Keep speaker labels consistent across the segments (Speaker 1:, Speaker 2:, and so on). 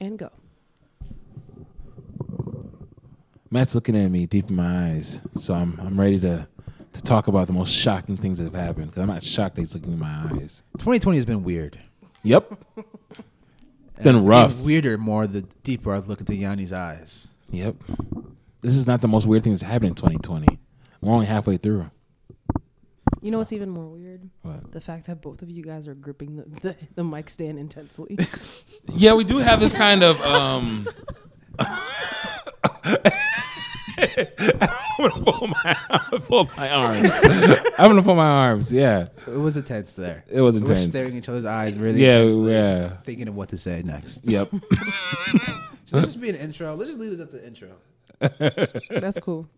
Speaker 1: and go.
Speaker 2: Matt's looking at me deep in my eyes, so I'm I'm ready to to talk about the most shocking things that have happened. Because I'm not shocked that he's looking in my eyes.
Speaker 3: 2020 has been weird.
Speaker 2: Yep.
Speaker 3: And
Speaker 2: Been
Speaker 3: it's
Speaker 2: rough.
Speaker 3: getting Weirder, more the deeper I look into Yanni's eyes.
Speaker 2: Yep. This is not the most weird thing that's happened in 2020. We're only halfway through.
Speaker 1: You know what's even more weird?
Speaker 2: What?
Speaker 1: The fact that both of you guys are gripping the, the, the mic stand intensely.
Speaker 2: Yeah, we do have this kind of. um I'm gonna pull my, I'm gonna pull my arms. I'm gonna pull my arms. Yeah,
Speaker 3: It was intense there.
Speaker 2: it was
Speaker 3: We're
Speaker 2: intense.
Speaker 3: staring at each other's eyes really
Speaker 2: yeah,
Speaker 3: intensely,
Speaker 2: yeah,
Speaker 3: thinking of what to say next.
Speaker 2: yep.
Speaker 3: So let's just be an intro. Let's just leave it at the intro.
Speaker 1: That's cool.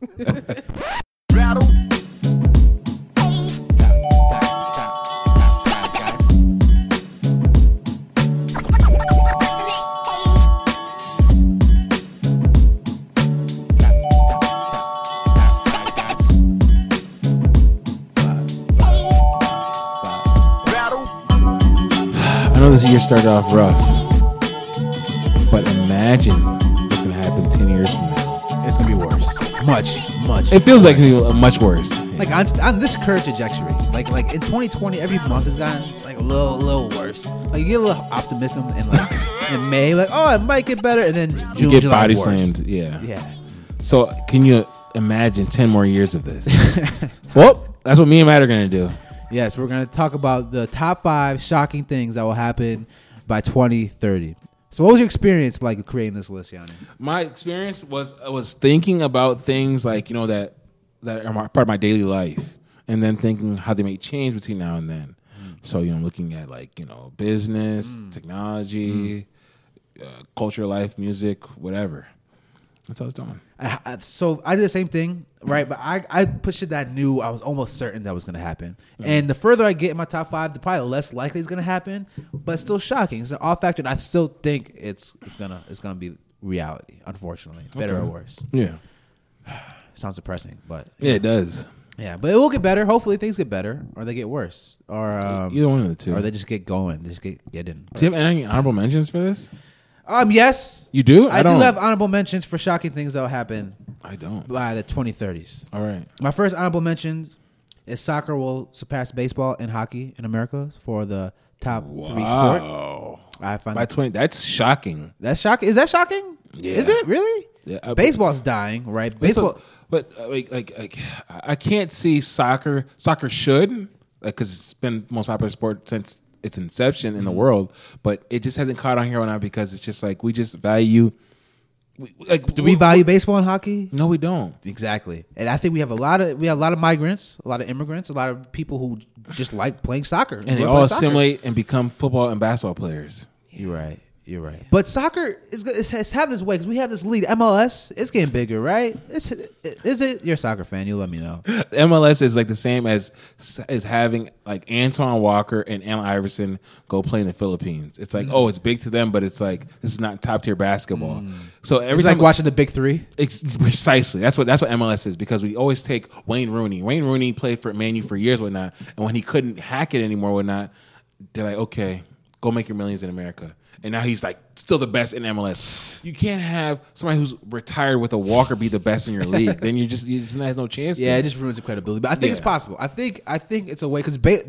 Speaker 2: I know this year started off rough, but imagine what's gonna happen 10 years from now.
Speaker 3: It's gonna be worse. Much, much.
Speaker 2: It feels like it'll be much worse.
Speaker 3: like on, on this current trajectory. Like like in 2020, every month has gotten like a little little worse. Like you get a little optimism in like in May, like oh it might get better, and then
Speaker 2: you
Speaker 3: June,
Speaker 2: get
Speaker 3: July
Speaker 2: body
Speaker 3: worse.
Speaker 2: slammed. Yeah.
Speaker 3: Yeah.
Speaker 2: So can you imagine 10 more years of this? well, that's what me and Matt are gonna do.
Speaker 3: Yes, we're gonna talk about the top five shocking things that will happen by 2030. So what was your experience like creating this list, Yanni?
Speaker 2: my experience was I was thinking about things like you know that that are my, part of my daily life, and then thinking how they may change between now and then. So you know, I'm looking at like you know business,
Speaker 3: Mm.
Speaker 2: technology, uh, culture, life, music, whatever. That's how I was doing.
Speaker 3: I, I, so I did the same thing, right? But I, I put shit that I knew I was almost certain that was gonna happen. And the further I get in my top five, the probably less likely it's gonna happen. But it's still shocking. It's an off factor. And I still think it's it's gonna it's gonna be reality. Unfortunately, better or worse.
Speaker 2: Yeah,
Speaker 3: Sounds depressing, but
Speaker 2: yeah, it does.
Speaker 3: yeah. But it will get better. Hopefully, things get better, or they get worse, or um,
Speaker 2: Either one of the two.
Speaker 3: or they just get going. They just get getting.
Speaker 2: do you have any honorable mentions for this?
Speaker 3: Um. Yes.
Speaker 2: You do? I
Speaker 3: I, do
Speaker 2: don't.
Speaker 3: have honorable mentions for shocking things that will happen
Speaker 2: I don't.
Speaker 3: by the 2030s.
Speaker 2: All right.
Speaker 3: My first honorable mentions is soccer will surpass baseball and hockey in America for the top three sport.
Speaker 2: Wow.
Speaker 3: I find
Speaker 2: By
Speaker 3: that,
Speaker 2: twenty, that's shocking.
Speaker 3: that's shocking. Is that shocking?
Speaker 2: Yeah.
Speaker 3: Is it really?
Speaker 2: Yeah, I-
Speaker 3: Baseball's dying, right? Baseball.
Speaker 2: So- but uh, like, like, like, I I can't see soccer. Soccer should, like, because it's been the most popular sport since its inception in the
Speaker 3: Mm-hmm.
Speaker 2: world. But it just hasn't caught on here right now because it's just like we just value. We, like,
Speaker 3: Do we value baseball and hockey?
Speaker 2: No, we don't.
Speaker 3: Exactly, and I think we have a lot of we have a lot of migrants, a lot of immigrants, a lot of people who just like playing soccer.
Speaker 2: And they all assimilate and become football and basketball players.
Speaker 3: You're right. You're right. But soccer is go- it's, it's having its way because we have this league MLS. It's getting bigger, right? It's, is it? You're a soccer fan. You let me know.
Speaker 2: MLS is like the same as as having like Antoine Walker and Allen Iverson go play in the Philippines. It's
Speaker 3: Mm.
Speaker 2: like, oh, it's big to them, but it's like this is not top tier basketball. So every
Speaker 3: It's
Speaker 2: time
Speaker 3: like watching the big three.
Speaker 2: Ex- precisely. That's what that's what MLS is because we always take Wayne Rooney. Wayne Rooney played for Manu for years, whatnot, and when he couldn't hack it anymore, whatnot, they're like, okay, go make your millions in America. And now he's like still the best in MLS. You can't have somebody who's retired with a walker be the best in your league. then you just you just has no chance.
Speaker 3: Yeah,
Speaker 2: there.
Speaker 3: it just ruins the credibility. But I think it's
Speaker 2: Yeah.
Speaker 3: possible. I think I think it's a way because ba-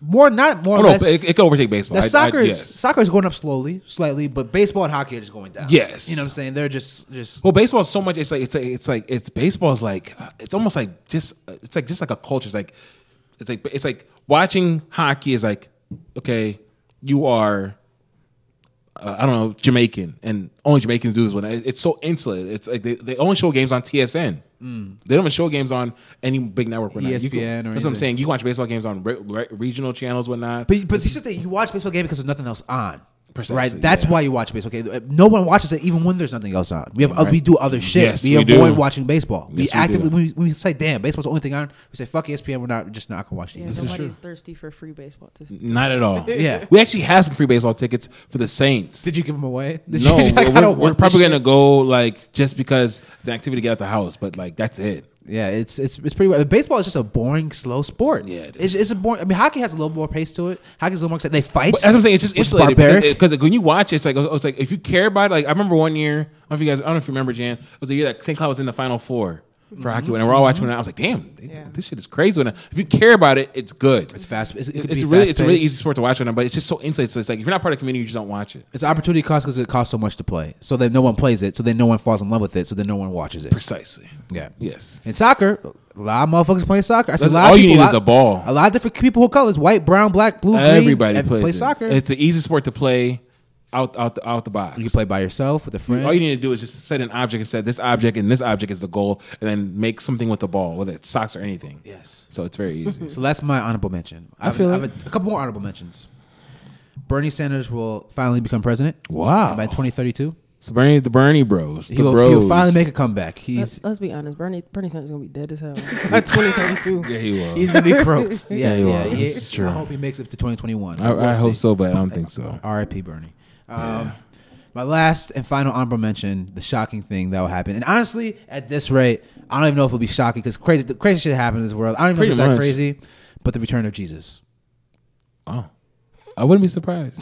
Speaker 3: more not more
Speaker 2: oh,
Speaker 3: or
Speaker 2: no,
Speaker 3: less.
Speaker 2: it, it can overtake baseball.
Speaker 3: the
Speaker 2: I- I-
Speaker 3: soccer is
Speaker 2: yes.
Speaker 3: soccer is going up slowly, slightly, but baseball and hockey are just going down.
Speaker 2: Yes.
Speaker 3: you know what I'm saying. They're just just
Speaker 2: Well, baseball is so much. It's like it's like it's like it's baseball is like it's almost like just it's like just like a culture. It's like it's like it's like watching hockey is like okay, you are uh, I don't know Jamaican and only Jamaicans do this one. It's so insulated. It's like they, they only show games on TSN.
Speaker 3: Mm.
Speaker 2: They don't even show games on any big network.
Speaker 3: E
Speaker 2: Whatnot. You can-
Speaker 3: ESPN
Speaker 2: that's what
Speaker 3: or
Speaker 2: I'm
Speaker 3: anything.
Speaker 2: saying. You can watch baseball games on re- re- regional channels, whatnot.
Speaker 3: But but here's the thing: you watch baseball game because there's nothing else on.
Speaker 2: Precisely,
Speaker 3: right, that's
Speaker 2: yeah.
Speaker 3: why you watch baseball. Okay, no one watches it even when there's nothing else on. We have uh,
Speaker 2: Right.
Speaker 3: we do other shit.
Speaker 2: Yes,
Speaker 3: we,
Speaker 2: we do.
Speaker 3: avoid watching baseball. we
Speaker 2: Yes, we
Speaker 3: actively
Speaker 2: do.
Speaker 3: we, we say, "Damn, baseball's the only thing on." We say, "Fuck E ESPN, we're not we're just not gonna watch
Speaker 1: Yeah,
Speaker 3: it."
Speaker 1: nobody's thirsty for free baseball. To
Speaker 2: Not at all.
Speaker 3: Yeah.
Speaker 2: we actually have some free baseball tickets for the Saints.
Speaker 3: Did you give them away? Did
Speaker 2: No,
Speaker 3: you,
Speaker 2: we're,
Speaker 3: I don't
Speaker 2: we're
Speaker 3: want this
Speaker 2: probably
Speaker 3: shit.
Speaker 2: gonna go like just because it's an activity to get out the house, but like that's it.
Speaker 3: Yeah, it's it's it's pretty. wild. Baseball is just a boring, slow sport.
Speaker 2: Yeah, it
Speaker 3: it's, it's a boring. I mean, hockey has a little more pace to it. Hockey's a little more exciting. They fight.
Speaker 2: But that's what I'm saying. It's just
Speaker 3: which is
Speaker 2: insulated
Speaker 3: barbaric.
Speaker 2: because like, when you watch, it, it's like it's like if you care about it. Like I remember one year, I don't know if you guys, I don't know if you remember Jan. It was the year that St. Cloud was in the Final Four for
Speaker 3: Mm-hmm.
Speaker 2: hockey. When we're all watching, it, I was like, damn, they-
Speaker 1: Yeah.
Speaker 2: this shit is crazy. When I- if you care about it, it's good.
Speaker 3: it's fast. It's, it could
Speaker 2: It's
Speaker 3: be
Speaker 2: a really,
Speaker 3: fast
Speaker 2: it's a really
Speaker 3: paced.
Speaker 2: easy sport to watch right now, but it's just so insulated. So it's like if you're not part of the community, you just don't watch it.
Speaker 3: It's opportunity cost because it costs so much to play. So then no one plays it. So then no one falls in love with it. So then no one watches it.
Speaker 2: Precisely.
Speaker 3: Yeah.
Speaker 2: Yes.
Speaker 3: In soccer, a lot of motherfuckers playing soccer. I see a
Speaker 2: That's-
Speaker 3: lot of
Speaker 2: all you
Speaker 3: people,
Speaker 2: need
Speaker 3: lot-
Speaker 2: is a ball.
Speaker 3: A lot of different people of colors: white, brown, black, blue, green,
Speaker 2: Everybody
Speaker 3: and
Speaker 2: plays
Speaker 3: play
Speaker 2: it.
Speaker 3: soccer.
Speaker 2: It's the easiest sport to play out out the, out the box.
Speaker 3: you play by yourself with a friend.
Speaker 2: All you need to do is just set an object and set this object and this object is the goal, and then make something with the ball, whether it's socks or anything.
Speaker 3: Yes.
Speaker 2: So it's very easy.
Speaker 3: So that's my honorable mention. I, have,
Speaker 1: feel
Speaker 3: I have a, a couple more honorable mentions. Bernie Sanders will finally become president.
Speaker 2: Wow.
Speaker 3: By 2032,
Speaker 2: so Bernie, the Bernie Bros, the
Speaker 3: he will,
Speaker 2: Bros.
Speaker 3: he will finally make a comeback. He's
Speaker 1: Let's, let's be honest. Bernie Bernie Sanders is gonna be dead as hell. That's 2032.
Speaker 2: Yeah, he will.
Speaker 3: he's gonna be croaked. yeah,
Speaker 2: Yeah, he
Speaker 3: yeah,
Speaker 2: will.
Speaker 3: he-
Speaker 2: It's true.
Speaker 3: I hope he makes it to 2021.
Speaker 2: I,
Speaker 3: We'll
Speaker 2: I hope
Speaker 3: see.
Speaker 2: so, but I don't think so.
Speaker 3: R.I.P. Bernie. Um, My last and final honorable mention: the shocking thing that will happen. And honestly, at this rate, I don't even know if it'll be shocking because crazy, the crazy shit happened in this world. I don't even know if
Speaker 2: Pretty
Speaker 3: it's that
Speaker 2: much.
Speaker 3: crazy, but the return of Jesus.
Speaker 2: Oh. I wouldn't be surprised.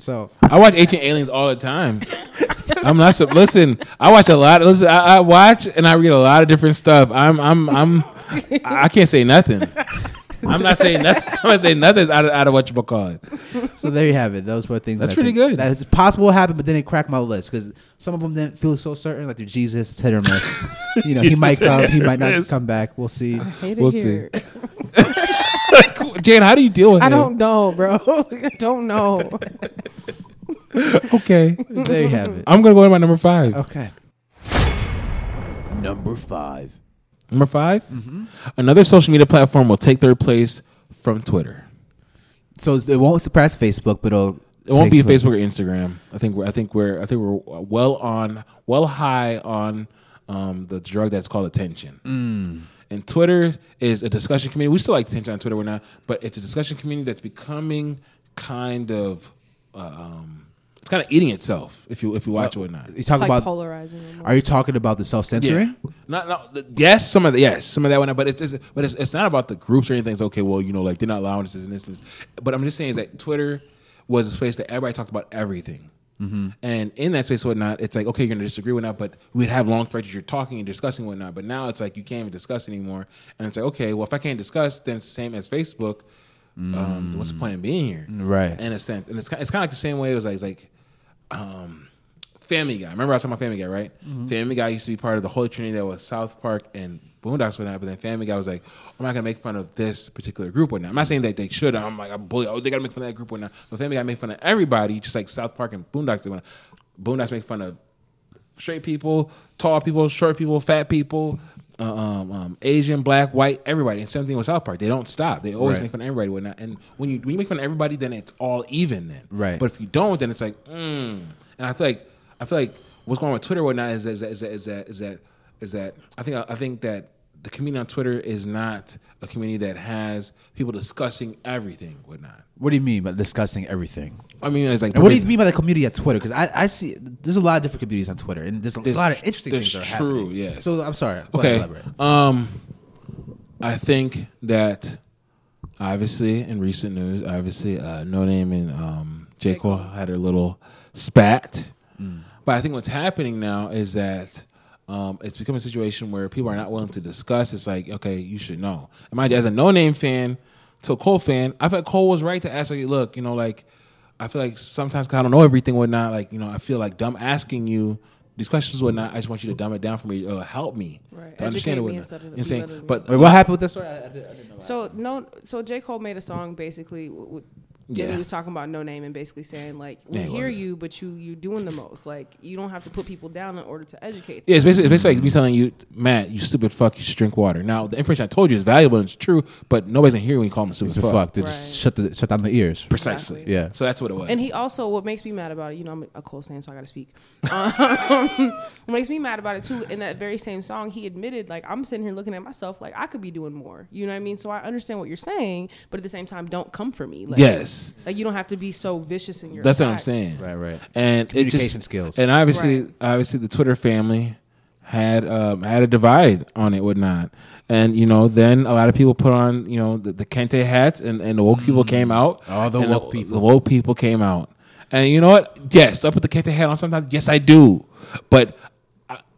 Speaker 3: So
Speaker 2: I watch Ancient Aliens all the time. I'm not. Su- listen, I watch a lot. Listen, I, I watch and I read a lot of different stuff. I'm. I'm. I'm. I I can't say nothing. I'm not saying nothing. I'm not saying nothing's out of, out of what you call it.
Speaker 3: So there you have it. Those were things.
Speaker 2: That's
Speaker 3: that I
Speaker 2: pretty
Speaker 3: think-
Speaker 2: good.
Speaker 3: That it's possible it happened, but then it cracked my list because some of them didn't feel so certain. Like they're Jesus, it's hit or miss. you know, he
Speaker 2: It's
Speaker 3: might
Speaker 2: hit
Speaker 3: come,
Speaker 2: or
Speaker 3: he might not
Speaker 2: miss.
Speaker 3: come back. We'll see.
Speaker 1: Hate it
Speaker 2: We'll see.
Speaker 1: here.
Speaker 2: Jane, how do you deal with
Speaker 1: I
Speaker 2: it?
Speaker 1: don't know, bro. I don't know.
Speaker 2: Okay,
Speaker 3: there you have it.
Speaker 2: I'm gonna go to my number five.
Speaker 3: Okay. Number five.
Speaker 2: Number 5 Another social media platform will take third place from Twitter.
Speaker 3: So it's- it won't surpass Facebook, but it'll
Speaker 2: It won't
Speaker 3: take
Speaker 2: be Facebook or Instagram. I think we're. I think we're. I think we're well on. Well high on um, the drug that's called attention. And Twitter is a discussion community. We still like attention on Twitter. We're not, but it's a discussion community that's becoming kind of. uh, um, it's kind of eating itself. If you if you watch it or not.
Speaker 3: You
Speaker 1: It's
Speaker 3: talk
Speaker 1: like
Speaker 3: about.
Speaker 1: polarizing. almost.
Speaker 3: Are you talking about the self censoring?
Speaker 2: Yeah. Not, not the, yes, some of the yes, some of that went up, but it's, it's but it's, it's not about the groups or anything. It's okay, well, you know, like they're not allowing this as an instance. But I'm just saying is that Twitter was a space that everybody talked about everything. And in that space, whatnot, it's like okay, you're gonna disagree with that, but we'd have long threads. You're talking and discussing whatnot, but now it's like you can't even discuss anymore. And it's like okay, well, if I can't discuss, then it's the same as Facebook. Um, what's the point of being here?
Speaker 3: Right.
Speaker 2: in a sense. And it's kind it's kind of like the same way it was like, it's like um, Family Guy. Remember I was talking about Family Guy, right? Family Guy used to be part of the whole trinity that was South Park and Boondocks whatnot. But then Family Guy was like, I'm not gonna make fun of this particular group whatnot. I'm not saying that they should. I'm like, I'm bully. Oh, they gotta make fun of that group whatnot. But Family Guy made fun of everybody, just like South Park and Boondocks. They want Boondocks make fun of straight people, tall people, short people, fat people, uh, um, um, Asian, black, white, everybody. And same thing with South Park. They don't stop. They always
Speaker 3: Right.
Speaker 2: make fun of everybody. and Whatnot. And when you when you make fun of everybody, then it's all even. Then
Speaker 3: Right.
Speaker 2: But if you don't, then it's like, mm. and I feel like I feel like what's going on with Twitter right now is that is that is that is that is that I think I think that the community on Twitter is not a community that has people discussing everything whatnot.
Speaker 3: What do you mean by discussing everything?
Speaker 2: I mean, it's like
Speaker 3: And what do you mean by the community at Twitter? Because I, I see there's a lot of different communities on Twitter, and there's a
Speaker 2: There's-
Speaker 3: lot of interesting
Speaker 2: there's
Speaker 3: things that are
Speaker 2: true,
Speaker 3: happening.
Speaker 2: yes.
Speaker 3: So I'm sorry. Go ahead,
Speaker 2: okay.
Speaker 3: elaborate.
Speaker 2: Um, I think that obviously in recent news, obviously uh, No Name and um, J Cole had a little spat, but I think what's happening now is that. Um, it's become a situation where people are not willing to discuss. It's like, okay, you should know. And mind you, as a no name fan to a Cole fan, I felt Cole was right to ask, like, look, you know, like, I feel like sometimes 'cause I don't know everything, whatnot. Like, you know, I feel like dumb asking you these questions, whatnot. I just want you to dumb it down for me, or help me
Speaker 1: Right.
Speaker 2: to understand
Speaker 1: Educate me
Speaker 2: it. whatnot.
Speaker 1: instead of-
Speaker 2: You know what I'm saying?
Speaker 1: literally.
Speaker 2: But
Speaker 3: Wait, what happened with this story? I, I did- I didn't know.
Speaker 1: So no, so J Cole made a song basically. W- w- yeah.
Speaker 2: Yeah.
Speaker 1: he was talking about no name and basically saying like we
Speaker 2: Yeah, he
Speaker 1: hear
Speaker 2: was.
Speaker 1: you, but you you doing the most. Like you don't have to put people down in order to educate. them.
Speaker 2: Yeah, it's basically, it's basically like me telling you, Matt, you stupid fuck, you should drink water. Now, the information I told you is valuable and it's true, but nobody's gonna hear when you call him a stupid
Speaker 3: Dude,
Speaker 2: fuck.
Speaker 3: fuck, dude,
Speaker 1: Right.
Speaker 3: just shut the shut down the ears.
Speaker 2: Precisely.
Speaker 1: Exactly.
Speaker 3: Yeah.
Speaker 2: So that's what it was.
Speaker 1: And he also, what makes me mad about it, you know, I'm a Cole stand, so I got to speak. Um, what makes me mad about it too, in that very same song, he admitted, like, I'm sitting here looking at myself, like, I could be doing more. You know what I mean? So I understand what you're saying, but at the same time, don't come for me. Like,
Speaker 2: yes.
Speaker 1: Like, you don't have to be so vicious in your
Speaker 2: That's what I'm
Speaker 1: attack.
Speaker 2: saying.
Speaker 3: Right, right.
Speaker 2: And it
Speaker 3: Communication
Speaker 2: just,
Speaker 3: skills.
Speaker 2: And obviously,
Speaker 1: Right.
Speaker 2: obviously, the Twitter family had um, had a divide on it, whatnot, and you know, then a lot of people put on you know the, the kente hats, and, and the woke people came out.
Speaker 3: Mm. All the
Speaker 2: and
Speaker 3: woke people.
Speaker 2: the woke people came out, and you know what? Yes, do I put the kente hat on sometimes. Yes, I do, but. I-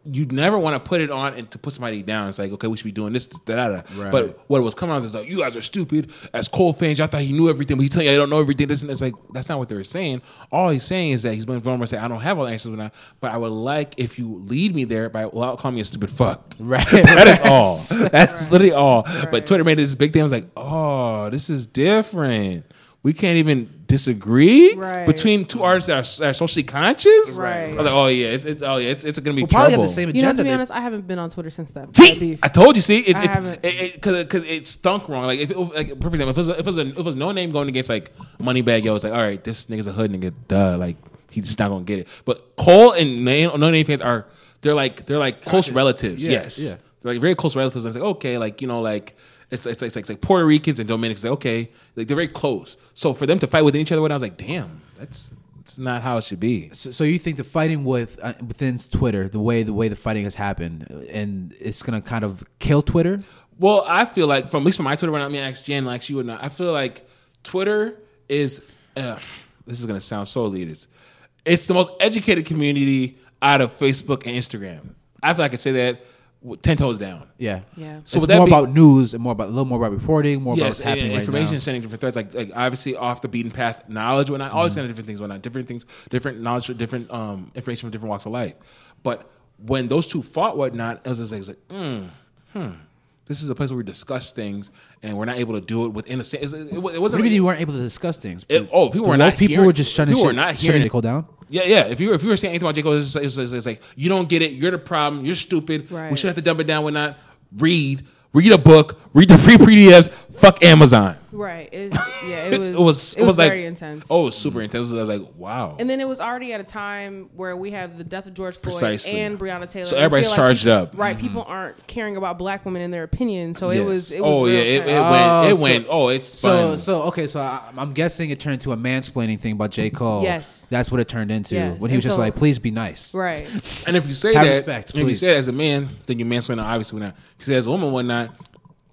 Speaker 2: You never want to put it on and to put somebody down. It's like, okay, we should be doing this, da da da.
Speaker 3: Right.
Speaker 2: But what was coming out is like, you guys are stupid. As Cole fans, y'all thought he knew everything, but he's telling you I don't know everything. This and it's like that's not what they were saying. All he's saying is that he's been vulnerable. and Say I don't have all the answers, but I, but I would like if you lead me there by without calling me a stupid fuck. Right. that is all. That's literally all. But Twitter made this big thing. I was like, oh, this is different. We can't even disagree
Speaker 1: Right.
Speaker 2: between two artists that are, that are socially conscious.
Speaker 1: Right.
Speaker 2: I was like, oh yeah, it's, it's oh yeah, it's, it's gonna be
Speaker 3: We'll probably
Speaker 2: trouble.
Speaker 3: have the same
Speaker 1: You know,
Speaker 3: agenda.
Speaker 1: to be
Speaker 3: They-
Speaker 1: honest, I haven't been on Twitter since that. that
Speaker 2: See,
Speaker 1: beef.
Speaker 2: I told you. See, it's
Speaker 1: I
Speaker 2: it's
Speaker 1: haven't.
Speaker 2: because it, because it stunk wrong. Like if it, was- like for example, if it was if it was, a, if it was no name going against like Moneybag, yo, it's like all right, this nigga's a hood nigga, duh. Like he's just not gonna get it. But Cole and name, no name fans are they're like they're like close relatives.
Speaker 3: Yeah,
Speaker 2: yes,
Speaker 3: yeah.
Speaker 2: they're like very close relatives. And it's like okay, like you know, like it's it's it's like, it's like Puerto Ricans and Dominicans. Like okay, like they're very close. So for them to fight within each other, when I was like, damn, that's that's not how it should be.
Speaker 3: so, so you think the fighting with uh, within Twitter, the way the way the fighting has happened, uh, and it's gonna kind of kill Twitter?
Speaker 2: Well, I feel like from at least from my Twitter when I mean ask Jen like she would not. I feel like Twitter is uh, this is gonna sound so elitist. It's the most educated community out of Facebook and Instagram. I feel I could say that w- ten toes down.
Speaker 3: Yeah,
Speaker 1: Yeah.
Speaker 2: So
Speaker 3: So it's
Speaker 2: with that
Speaker 3: more
Speaker 2: being-
Speaker 3: about news and more about a little more about reporting, more about
Speaker 2: Yes,
Speaker 3: what's happening
Speaker 2: and
Speaker 3: right
Speaker 2: information
Speaker 3: now.
Speaker 2: sending different threads, like like obviously off the beaten path knowledge, whatnot.
Speaker 3: Mm-hmm.
Speaker 2: Always sending different things, whatnot, different things, different knowledge, different um, information from different walks of life. But when those two fought, whatnot, it was just like, it's like, mm, hmm, this is a place where we discuss things, and we're not able to do it within a. sa- It, it, it wasn't.
Speaker 3: What do you mean you weren't able to discuss things?
Speaker 2: It- oh, people
Speaker 3: The
Speaker 2: were
Speaker 3: woke
Speaker 2: not
Speaker 3: People
Speaker 2: hearing-
Speaker 3: were just shutting
Speaker 2: people were
Speaker 3: shit-
Speaker 2: not
Speaker 3: shutting
Speaker 2: hearing-
Speaker 3: Nicole down.
Speaker 2: Yeah, yeah. If you were, if you were saying anything about J Cole, it's, it's, it's, it's like you don't get it. You're the problem. You're stupid. We
Speaker 1: Right.
Speaker 2: should have to dumb it down. We're not. Read, read a book. Read the free PDFs. Fuck Amazon.
Speaker 1: Right. It was, yeah, it was.
Speaker 2: it was.
Speaker 1: it was,
Speaker 2: like,
Speaker 1: very intense.
Speaker 2: Oh, it was super intense. I was like, wow.
Speaker 1: And then it was already at a time where we have the death of George Floyd
Speaker 2: Precisely.
Speaker 1: and Breonna Taylor.
Speaker 2: So
Speaker 1: And I
Speaker 2: everybody's
Speaker 1: feel
Speaker 2: charged up. Mm-hmm.
Speaker 1: Right. People aren't caring about black women and their opinions. So it
Speaker 2: Yes.
Speaker 1: was. It was
Speaker 2: oh
Speaker 1: real
Speaker 2: yeah, it, it
Speaker 1: tense.
Speaker 3: Oh,
Speaker 2: went. It
Speaker 3: so-
Speaker 2: went. Oh, it's
Speaker 3: So,
Speaker 2: so.
Speaker 3: so okay, so I, I'm guessing it turned into a mansplaining thing about J. Cole.
Speaker 1: Yes.
Speaker 3: that's what it turned into
Speaker 1: Yes,
Speaker 3: when he was
Speaker 1: and
Speaker 3: just
Speaker 1: so-
Speaker 3: like, "Please be nice."
Speaker 1: right.
Speaker 2: and if you say
Speaker 3: Have
Speaker 2: that,
Speaker 3: respect,
Speaker 2: if you
Speaker 3: please.
Speaker 2: say that as a man, then you mansplain. Obviously, we're not. If you say as a woman, whatnot,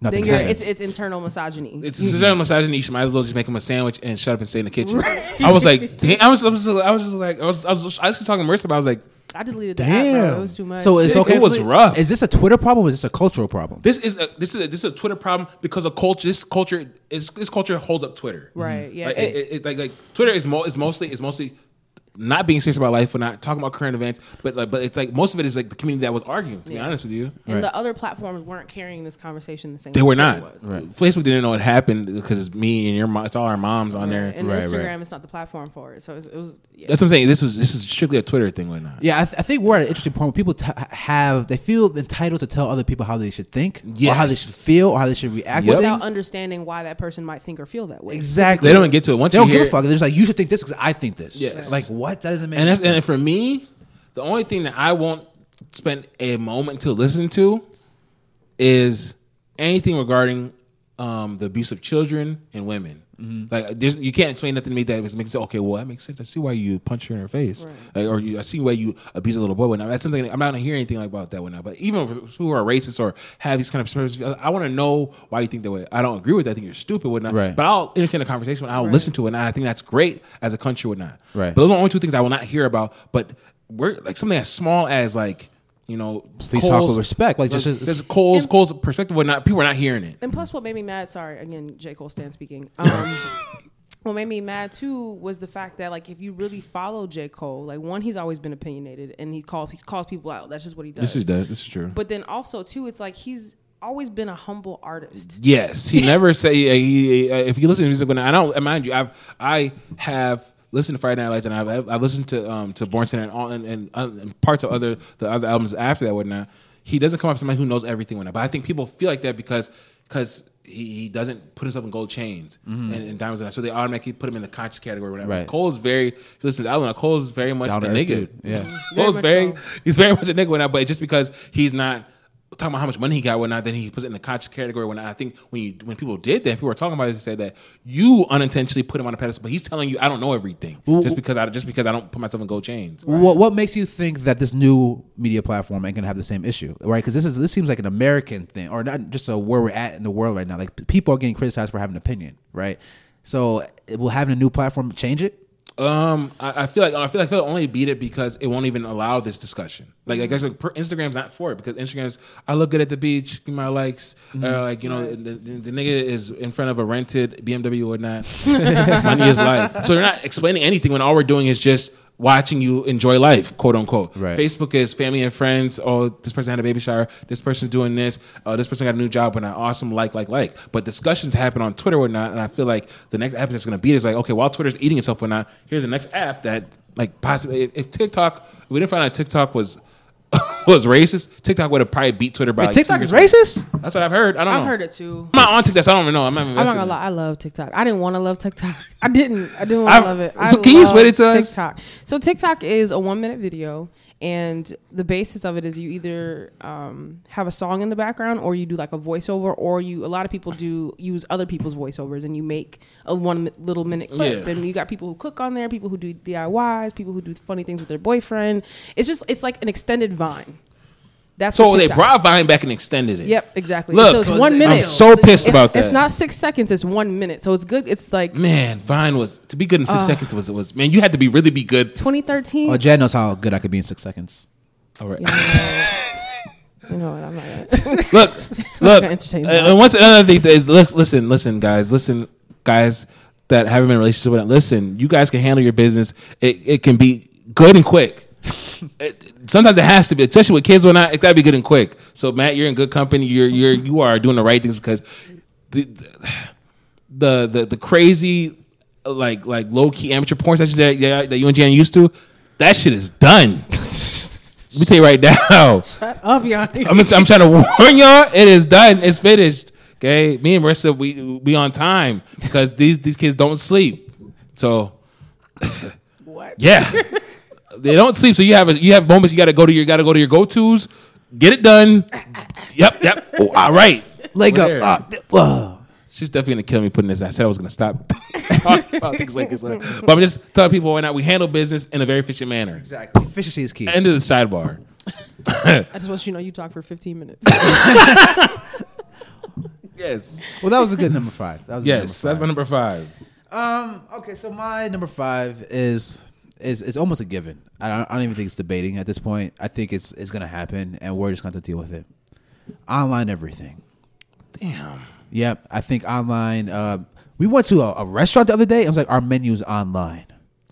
Speaker 3: Nothing
Speaker 1: Then you're,
Speaker 3: happens.
Speaker 1: it's it's internal misogyny.
Speaker 2: it's a certain misogyny. You should might as well just make him a sandwich and shut up and stay in the kitchen. I was like, damn, I was, I was, just- I was just like, I was, I was, I was just talking to Marissa, but I was like,
Speaker 1: I deleted the app. Bro. It was too much.
Speaker 3: So it's
Speaker 2: Shit,
Speaker 3: okay.
Speaker 2: it was
Speaker 3: for-
Speaker 2: rough.
Speaker 3: Is this a Twitter problem? or Is this a cultural problem?
Speaker 2: this is a, this is a, this is a Twitter problem because a culture, this culture, is, this culture holds up Twitter,
Speaker 1: Right, yeah.
Speaker 2: Like, it, it, it- like, like Twitter is mo- is mostly is mostly not being serious about life, or not talking about current events, but like, but it's like most of it is like the community that was arguing. To be
Speaker 1: Yeah.
Speaker 2: honest with you,
Speaker 1: and the other platforms weren't carrying this conversation the same.
Speaker 2: They
Speaker 1: way
Speaker 2: were
Speaker 1: Twitter
Speaker 2: not.
Speaker 1: was.
Speaker 2: Facebook didn't know what happened because it's me and your mom. It's all our moms on there.
Speaker 1: And
Speaker 3: Right,
Speaker 1: Instagram
Speaker 3: right.
Speaker 1: is not the platform for it. So it was. It was yeah.
Speaker 2: That's what I'm saying. This was this is strictly a Twitter thing, right now.
Speaker 3: Yeah, I, th- I think we're at an interesting point where people t- have they feel entitled to tell other people how they should think, or how they
Speaker 2: Yes.
Speaker 3: should feel, or how they should react
Speaker 2: Yep.
Speaker 3: to
Speaker 1: without
Speaker 3: things.
Speaker 1: understanding why that person might think or feel that way.
Speaker 3: exactly.
Speaker 2: They don't even get to it. Once
Speaker 3: They
Speaker 2: you
Speaker 3: don't give
Speaker 2: hear-
Speaker 3: a fuck. They're just like, you should think this because I think this.
Speaker 2: Yes.
Speaker 3: Like what? That doesn't make.
Speaker 2: And that's
Speaker 3: sense.
Speaker 2: and for me, the only thing that I won't spend a moment to listen to is anything regarding um, the abuse of children and women.
Speaker 3: Mm-hmm.
Speaker 2: Like there's, you can't explain nothing to me that makes okay. Well, that makes sense. I see why you punch her in her face, like, or you, I see why you abuse a little boy. When that's something I'm not gonna hear anything like about that one now. But even if- who are racist or have these kind of perspectives, I, want to know why you think that way. I don't agree with that. I think you're stupid, whatnot.
Speaker 3: Right.
Speaker 2: But I'll entertain the conversation. and I'll listen to it, and I think that's great as a country, whatnot.
Speaker 3: Right.
Speaker 2: But those are the only two things I will not hear about. But we're like something as small as like you know,
Speaker 3: Please talk with respect, like, just-
Speaker 2: there's Cole's Cole's perspective. We're not people are not hearing it.
Speaker 1: And plus, what made me mad, sorry, again, J. Cole Stan speaking. Um, what made me mad too was the fact that, like, if you really follow J. Cole, like, one, he's always been opinionated and he calls, he calls people out. That's just what he does.
Speaker 2: that. This is true.
Speaker 1: but then also, too, it's like he's always been a humble artist.
Speaker 2: Yes, he never say uh, he, uh, if you listen to music. When I don't and mind you, I've I have listened to Friday Night Lights and I've I've- I've listened to um to Born Center and all and, and, uh, and parts of other the other albums after that whatnot. He doesn't come off as somebody who knows everything whatnot. But I think people feel like that because because. He, he doesn't put himself in gold chains and, and diamonds, and that. so they automatically put him in the conscious category. Or whatever.
Speaker 3: Mm-hmm. Right.
Speaker 2: Cole's very if you listen. to the album, Cole's very much
Speaker 3: Down
Speaker 2: the
Speaker 3: to earth
Speaker 2: nigga.
Speaker 3: dude. Yeah.
Speaker 2: Cole's
Speaker 1: Very
Speaker 2: very
Speaker 1: much so.
Speaker 2: he's very much a nigga now, but just because he's not talking about how much money he got, whatnot. Then he puts it in the conscious category. When I think when you when people did that, people were talking about it. They said that you unintentionally put him on a pedestal, but he's telling you, I don't know everything just because I just because I don't put myself in gold chains.
Speaker 3: What what makes you think that this new media platform ain't gonna have the same issue, right? Because this is this seems like an American thing, or not just a where we're at in the world right now. Like p- people are getting criticized for having an opinion, right? So it- will having a new platform change it?
Speaker 2: Um, I, I feel like I feel like they'll only beat it because it won't even allow this discussion. Like, like, that's like per- Instagram's not for it because Instagram's I look good at the beach, give me my likes, uh, like you know the, the, the nigga is in front of a rented BMW or not. Money is life, so they're not explaining anything when all we're doing is just watching you enjoy life, quote unquote.
Speaker 3: Right.
Speaker 2: Facebook is family and friends. Oh, this person had a baby shower. This person's doing this. Uh, this person got a new job. And I awesome like, like, like. But discussions happen on Twitter or not. And I feel like the next app that's going to beat is like, okay, while Twitter's eating itself or not, here's the next app that, like, possibly, if, if TikTok, if we didn't find out TikTok was was racist, TikTok would have probably beat Twitter by like, two
Speaker 3: TikTok
Speaker 2: years
Speaker 3: is
Speaker 2: ago.
Speaker 3: racist.
Speaker 2: That's what I've heard. I don't know.
Speaker 1: I've heard it too.
Speaker 2: I'm not on TikTok, so I don't even know. I'm not even
Speaker 1: I'm not gonna lie, I love TikTok. I didn't want to love TikTok. I didn't. I didn't want
Speaker 2: I-
Speaker 1: to love it. I
Speaker 2: so can you
Speaker 1: love
Speaker 2: explain it to us?
Speaker 1: TikTok. So TikTok is a one minute video, and the basis of it is you either um, have a song in the background, or you do like a voiceover, or you. A lot of people do use other people's voiceovers, and you make a one mi- little minute clip.
Speaker 2: Yeah.
Speaker 1: And you got people who cook on there, people who do DIYs, people who do funny things with their boyfriend. It's just it's like an extended Vine. That's
Speaker 2: So
Speaker 1: what
Speaker 2: they
Speaker 1: TikTok
Speaker 2: brought Vine back and extended it.
Speaker 1: Yep, exactly.
Speaker 2: Look,
Speaker 1: so it's
Speaker 2: so
Speaker 1: one
Speaker 2: it's- I'm
Speaker 1: minute.
Speaker 2: so
Speaker 1: it's,
Speaker 2: pissed about
Speaker 1: It's
Speaker 2: that. Mm.
Speaker 1: not six seconds. It's one minute. So it's good. It's like
Speaker 2: Man, Vine was to be good in
Speaker 1: Ah.
Speaker 2: six seconds was was man. You had to be really be good
Speaker 1: 2013.
Speaker 3: Oh, Jen knows how good I could be in six seconds.
Speaker 2: All right.
Speaker 1: you know what? I'm not. Gonna,
Speaker 2: look, look.
Speaker 1: gonna entertain
Speaker 2: uh,
Speaker 1: that.
Speaker 2: and what's another thing is lis- listen, listen, guys, listen, guys that haven't been in a relationship with it. Listen, you guys can handle your business. It it can be good and quick. It- sometimes it has to be, especially with kids or not. It gotta be good and quick. So Matt, you're in good company. You're you're you are doing the right things because the the the, the crazy like like low key amateur porn sessions that yeah, that you and Jan used to, that shit is done. Let me tell you right now.
Speaker 1: up, y'all.
Speaker 2: I'm, I'm trying to warn y'all. It is done. It's finished. Okay, me and Marissa, we we on time because these these kids don't sleep. So
Speaker 1: What?
Speaker 2: yeah, they don't sleep. So you have a, you have moments you got to go to your got to go to your go tos. Get it done. Yep, yep. Oh, all right.
Speaker 3: Leg
Speaker 2: We're there.
Speaker 3: up. Uh, uh.
Speaker 2: She's definitely gonna kill me putting this. I said I was gonna stop talking about things like this, but I'm just telling people why not. We handle business in a very efficient manner.
Speaker 3: Exactly. Efficiency is key.
Speaker 2: End of the sidebar.
Speaker 1: I just want you to know you talked for 15 minutes.
Speaker 2: Yes,
Speaker 3: Well, that was a good number five. That was a good
Speaker 2: yes. That's
Speaker 3: number
Speaker 2: my number five.
Speaker 3: five. Um. Okay. So my number five is is it's almost a given. I don't, I don't even think it's debating at this point. I think it's it's gonna happen, and we're just gonna have to deal with it. Online everything.
Speaker 2: Damn.
Speaker 3: Yep. I think online. Uh, we went to a, a restaurant the other day. It was like our menu's online.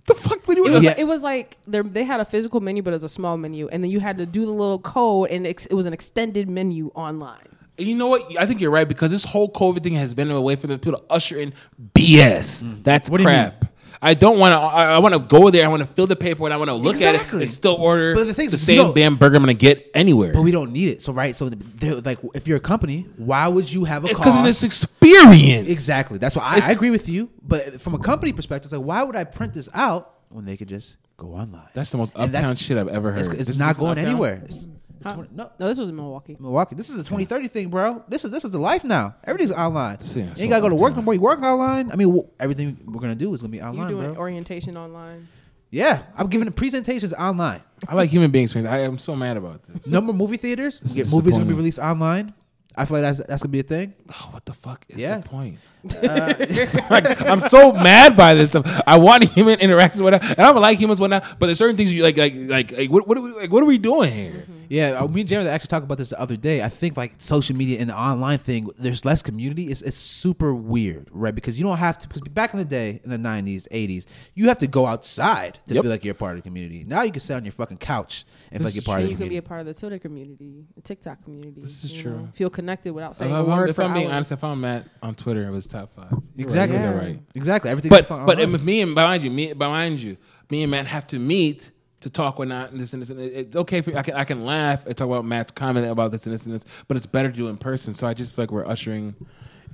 Speaker 2: The fuck? What do
Speaker 1: It
Speaker 2: you?
Speaker 1: was,
Speaker 3: Yeah.
Speaker 1: it was like there- they had a physical menu, but it was a small menu, and then you had to do the little code, and ex- it was an extended menu online.
Speaker 2: You know what? I think you're right because this whole COVID thing has been a way for the people to usher in BS. That's
Speaker 3: Mm. What do you
Speaker 2: crap. I don't want to. I, I want to go there. I want to fill the paper and I want to look at it
Speaker 3: Exactly.
Speaker 2: and still order
Speaker 3: But the thing is,
Speaker 2: same
Speaker 3: no-
Speaker 2: damn burger I'm gonna get anywhere.
Speaker 3: But we don't need it. So right. So they're like, if you're a company, why would you have a
Speaker 2: Because of
Speaker 3: cost?
Speaker 2: this experience,
Speaker 3: Exactly. That's why I, I
Speaker 2: It's-
Speaker 3: agree with you. But from a company perspective, it's like, why would I print this out when they could just go online?
Speaker 2: That's the most
Speaker 3: And
Speaker 2: uptown
Speaker 3: that's-
Speaker 2: shit I've ever heard.
Speaker 3: It's, it's
Speaker 2: This is
Speaker 3: not
Speaker 2: uptown?
Speaker 3: going anywhere. It's, it's twen- no,
Speaker 1: No, this was in Milwaukee.
Speaker 3: Milwaukee. This is a 2030 thing, bro. This is this is the life now. Everything's online.
Speaker 2: yeah,
Speaker 3: you ain't
Speaker 2: so
Speaker 3: gotta go to work
Speaker 2: uptown.
Speaker 3: no more. You work online. I mean, wh- everything we're gonna do is gonna be
Speaker 1: You
Speaker 3: online,
Speaker 1: doing
Speaker 3: bro.
Speaker 1: orientation online?
Speaker 3: yeah, I'm giving presentations online.
Speaker 2: I like human being experience. I am so mad about this.
Speaker 3: Number movie theaters.
Speaker 2: This
Speaker 3: Get
Speaker 2: is
Speaker 3: movies gonna be
Speaker 2: disappointing.
Speaker 3: released online. I feel like that's that's gonna be a thing. Uh,
Speaker 2: Oh, what the fuck is
Speaker 3: Yeah.
Speaker 2: the point? Like, I'm so mad by this stuff. I want human interaction, whatnot, and I don't like humans, whatnot. But there's certain things you like, like, like, like what, what, are we, like, what are we doing here?
Speaker 3: Yeah, uh, me and Jeremy were actually talked about this the other day. I think like social media and the online thing, there's less community. It's, it's super weird, right? Because you don't have to. Because back in the day, in the '90s, '80s, you have to go outside to
Speaker 2: Yep.
Speaker 3: feel like you're a part of the community. Now you can sit on your fucking couch and feel like you're part of
Speaker 1: And
Speaker 3: the
Speaker 1: you can be
Speaker 3: community.
Speaker 1: a part of the Twitter community, the TikTok community. This
Speaker 2: is true.
Speaker 1: Feel connected without saying
Speaker 2: If
Speaker 1: a
Speaker 2: I'm-
Speaker 1: word
Speaker 2: if
Speaker 1: for
Speaker 2: I'm being
Speaker 1: hours.
Speaker 2: honest, if I'm Matt on Twitter, it was top five. You're
Speaker 3: exactly
Speaker 2: right. You're
Speaker 1: Yeah.
Speaker 2: right.
Speaker 3: Exactly. Everything.
Speaker 2: But
Speaker 3: is fun
Speaker 2: but
Speaker 3: online.
Speaker 2: if me and behind you, me behind you, me and Matt have to meet to talk or not and this and this. And it's okay for I can I can laugh and talk about Matt's comment about this and this and this, but it's better to do in person. So I just feel like we're ushering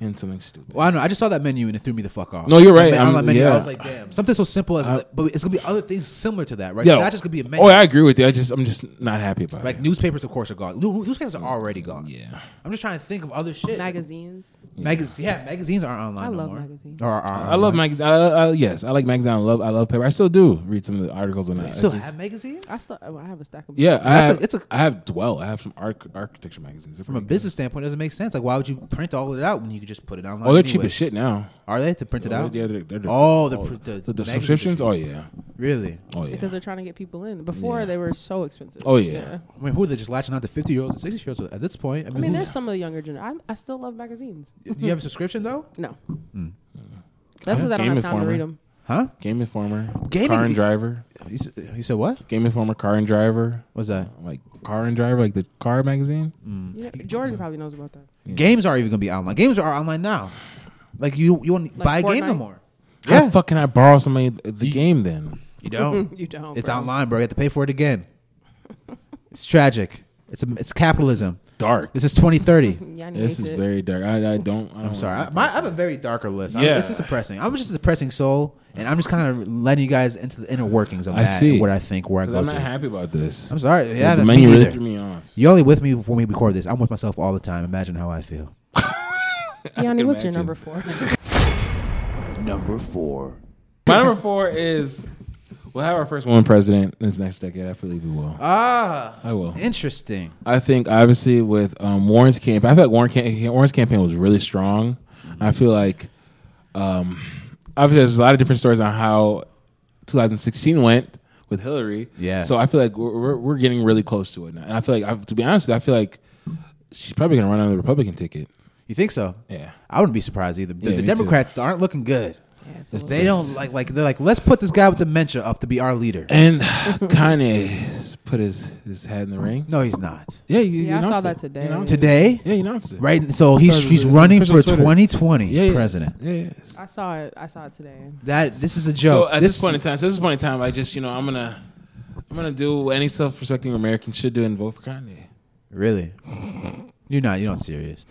Speaker 2: and something stupid.
Speaker 3: Well, I don't know. I just saw that menu and it threw me the fuck off.
Speaker 2: No, you're right.
Speaker 3: I,
Speaker 2: I'm-
Speaker 3: menu,
Speaker 2: yeah.
Speaker 3: I was like, damn, something so simple as, but it's gonna be other things similar to that, right?
Speaker 2: Yeah,
Speaker 3: It's not just gonna be a menu.
Speaker 2: Oh, I agree with you. I just I'm just not happy about
Speaker 3: Like
Speaker 2: it.
Speaker 3: newspapers, of course, are gone. New- Newspapers are already gone.
Speaker 2: Mm. Yeah.
Speaker 3: I'm just trying to think of other shit.
Speaker 1: Magazines.
Speaker 3: Magaz- yeah, magazines aren't online.
Speaker 1: I
Speaker 3: no
Speaker 1: love
Speaker 3: more.
Speaker 1: magazines.
Speaker 3: Or are
Speaker 2: I love magazines. Uh, uh, yes, I like magazines. I love I love paper. I still do read some of the articles when I
Speaker 3: still
Speaker 2: it's just-
Speaker 3: have magazines.
Speaker 1: I still I have a stack of
Speaker 2: Yeah, I
Speaker 3: That's a-
Speaker 2: have,
Speaker 3: it's a-
Speaker 2: I have dwell. I have some arch, architecture magazines. They're
Speaker 3: From a
Speaker 2: pretty
Speaker 3: business standpoint, it doesn't make sense. Like, why would you print all of it out when you could just put it online?
Speaker 2: good. Oh, they're cheap as
Speaker 3: anyways?
Speaker 2: shit now.
Speaker 3: Are they to print it out?
Speaker 2: Yeah, they're, they're,
Speaker 3: Oh, the pr- the
Speaker 2: the, the
Speaker 3: magazines are
Speaker 2: subscriptions. Oh yeah,
Speaker 3: Really?
Speaker 2: oh yeah.
Speaker 1: because they're trying to get people in. Before
Speaker 2: Yeah.
Speaker 1: they were so expensive.
Speaker 2: Oh, yeah.
Speaker 3: I mean, who are they just latching on to fifty year olds and sixty year olds at this point? I
Speaker 1: I
Speaker 3: mean,
Speaker 1: mean,
Speaker 3: who-
Speaker 1: there's some of the younger gen. I'm, I still love magazines.
Speaker 3: do you have a subscription though?
Speaker 1: No, that's
Speaker 2: Yeah.
Speaker 1: because I don't
Speaker 2: Mm. Game
Speaker 1: have time to
Speaker 2: Informer.
Speaker 1: read them.
Speaker 3: Huh?
Speaker 2: Game Informer,
Speaker 3: Gaming-
Speaker 2: Car and Driver,
Speaker 3: You, s- you said what?
Speaker 2: Game Informer, Car and Driver,
Speaker 3: What's that? Mm.
Speaker 2: like Car and Driver, like the car magazine.
Speaker 1: Yeah,
Speaker 2: Mm.
Speaker 1: Jordan probably knows about that.
Speaker 3: Games are even gonna be online. Games are online now. Like you, you won't buy a game no
Speaker 1: Fortnite?
Speaker 3: more.
Speaker 2: How the fuck can I borrow somebody th- the game then?
Speaker 3: you don't.
Speaker 1: You don't.
Speaker 3: it's
Speaker 1: bro.
Speaker 3: online, bro. You have to pay for it again. It's tragic. It's a, it's capitalism.
Speaker 2: Dark.
Speaker 3: This is 2030.
Speaker 1: Yeah, I need
Speaker 2: This is
Speaker 1: it.
Speaker 2: very dark. I, I don't. I
Speaker 3: I'm sorry. I, my, I have a very darker list. Yeah.
Speaker 2: Yeah.
Speaker 3: this is depressing. I'm just a depressing soul, and I'm just kind of letting you guys into the inner workings of
Speaker 2: I
Speaker 3: that
Speaker 2: see.
Speaker 3: and what I think, where I
Speaker 2: am
Speaker 3: go
Speaker 2: not
Speaker 3: to.
Speaker 2: happy about this.
Speaker 3: I'm sorry. Yeah,
Speaker 2: the
Speaker 3: me
Speaker 2: menu really
Speaker 3: neither.
Speaker 2: threw me off.
Speaker 3: You're only with me when we record this. I'm with myself all the time. Imagine how I feel.
Speaker 1: Yanni, what's your
Speaker 2: imagine.
Speaker 1: number four?
Speaker 3: Number four.
Speaker 2: My number four is we'll have our first woman president this next decade. I believe we will.
Speaker 3: Ah,
Speaker 2: I will.
Speaker 3: interesting.
Speaker 2: I think obviously with um, Warren's campaign, I feel like Warren cam- Warren's campaign was really strong. I feel like um, obviously there's a lot of different stories on how 2016 went with Hillary.
Speaker 3: Yeah.
Speaker 2: So I feel like we're we're, we're getting really close to it now, and I feel like I, to be honest, with you, I feel like she's probably gonna run on the Republican ticket.
Speaker 3: You think so?
Speaker 2: Yeah.
Speaker 3: I wouldn't be surprised either. The,
Speaker 2: Yeah,
Speaker 3: the
Speaker 2: me too.
Speaker 3: Democrats aren't looking good.
Speaker 1: Yeah, it's a
Speaker 2: It's
Speaker 1: little-
Speaker 3: They don't like like they're like let's put this guy with dementia up to be our leader.
Speaker 2: And Kanye put his his head in the ring.
Speaker 3: No, he's not.
Speaker 2: Yeah. You, you
Speaker 1: Yeah, I saw
Speaker 2: announced
Speaker 1: that
Speaker 2: it. You
Speaker 1: today.
Speaker 2: announced it.
Speaker 3: Today,
Speaker 2: Yeah, you announced it.
Speaker 3: right? So he's
Speaker 2: Sorry,
Speaker 3: he's
Speaker 2: it's
Speaker 3: running
Speaker 2: official
Speaker 3: for
Speaker 2: Twitter.
Speaker 3: 2020
Speaker 2: Yeah, yeah,
Speaker 3: president.
Speaker 2: Yeah, yes.
Speaker 1: I saw it. I saw it today.
Speaker 3: That this is a joke.
Speaker 2: So at this, point in time, so at this point in time, I just you know I'm gonna I'm gonna do what any self-respecting American should do and vote for Kanye.
Speaker 3: Really? You're not. You're not serious.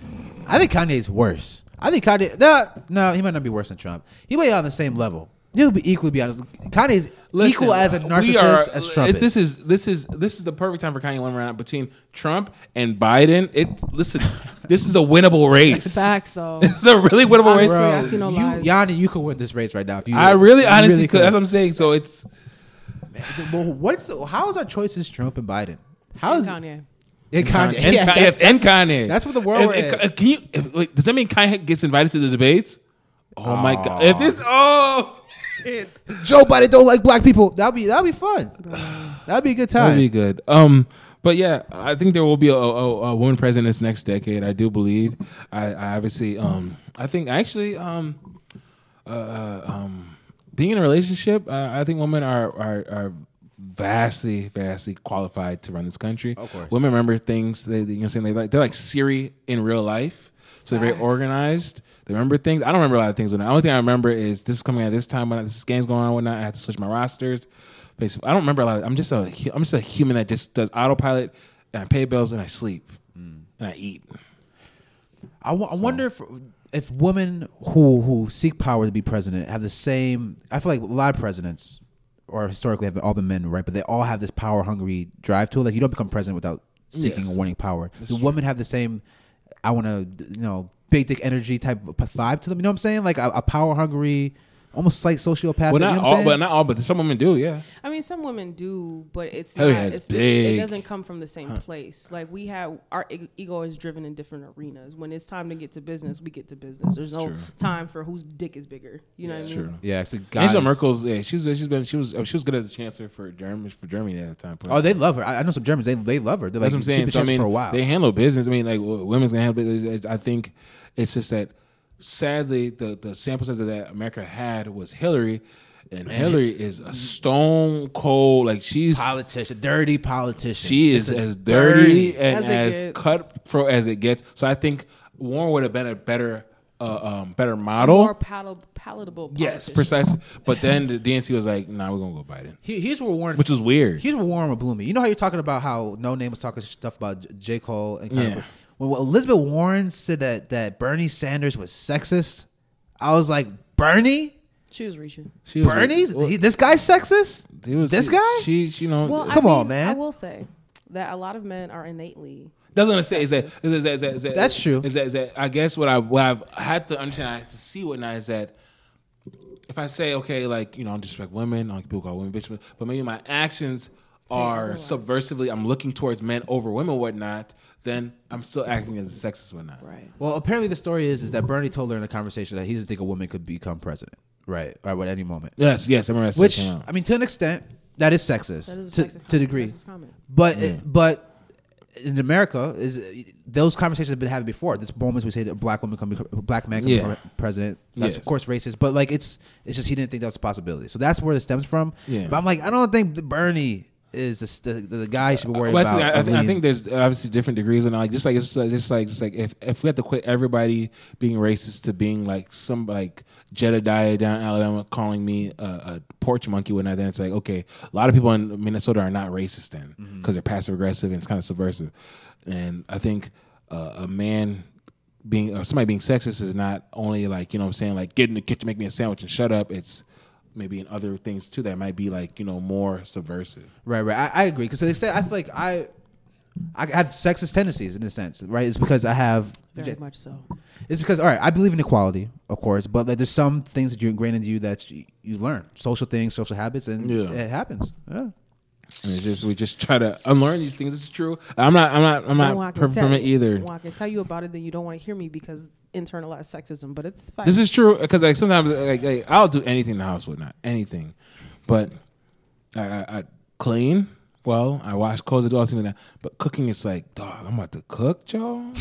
Speaker 3: I think Kanye's worse. I think Kanye. No, no, he might not be worse than Trump. He might be on the same level. He'll be equally be honest. Kanye's
Speaker 2: Listen,
Speaker 3: equal as a
Speaker 2: we
Speaker 3: narcissist
Speaker 2: are-
Speaker 3: as Trump.
Speaker 2: it-
Speaker 3: is.
Speaker 2: This is this is this is the perfect time for Kanye to run out between Trump and Biden. It listen, this is a winnable race.
Speaker 1: Facts though.
Speaker 2: This is a really winnable race.
Speaker 1: Bro. I
Speaker 3: Bro,
Speaker 1: see no
Speaker 3: you,
Speaker 1: lies.
Speaker 3: Yanni, you could win this race right now if you.
Speaker 2: I really
Speaker 3: you
Speaker 2: honestly could.
Speaker 3: could.
Speaker 2: That's what I'm saying. So it's
Speaker 3: Well, what's how is our choices Trump and Biden? How is
Speaker 1: Kanye.
Speaker 3: and
Speaker 2: And,
Speaker 3: Kanye? Yeah,
Speaker 2: Kanye yes, and Kanye.
Speaker 3: that's what the world
Speaker 2: And-
Speaker 3: we're
Speaker 2: and
Speaker 3: in.
Speaker 2: Ka- Can you? if- wait, does that mean Kanye gets invited to the debates? Oh, my god! If this, oh, man.
Speaker 3: Joe Biden don't like black people. That'd be that'd be fun. That'd be a good time.
Speaker 2: That'd be good. Um, but yeah, I think there will be a, a, a woman president this next decade. I do believe. I, I obviously, um, I think actually, um, uh, um, being in a relationship, uh, I think women are are. are vastly vastly qualified to run this country of
Speaker 3: course.
Speaker 2: women remember things they, they- you know what I'm saying they like they're like siri in real life so they're very organized they remember things i don't remember a lot of things when the only thing i remember is this is coming at this time when this game's going on when i have to switch my rosters basically i don't remember a lot of, i'm just a hu- i'm just a human that just does autopilot and i pay bills and i sleep and i eat
Speaker 3: I wo- I wonder if if women who who seek power to be president have the same. I feel like a lot of presidents, or historically, have all been men, right? But they all have this power hungry drive to it. Like you don't become president without seeking
Speaker 2: Yes.
Speaker 3: and wanting power. Do women have the same? I want to, you know, big dick energy type of vibe to them. You know what I'm saying? Like a, a power hungry, almost like sociopath.
Speaker 2: well
Speaker 3: you know
Speaker 2: not
Speaker 3: what I'm
Speaker 2: all
Speaker 3: saying?
Speaker 2: but not all but some women do yeah
Speaker 1: I mean, some women do, but it's
Speaker 2: Hell
Speaker 1: not.
Speaker 2: yeah, it's
Speaker 1: it's
Speaker 2: big.
Speaker 1: It doesn't come from the same place. Like we have our e- ego is driven in different arenas. When it's time to get to business, we get to business. There's no
Speaker 2: true.
Speaker 1: time for whose dick is bigger. You know what I mean?
Speaker 2: true
Speaker 3: yeah, it's the guys.
Speaker 2: Angela Merkel's yeah, she's she's been she was she was good as a chancellor for Germany for Germany at that time.
Speaker 3: Oh, they love her. I, I know some Germans. They they love her. They're like
Speaker 2: That's what I'm saying.
Speaker 3: she's
Speaker 2: So, I
Speaker 3: been
Speaker 2: mean,
Speaker 3: for a while.
Speaker 2: they handle business. I mean, like w- women's gonna handle business. I think it's just that sadly the the sample size that America had was Hillary, and Hillary is a stone cold. Like she's
Speaker 3: politician, dirty politician.
Speaker 2: she
Speaker 3: It's
Speaker 2: is
Speaker 3: a
Speaker 2: as dirty, and
Speaker 1: as it
Speaker 2: as,
Speaker 1: gets.
Speaker 2: cutthroat as it gets. So I think Warren would have been a better uh, um, better model.
Speaker 1: More palatable. palatable
Speaker 2: yes,
Speaker 1: politics.
Speaker 2: precisely. But then the DNC was like, "Nah, we're gonna go Biden,"
Speaker 3: Here- Here's where Warren.
Speaker 2: which was weird.
Speaker 3: Here's what Warren would blew me. You know how you're talking about how No Name was talking stuff about J. Cole and kind
Speaker 2: Yeah.
Speaker 3: of. when Elizabeth Warren said that that Bernie Sanders was sexist, I was like, Bernie,
Speaker 1: She was reaching.
Speaker 2: She was-
Speaker 3: Bernie's
Speaker 2: well,
Speaker 3: he, this guy's sexist.
Speaker 2: he was-
Speaker 3: this
Speaker 2: she-
Speaker 3: guy?
Speaker 2: She, she, you know,
Speaker 1: Well,
Speaker 3: Come
Speaker 1: I
Speaker 3: on,
Speaker 1: mean,
Speaker 3: man.
Speaker 1: I will say that a lot of men are innately.
Speaker 2: That's what I'm saying. Is that, is that, is that, is that, is that
Speaker 3: That's true.
Speaker 2: Is that, is that I guess what I what I've had to understand, I had to see what now is that if I say okay, like you know, I don't disrespect women, I don't people call women bitch, but maybe my actions are
Speaker 1: otherwise.
Speaker 2: subversively, I'm looking towards men over women, whatnot. Then I'm still acting as a sexist, whatnot.
Speaker 1: Right.
Speaker 3: Well, apparently the story is is that Bernie told her in a conversation that he doesn't think a woman could become president, right, right, at any moment.
Speaker 2: Yes, yes, I remember that
Speaker 3: Which
Speaker 2: came out.
Speaker 3: I mean, to an extent, that is sexist
Speaker 1: That is
Speaker 3: to
Speaker 1: a sexist-
Speaker 3: to degree.
Speaker 1: sexist comment.
Speaker 3: But but in America, is those conversations have been having before. This moments we say that a black woman can become a black man can
Speaker 2: Yeah.
Speaker 3: become president. That's
Speaker 2: Yes.
Speaker 3: of course racist, but like it's it's just he didn't think that was a possibility. So that's where it stems from.
Speaker 2: Yeah.
Speaker 3: But I'm like, I don't think Bernie is the the, the guy you should be worried
Speaker 2: Well,
Speaker 3: about.
Speaker 2: I, think, I,
Speaker 3: mean,
Speaker 2: think there's obviously different degrees, and like just like it's uh, just like just like if if we had to quit everybody being racist to being like some like Jedediah down in Alabama calling me a, a porch monkey when I then it's like okay, a lot of people in Minnesota are not racist then because they're passive aggressive and it's kind of subversive, and I think uh, a man being or somebody being sexist is not only like you know what I'm saying like get in the kitchen make me a sandwich and shut up it's maybe in other things too that might be like you know more subversive.
Speaker 3: Right, right. I, I agree because they say I feel like I, I have sexist tendencies in a sense, right? It's because I have.
Speaker 1: Very much so.
Speaker 3: It's because all right, I believe in equality, of course, but like, there's some things that you ingrain into you that you, you learn, social things, social habits, and
Speaker 2: Yeah.
Speaker 3: it happens. Yeah.
Speaker 2: And it's just we just try to unlearn these things. It's true. I'm not. I'm not. I'm
Speaker 1: Well, I
Speaker 2: not
Speaker 1: can
Speaker 2: perfect
Speaker 1: tell
Speaker 2: from it
Speaker 1: you-
Speaker 2: either.
Speaker 1: well, I can tell you about it, then you don't want to hear me because internalized sexism. But it's fine.
Speaker 2: This is true because like sometimes like, like, I'll do anything in the house with not anything, but I, I, I clean. Well, I wash clothes, I do all things like that. But cooking is like, dog, I'm about to cook, Joe. and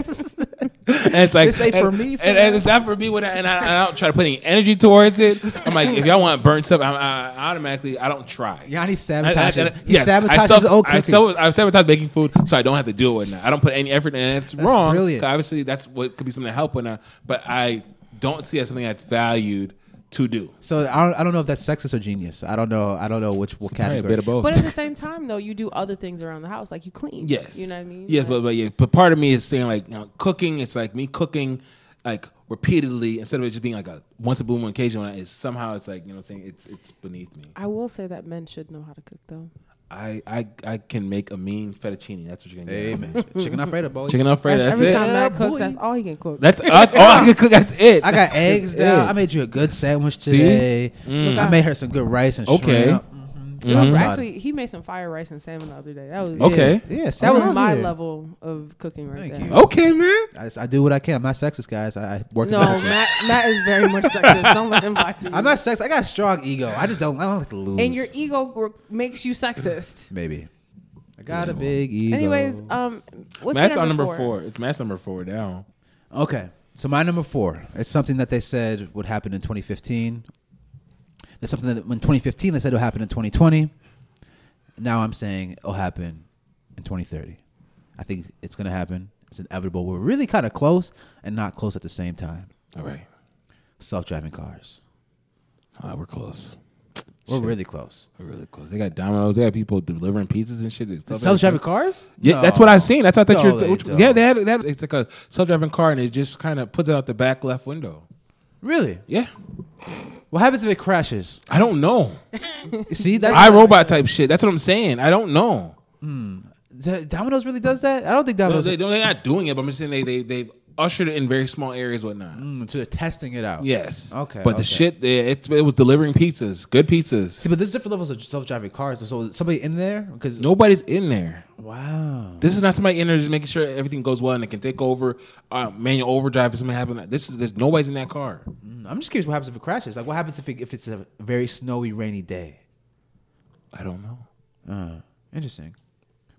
Speaker 2: it's like,
Speaker 3: This ain't for
Speaker 2: and-
Speaker 3: me,
Speaker 2: and, and it's not for me. When I, and I, and I don't try to put any energy towards it. I'm like, if y'all want burnt stuff, I'm, I, I automatically, I don't try.
Speaker 3: Yanni
Speaker 2: I- I- I-
Speaker 3: sabotages. he
Speaker 2: yeah,
Speaker 3: sabotages
Speaker 2: I, sab-
Speaker 3: old
Speaker 2: I,
Speaker 3: cooking.
Speaker 2: sab- I sabotage making food, so I don't have to deal with it. I don't put any effort in. it. That's, wrong.
Speaker 3: brilliant.
Speaker 2: 'cause Obviously, that's what could be something to help with. Now, but I don't see it as something that's valued to do.
Speaker 3: so I don't, I don't know if that's sexist or genius. I don't know. I don't know which what
Speaker 2: Probably a
Speaker 3: category.
Speaker 2: bit of both.
Speaker 1: but at the same time, though, you do other things around the house, like you clean.
Speaker 2: yes,
Speaker 1: You know what I mean?
Speaker 2: Yes,
Speaker 1: Like-
Speaker 2: but but yeah, but part of me is saying like you know, cooking. It's like me cooking like repeatedly instead of it just being like a once a blue moon occasion. When I, it's somehow it's like you know what I'm saying it's it's beneath me.
Speaker 1: I will say that men should know how to cook, though.
Speaker 2: I I I can make a mean fettuccine. That's what you're gonna get.
Speaker 3: Amen. Chicken Alfredo bowl.
Speaker 2: Chicken Alfredo.
Speaker 1: That's every
Speaker 2: That's, it.
Speaker 1: time Matt
Speaker 3: Yeah,
Speaker 1: cooks,
Speaker 3: boy.
Speaker 1: that's all he can cook.
Speaker 2: That's, uh, that's all I can cook. That's it.
Speaker 3: I got
Speaker 2: That's
Speaker 3: eggs.
Speaker 2: it.
Speaker 3: Now. I made you a good sandwich today. I made her some good rice and
Speaker 2: Mm. Okay. Mm-hmm.
Speaker 3: shrimp.
Speaker 1: It was-
Speaker 3: Mhm.
Speaker 1: Actually, he made some fire rice and salmon the other day. That was
Speaker 2: Okay.
Speaker 3: Yeah,
Speaker 1: That was
Speaker 3: salmon.
Speaker 1: my
Speaker 3: Yeah.
Speaker 1: level of cooking right
Speaker 3: Thank
Speaker 1: there.
Speaker 3: you.
Speaker 2: Okay, man.
Speaker 3: I, I do what I can. I'm not sexist, guys. I, I work. in
Speaker 1: No,
Speaker 3: the kitchen.
Speaker 1: Matt, Matt is very much sexist. Don't let him lie to you.
Speaker 3: I'm not sexist. I got a strong ego. I just don't. I don't like to lose.
Speaker 1: and your e- ego gr- makes you sexist.
Speaker 3: maybe. I got a big ego.
Speaker 1: Anyways, um, what's
Speaker 2: Matt's
Speaker 1: your
Speaker 2: on
Speaker 1: number
Speaker 2: number four. It's Matt's number four now.
Speaker 3: Okay. So my number four. It's something that they said would happen in 2015. It's something that in 2015 they said will happen in 2020. Now I'm saying it'll happen in 2030. I think it's gonna happen. It's inevitable. We're really kind of close and not close at the same time.
Speaker 2: All right.
Speaker 3: Self-driving cars.
Speaker 2: Ah, we're close.
Speaker 3: We're really close.
Speaker 2: We're really close. They got Domino's. They had people delivering pizzas and shit. It's stuff
Speaker 3: Self-driving cars?
Speaker 2: Yeah, that's what
Speaker 3: No.
Speaker 2: I've seen. That's what I thought
Speaker 3: No,
Speaker 2: you were.
Speaker 3: they
Speaker 2: which-
Speaker 3: don't.
Speaker 2: yeah, they had, they had. It's like a self-driving car, and it just kind of puts it out the back left window.
Speaker 3: Really?
Speaker 2: Yeah,
Speaker 3: What happens if it crashes?
Speaker 2: I don't know.
Speaker 3: You See, that's
Speaker 2: I robot type shit. That's what I'm saying. I don't know.
Speaker 3: D- Domino's really does that? I don't think
Speaker 2: No,
Speaker 3: Domino's
Speaker 2: they, are not doing it. But I'm just saying they they they've ushered it in very small areas, whatnot.
Speaker 3: Mm, so they're testing it out.
Speaker 2: Yes.
Speaker 3: Okay,
Speaker 2: But
Speaker 3: okay.
Speaker 2: the shit, yeah, it, it was delivering pizzas, good pizzas.
Speaker 3: See, but there's different levels of self-driving cars. So somebody in there because
Speaker 2: Nobody's in there.
Speaker 3: wow,
Speaker 2: This is not somebody in there just making sure everything goes well and it can take over uh, manual overdrive if something happens. This is there's nobody's in that car.
Speaker 3: Mm, I'm just curious what happens if it crashes. Like, what happens if it, if it's a very snowy, rainy day?
Speaker 2: I don't know.
Speaker 3: Interesting.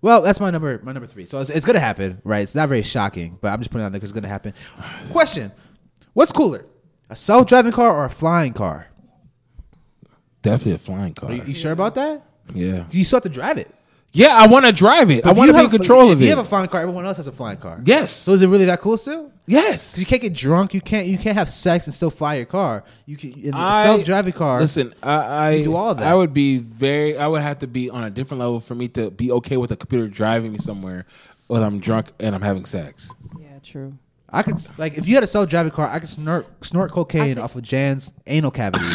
Speaker 3: Well, that's my number. My number three. So it's, it's gonna happen, right? It's not very shocking, but I'm just putting it out there because it's gonna happen. Question: What's cooler, a self-driving car or a flying car?
Speaker 2: Definitely a flying car.
Speaker 3: Are you, you sure about that?
Speaker 2: yeah.
Speaker 3: You still have to drive it.
Speaker 2: Yeah, I want to drive it. I
Speaker 3: If
Speaker 2: want to
Speaker 3: you
Speaker 2: be in
Speaker 3: have a-
Speaker 2: control of
Speaker 3: If
Speaker 2: it.
Speaker 3: you have a flying car, everyone else has a flying car.
Speaker 2: yes.
Speaker 3: So is it really that cool still? Because
Speaker 2: yes.
Speaker 3: you can't get drunk, you can't you can't have sex and still fly your car. You can in a
Speaker 2: I-
Speaker 3: self-driving car.
Speaker 2: Listen, I, I
Speaker 3: You do all of that.
Speaker 2: I would be very. I would have to be on a different level for me to be okay with a computer driving me somewhere. when I'm drunk and I'm having sex.
Speaker 1: Yeah, true.
Speaker 3: I could like if you had a self driving car, I could snort snort cocaine
Speaker 1: think-
Speaker 3: off of Jan's anal cavity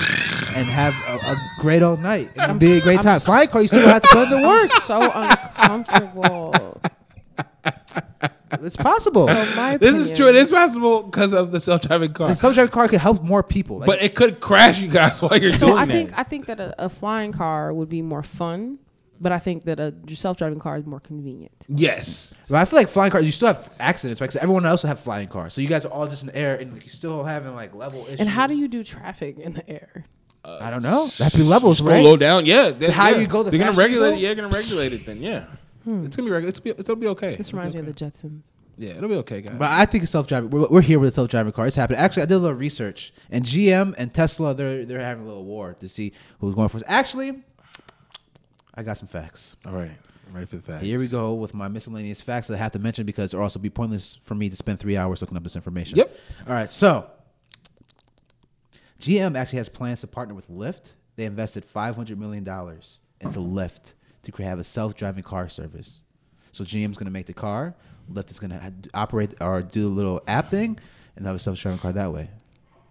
Speaker 3: and have a, a great old night. It would be a great time. Fine car, you still have to put in the work.
Speaker 1: So uncomfortable.
Speaker 3: It's possible.
Speaker 1: So my
Speaker 2: This is
Speaker 1: opinion-
Speaker 2: true. It is possible because of the self-driving car,
Speaker 3: the self driving car could help more people. Like,
Speaker 2: but it could crash you guys while you're
Speaker 1: So
Speaker 2: doing
Speaker 1: I
Speaker 2: that.
Speaker 1: think I think that a, a flying car would be more fun, but I think that a self-driving car is more convenient.
Speaker 2: yes,
Speaker 3: but I feel like flying cars, you still have accidents, right? 'Cause everyone else will have flying cars. So you guys are all just in the air and like, you still having like level issues.
Speaker 1: And how do you do traffic in the air?
Speaker 3: I don't know. That's be levels,
Speaker 2: go
Speaker 3: right?
Speaker 2: low down. Yeah, that-
Speaker 3: How
Speaker 2: yeah.
Speaker 3: you go, the
Speaker 2: They're gonna
Speaker 3: faster you
Speaker 2: regulate.
Speaker 3: go? Hmm.
Speaker 2: it. Yeah, they're gonna regulate it. Then yeah, it's gonna be regular. It's be, it'll be okay.
Speaker 1: This reminds me of the Jetsons.
Speaker 2: yeah, it'll be okay, guys.
Speaker 3: But I think it's self-driving. We're, we're here with a self-driving car. It's happening. Actually, I did a little research, and GM and Tesla they're they're having a little war to see who's going first. Actually, I got some facts.
Speaker 2: All right, I'm ready for the facts.
Speaker 3: Here we go with my miscellaneous facts that I have to mention because it'll also be pointless for me to spend three hours looking up this information.
Speaker 2: Yep.
Speaker 3: All right. So, GM actually has plans to partner with Lyft. They invested five hundred million dollars into Lyft to cre- have a self-driving car service. So GM's going to make the car. Lyft is going to operate or do a little app thing, and have a self-driving car that way.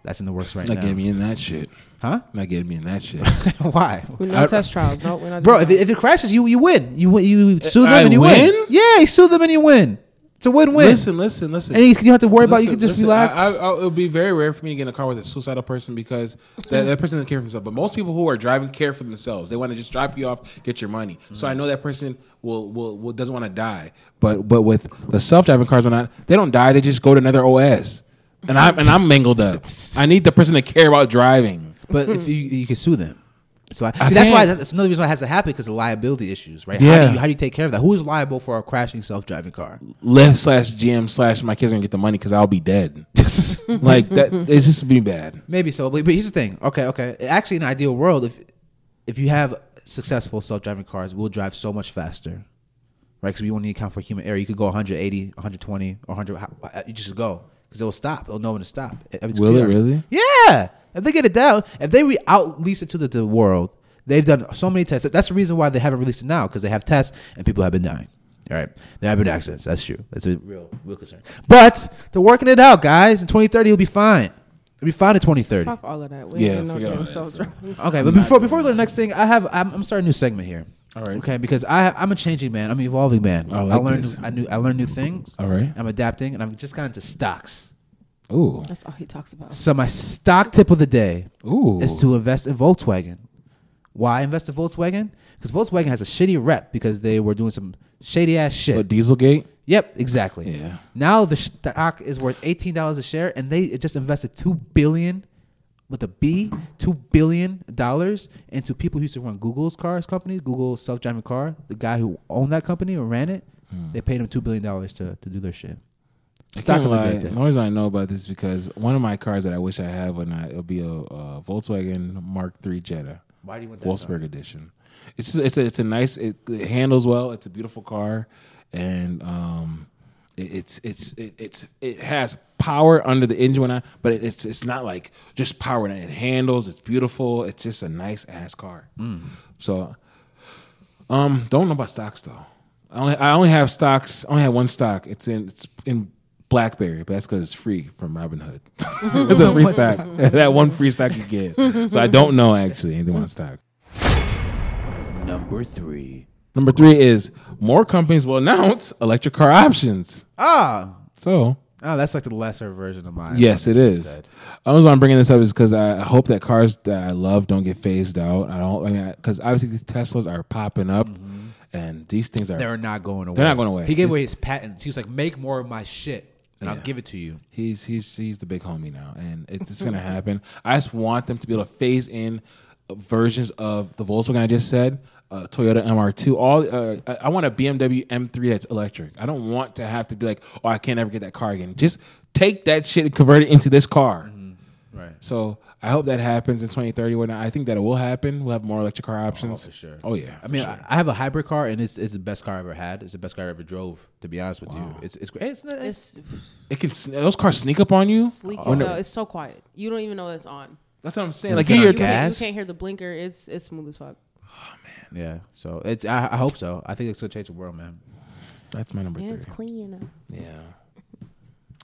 Speaker 3: That's in the works right
Speaker 2: Not
Speaker 3: now.
Speaker 2: getting me in that shit.
Speaker 3: Huh?
Speaker 2: Not getting me in that shit.
Speaker 3: Why?
Speaker 1: With no
Speaker 2: I-
Speaker 1: test trials. No, we're not
Speaker 3: Bro, if
Speaker 1: doing
Speaker 3: it, if it crashes, you you win. You win. You sue them
Speaker 2: Uh, I
Speaker 3: and you win.
Speaker 2: win?
Speaker 3: Yeah, you sue them and you win. It's a win-win.
Speaker 2: listen, listen, listen.
Speaker 3: and you, you don't have to worry about. it. You can just
Speaker 2: Listen,
Speaker 3: relax.
Speaker 2: I, I, I- it would be very rare for me to get in a car with a suicidal person because that, that person doesn't care for themselves. But most people who are driving care for themselves. They want to just drop you off, get your money. So
Speaker 3: Mm-hmm.
Speaker 2: I know that person will will, will doesn't want to die. But but with the self driving cars or not, they don't die. They just go to another OS. And I'm and I'm mangled up. I need the person to care about driving.
Speaker 3: but if you you can sue them. So I, see,
Speaker 2: I
Speaker 3: that's why
Speaker 2: can't.
Speaker 3: that's another reason why it has to happen because of liability issues, right? How
Speaker 2: Yeah.
Speaker 3: do you how do you take care of that? Who is liable for a crashing self-driving car?
Speaker 2: Left slash GM slash my kids are gonna get the money because I'll be dead. like that, it's just be bad.
Speaker 3: Maybe so, but, but here's the thing. Okay, okay. Actually, in an ideal world, if if you have successful self-driving cars, we'll drive so much faster, right? Because we won't need to account for human error. You could go 180, 120, or 100. how- how- You just go because it'll stop. It'll know when to stop. It- it's
Speaker 2: Will it
Speaker 3: clear.
Speaker 2: really?
Speaker 3: Yeah. If they get it down, if they re- out lease it to the, the world, they've done so many tests. That's the reason why they haven't released it now because they have tests and people have been dying. All right, there have been accidents. That's true. That's a real, real concern. But they're working it out, guys. In 2030, it'll be fine. It'll be fine in 2030.
Speaker 1: Fuck all of that. We
Speaker 2: Yeah,
Speaker 1: yeah, no
Speaker 2: forget all
Speaker 1: damn
Speaker 2: that,
Speaker 1: self-driving.
Speaker 3: Okay, but before before we go to the next thing, I have I'm, I'm starting a new segment here.
Speaker 2: All right.
Speaker 3: Okay, because I I'm a changing man. I'm an evolving man.
Speaker 2: I like
Speaker 3: learned
Speaker 2: this.
Speaker 3: I knew I learned new things.
Speaker 2: All right.
Speaker 3: I'm adapting, and I'm just got into stocks.
Speaker 2: Ooh,
Speaker 1: That's all he talks about.
Speaker 3: So my stock tip of the day
Speaker 2: ooh.
Speaker 3: is to invest in Volkswagen. Why invest in Volkswagen? Because Volkswagen has a shitty rep because they were doing some shady ass shit.
Speaker 2: But Dieselgate.
Speaker 3: yep, exactly.
Speaker 2: Yeah.
Speaker 3: Now the stock is worth eighteen dollars a share, and they just invested two billion with a B, two billion dollars into people who used to run Google's cars company, Google's self-driving car. The guy who owned that company or ran it,
Speaker 2: Hmm.
Speaker 3: they paid him two billion dollars to to do their shit.
Speaker 2: I
Speaker 3: Stock
Speaker 2: can't
Speaker 3: of the
Speaker 2: lie.
Speaker 3: day.
Speaker 2: The
Speaker 3: then.
Speaker 2: only reason I know about this is because one of my cars that I wish I had would not. It'll be a uh, Volkswagen Mark III Jetta,
Speaker 3: Why do you want that?
Speaker 2: Wolfsburg edition. It's just, it's a, it's a nice. It, it handles well. It's a beautiful car, and um, it, it's it's it, it's it has power under the engine, when I, but it, it's it's not like just power. It handles. It's beautiful. It's just a nice ass car. So um, don't know about stocks though. I only I only have stocks. I only have one stock. It's in it's in BlackBerry, but that's because it's free from Robinhood. it's a free stock. that one free stock you get. So I don't know actually anything about stock.
Speaker 3: Number three.
Speaker 2: Number three is more companies will announce electric car options.
Speaker 3: Ah,
Speaker 2: So
Speaker 3: oh, that's like the lesser version of mine.
Speaker 2: Yes, it is.
Speaker 3: said.
Speaker 2: I was on bringing this up is because I I hope that cars that I love don't get phased out. I don't. I mean, because obviously these Teslas are popping up, and these things are.
Speaker 3: They're not going away.
Speaker 2: They're not going away.
Speaker 3: He gave
Speaker 2: It's-
Speaker 3: away his patents. He was like, "Make more of my shit, and I'll give it to you."
Speaker 2: He's he's he's the big homie now, and it's just gonna happen. I just want them to be able to phase in versions of the Volkswagen I just said, uh, Toyota MR2. All uh, I- I want a BMW M3 that's electric. I don't want to have to be like, oh, I can't ever get that car again. Just take that shit and convert it into this car.
Speaker 3: Right.
Speaker 2: So I hope that happens in 2030. When I think that it will happen, we'll have more electric car options.
Speaker 3: for sure.
Speaker 2: Oh yeah.
Speaker 3: I mean, I I have a hybrid car, and it's, it's the best car I ever had. It's the best car I ever drove. To be honest with you, it's it's great. It's, not- it's-
Speaker 1: It's
Speaker 2: it can sn- those cars sneak up on you.
Speaker 1: sleek
Speaker 2: When
Speaker 1: as
Speaker 2: it-
Speaker 1: hell. It's so quiet. You don't even know it's on.
Speaker 2: That's what I'm saying.
Speaker 3: It's
Speaker 2: Like
Speaker 3: good
Speaker 2: you
Speaker 3: on
Speaker 2: hear
Speaker 1: You can't,
Speaker 3: Gas?
Speaker 1: you can't hear the blinker. It's it's smooth as fuck.
Speaker 3: yeah. So it's I, I hope so. I think it's gonna change the world, man.
Speaker 2: That's my number
Speaker 1: Yeah,
Speaker 2: three.
Speaker 1: it's clean.
Speaker 2: Yeah.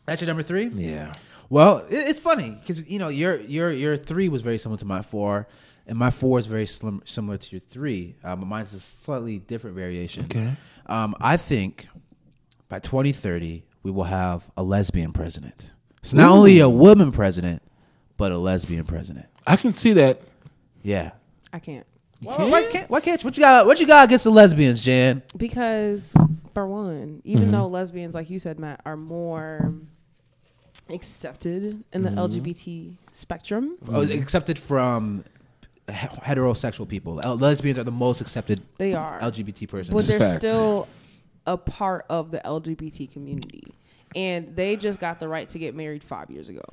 Speaker 3: That's your number three.
Speaker 2: Yeah.
Speaker 3: Well, it, it's funny because you know your your your three was very similar to my four, and my four is very slim, similar to your three. Uh, but mine's a slightly different variation.
Speaker 2: Okay.
Speaker 3: Um, I think by 2030 we will have a lesbian president. It's not only a woman president, but a lesbian president.
Speaker 2: I can see that.
Speaker 3: Yeah.
Speaker 1: I can't
Speaker 3: Why, why can't why can't you? What you got? What you got against the lesbians, Jan?
Speaker 1: because for one,
Speaker 2: Mm-hmm.
Speaker 1: even though lesbians, like you said, Matt, are more accepted
Speaker 2: Mm-hmm.
Speaker 1: in the LGBT spectrum,
Speaker 3: Oh, accepted from he- heterosexual people. L- lesbians are the most accepted
Speaker 1: they are.
Speaker 3: LGBT person.
Speaker 1: but they're
Speaker 2: Facts.
Speaker 1: still a part of the LGBT community, and they just got the right to get married five years ago.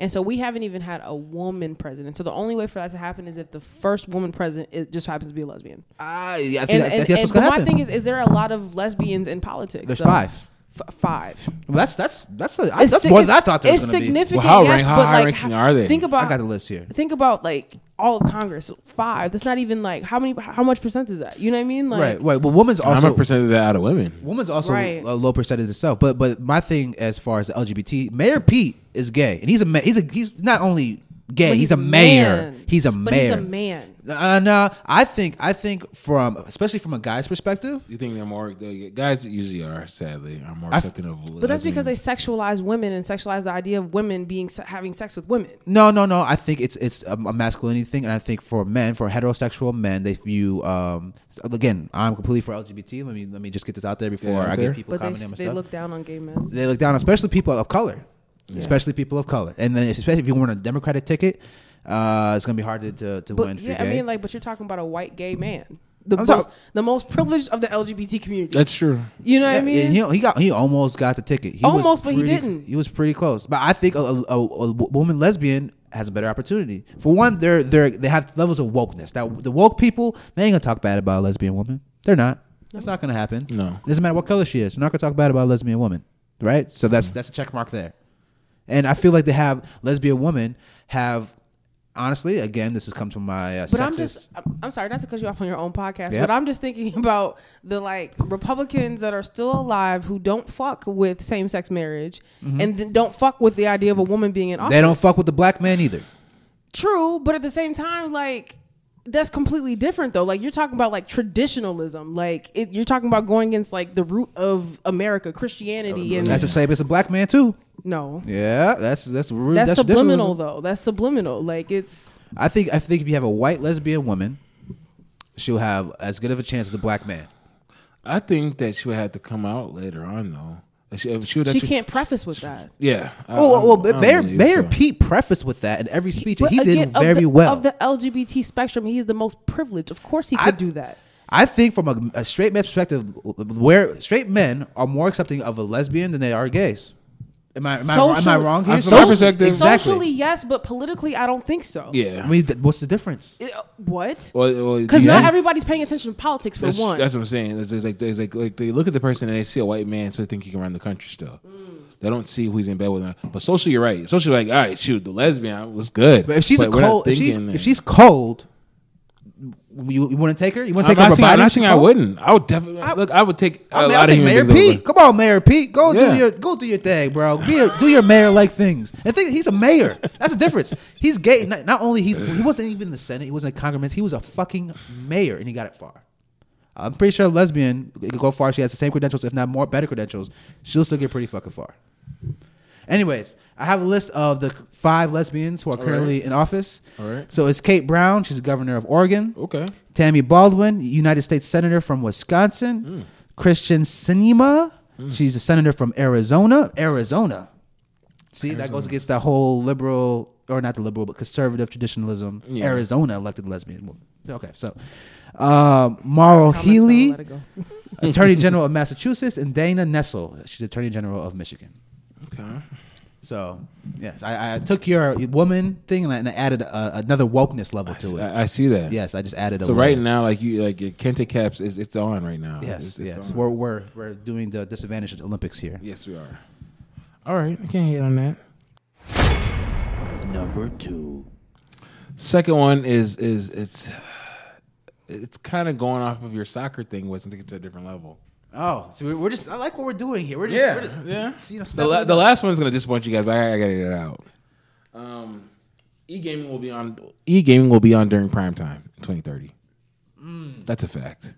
Speaker 1: And so we haven't even had a woman president. So the only way for that to happen is if the first woman president is, just happens to be a lesbian.
Speaker 3: I, I think
Speaker 1: And,
Speaker 3: that-
Speaker 1: and,
Speaker 3: that's what's
Speaker 1: and-
Speaker 3: gonna
Speaker 1: but my
Speaker 3: happen.
Speaker 1: thing is, is there a lot of lesbians in politics?
Speaker 3: There's
Speaker 1: though?
Speaker 3: five.
Speaker 1: F- five.
Speaker 3: Well, that's that's that's a, I, that's
Speaker 1: sig-
Speaker 3: more than I thought there was
Speaker 1: it's
Speaker 3: gonna be.
Speaker 1: significant.
Speaker 2: Well, how
Speaker 1: yes,
Speaker 2: rank- how
Speaker 1: but
Speaker 2: high
Speaker 1: like,
Speaker 2: ranking
Speaker 1: ho-
Speaker 2: are they?
Speaker 1: Think
Speaker 3: I
Speaker 1: about.
Speaker 3: got the list here.
Speaker 1: Think about like all of Congress. Five. That's not even like how many. How much percent is that? You know what I mean? Like,
Speaker 3: right, right. Well, women's
Speaker 2: I'm
Speaker 3: also
Speaker 2: a percentage of that out of women.
Speaker 3: women's also
Speaker 1: Right.
Speaker 3: a low percentage itself. But but my thing as far as the LGBT, Mayor Pete is gay, and he's a ma- he's a he's not only gay,
Speaker 1: but
Speaker 3: he's, a mayor.
Speaker 1: man.
Speaker 3: He's a
Speaker 1: But
Speaker 3: mayor.
Speaker 1: he's a man.
Speaker 3: Uh, no, I think I think from especially from a guy's perspective,
Speaker 2: You think they're more the guys usually are sadly are more
Speaker 3: I-
Speaker 2: accepting of.
Speaker 1: But that's because they sexualize women and sexualize the idea of women being se- having sex with women.
Speaker 3: No, no, no. I think it's it's a a masculinity thing, and I think for men, for heterosexual men, they view. Um, again, I'm completely for LGBT. Let me let me just get this out there before
Speaker 2: Yeah, out
Speaker 3: I
Speaker 2: there.
Speaker 3: get people
Speaker 1: But they,
Speaker 3: commenting on my
Speaker 1: they
Speaker 3: stuff.
Speaker 1: look down on gay men.
Speaker 3: they look down, especially people of color, especially people of color, and then especially if you want a Democratic ticket, uh, it's gonna be hard to to, to win.
Speaker 1: But
Speaker 3: if
Speaker 1: yeah,
Speaker 3: you're
Speaker 1: I
Speaker 3: gay.
Speaker 1: mean, like, but you're talking about a white gay man, the
Speaker 3: I'm
Speaker 1: most,
Speaker 3: talk-
Speaker 1: the most privileged of the LGBT community.
Speaker 2: That's true.
Speaker 1: You know what I
Speaker 3: Yeah,
Speaker 1: mean?
Speaker 3: he, he got he almost got the ticket. He
Speaker 1: Almost, but he
Speaker 3: pretty-
Speaker 1: didn't.
Speaker 3: He was pretty close. But I think a, a, a, a woman lesbian has a better opportunity. For one, they're they're they have levels of wokeness. That the woke people they ain't gonna talk bad about a lesbian woman. They're not. That's not gonna happen.
Speaker 2: No.
Speaker 3: it doesn't matter what color she is. They're not gonna talk bad about a lesbian woman, right? So that's that's a check mark there. And I feel like they have lesbian women have honestly again. This is comes from my uh,
Speaker 1: But
Speaker 3: sexist.
Speaker 1: I'm just, I'm- I'm sorry, not to cut you off on your own podcast,
Speaker 3: Yep.
Speaker 1: but I'm just thinking about the like Republicans that are still alive who don't fuck with same sex marriage and then don't fuck with the idea of a woman being in office.
Speaker 3: Mm-hmm. they don't fuck with the black man either.
Speaker 1: True, but at the same time, like that's completely different though. Like you're talking about like traditionalism, like it, you're talking about going against like the root of America, Christianity, and
Speaker 3: Oh, That's the same as a black man too.
Speaker 1: no,
Speaker 3: Yeah, that's that's rude.
Speaker 1: that's,
Speaker 3: that's
Speaker 1: subliminal
Speaker 3: traditionalism.
Speaker 1: though. That's subliminal. Like it's
Speaker 3: I think I think if you have a white lesbian woman, she'll have as good of a chance as a black man.
Speaker 2: I think that she would have to come out later on though. If She, if she, would
Speaker 1: she
Speaker 2: actually-
Speaker 1: can't preface with that.
Speaker 2: Yeah. I-
Speaker 3: Oh
Speaker 2: I-
Speaker 3: well,
Speaker 2: I
Speaker 3: but
Speaker 2: don't
Speaker 3: Mayor
Speaker 2: believe
Speaker 3: Mayor
Speaker 2: so.
Speaker 3: Pete prefaced with that in every speech, and
Speaker 1: But
Speaker 3: he
Speaker 1: again,
Speaker 3: did
Speaker 1: of
Speaker 3: very
Speaker 1: the-
Speaker 3: well.
Speaker 1: of the LGBT spectrum. He's the most privileged. Of course, he could
Speaker 3: I-
Speaker 1: do that.
Speaker 3: I think from a, a straight man's perspective, where straight men are more accepting of a lesbian than they are gays. Am I am, I, am I
Speaker 1: Socially-
Speaker 3: wrong here?
Speaker 2: Uh, from my
Speaker 3: Socially-
Speaker 2: perspective-
Speaker 3: exactly.
Speaker 1: Socially, yes, but politically, I don't think so.
Speaker 2: Yeah.
Speaker 3: I mean, th- what's the difference?
Speaker 1: It- uh, what?
Speaker 2: Well, well,
Speaker 1: Because
Speaker 2: yeah.
Speaker 1: not everybody's paying attention to politics for
Speaker 2: That's,
Speaker 1: one.
Speaker 2: that's what I'm saying. It's, it's like, it's like, like they look at the person and they see a white man, so they think he can run the country still. They don't see who he's in bed with. But socially, you're right. Socially, like, all right, shoot, the lesbian was good.
Speaker 3: But if she's a
Speaker 2: we're not
Speaker 3: cold, if she's,
Speaker 2: thinking
Speaker 3: if
Speaker 2: that.
Speaker 3: she's cold, you, you want to take her? You want to
Speaker 2: I'm
Speaker 3: take her?
Speaker 2: not
Speaker 3: for
Speaker 2: saying, I'm
Speaker 3: body
Speaker 2: not
Speaker 3: if she's
Speaker 2: saying I
Speaker 3: cold?
Speaker 2: wouldn't. I would definitely look. I would take a
Speaker 3: I mean, I
Speaker 2: lot of
Speaker 3: think
Speaker 2: human
Speaker 3: Mayor
Speaker 2: beings
Speaker 3: Pete.
Speaker 2: over.
Speaker 3: Come on, Mayor Pete. Go
Speaker 2: Yeah.
Speaker 3: do your go do your thing, bro. Be a, do your mayor like things. And think he's a mayor. That's the difference. He's gay. Not, not only he's he wasn't even in the Senate. He wasn't a congressman. He was a fucking mayor, and he got it far. I'm pretty sure a lesbian could go far. She has the same credentials, if not more, better credentials. She'll still get pretty fucking far. Anyways, I have a list of the five lesbians who are currently in office.
Speaker 2: All right.
Speaker 3: So it's Kate Brown. She's the governor of Oregon.
Speaker 2: Okay.
Speaker 3: Tammy Baldwin, United States Senator from
Speaker 2: Mm.
Speaker 3: Wisconsin. Christian Sinema, she's a senator from Arizona. Arizona. See, that goes against that whole liberal, or not the liberal, but conservative traditionalism.
Speaker 2: Yeah.
Speaker 3: Arizona elected lesbian woman. Okay, so uh, Mauro Healy,
Speaker 1: Let it go.
Speaker 3: Attorney General of Massachusetts, and Dana Nessel, she's Attorney General of Michigan.
Speaker 2: Okay.
Speaker 3: So, yes, I, I took your woman thing and I, and I added uh another wokeness level to it.
Speaker 2: I, I see that.
Speaker 3: yes, I just added a
Speaker 2: So right
Speaker 3: layer.
Speaker 2: now, like you, like your Kente caps is it's on right now.
Speaker 3: Yes,
Speaker 2: It's-
Speaker 3: yes.
Speaker 2: it's on.
Speaker 3: We're, we're we're doing the disadvantaged Olympics here.
Speaker 2: yes, we are. All right, I can't hate on that.
Speaker 3: Number two.
Speaker 2: Second one is is it's it's kind of going off of your soccer thing, was to get to a different level.
Speaker 3: Oh, so we- we're just. I like what we're doing here. We're just.
Speaker 2: Yeah.
Speaker 3: We're just
Speaker 2: Yeah.
Speaker 3: You know,
Speaker 2: The,
Speaker 3: stepping
Speaker 2: la-
Speaker 3: it
Speaker 2: the
Speaker 3: up.
Speaker 2: last one's gonna disappoint you guys, but I, I gotta get it out. Um, e gaming will be on. E gaming will be on during prime time in 2030. That's a fact.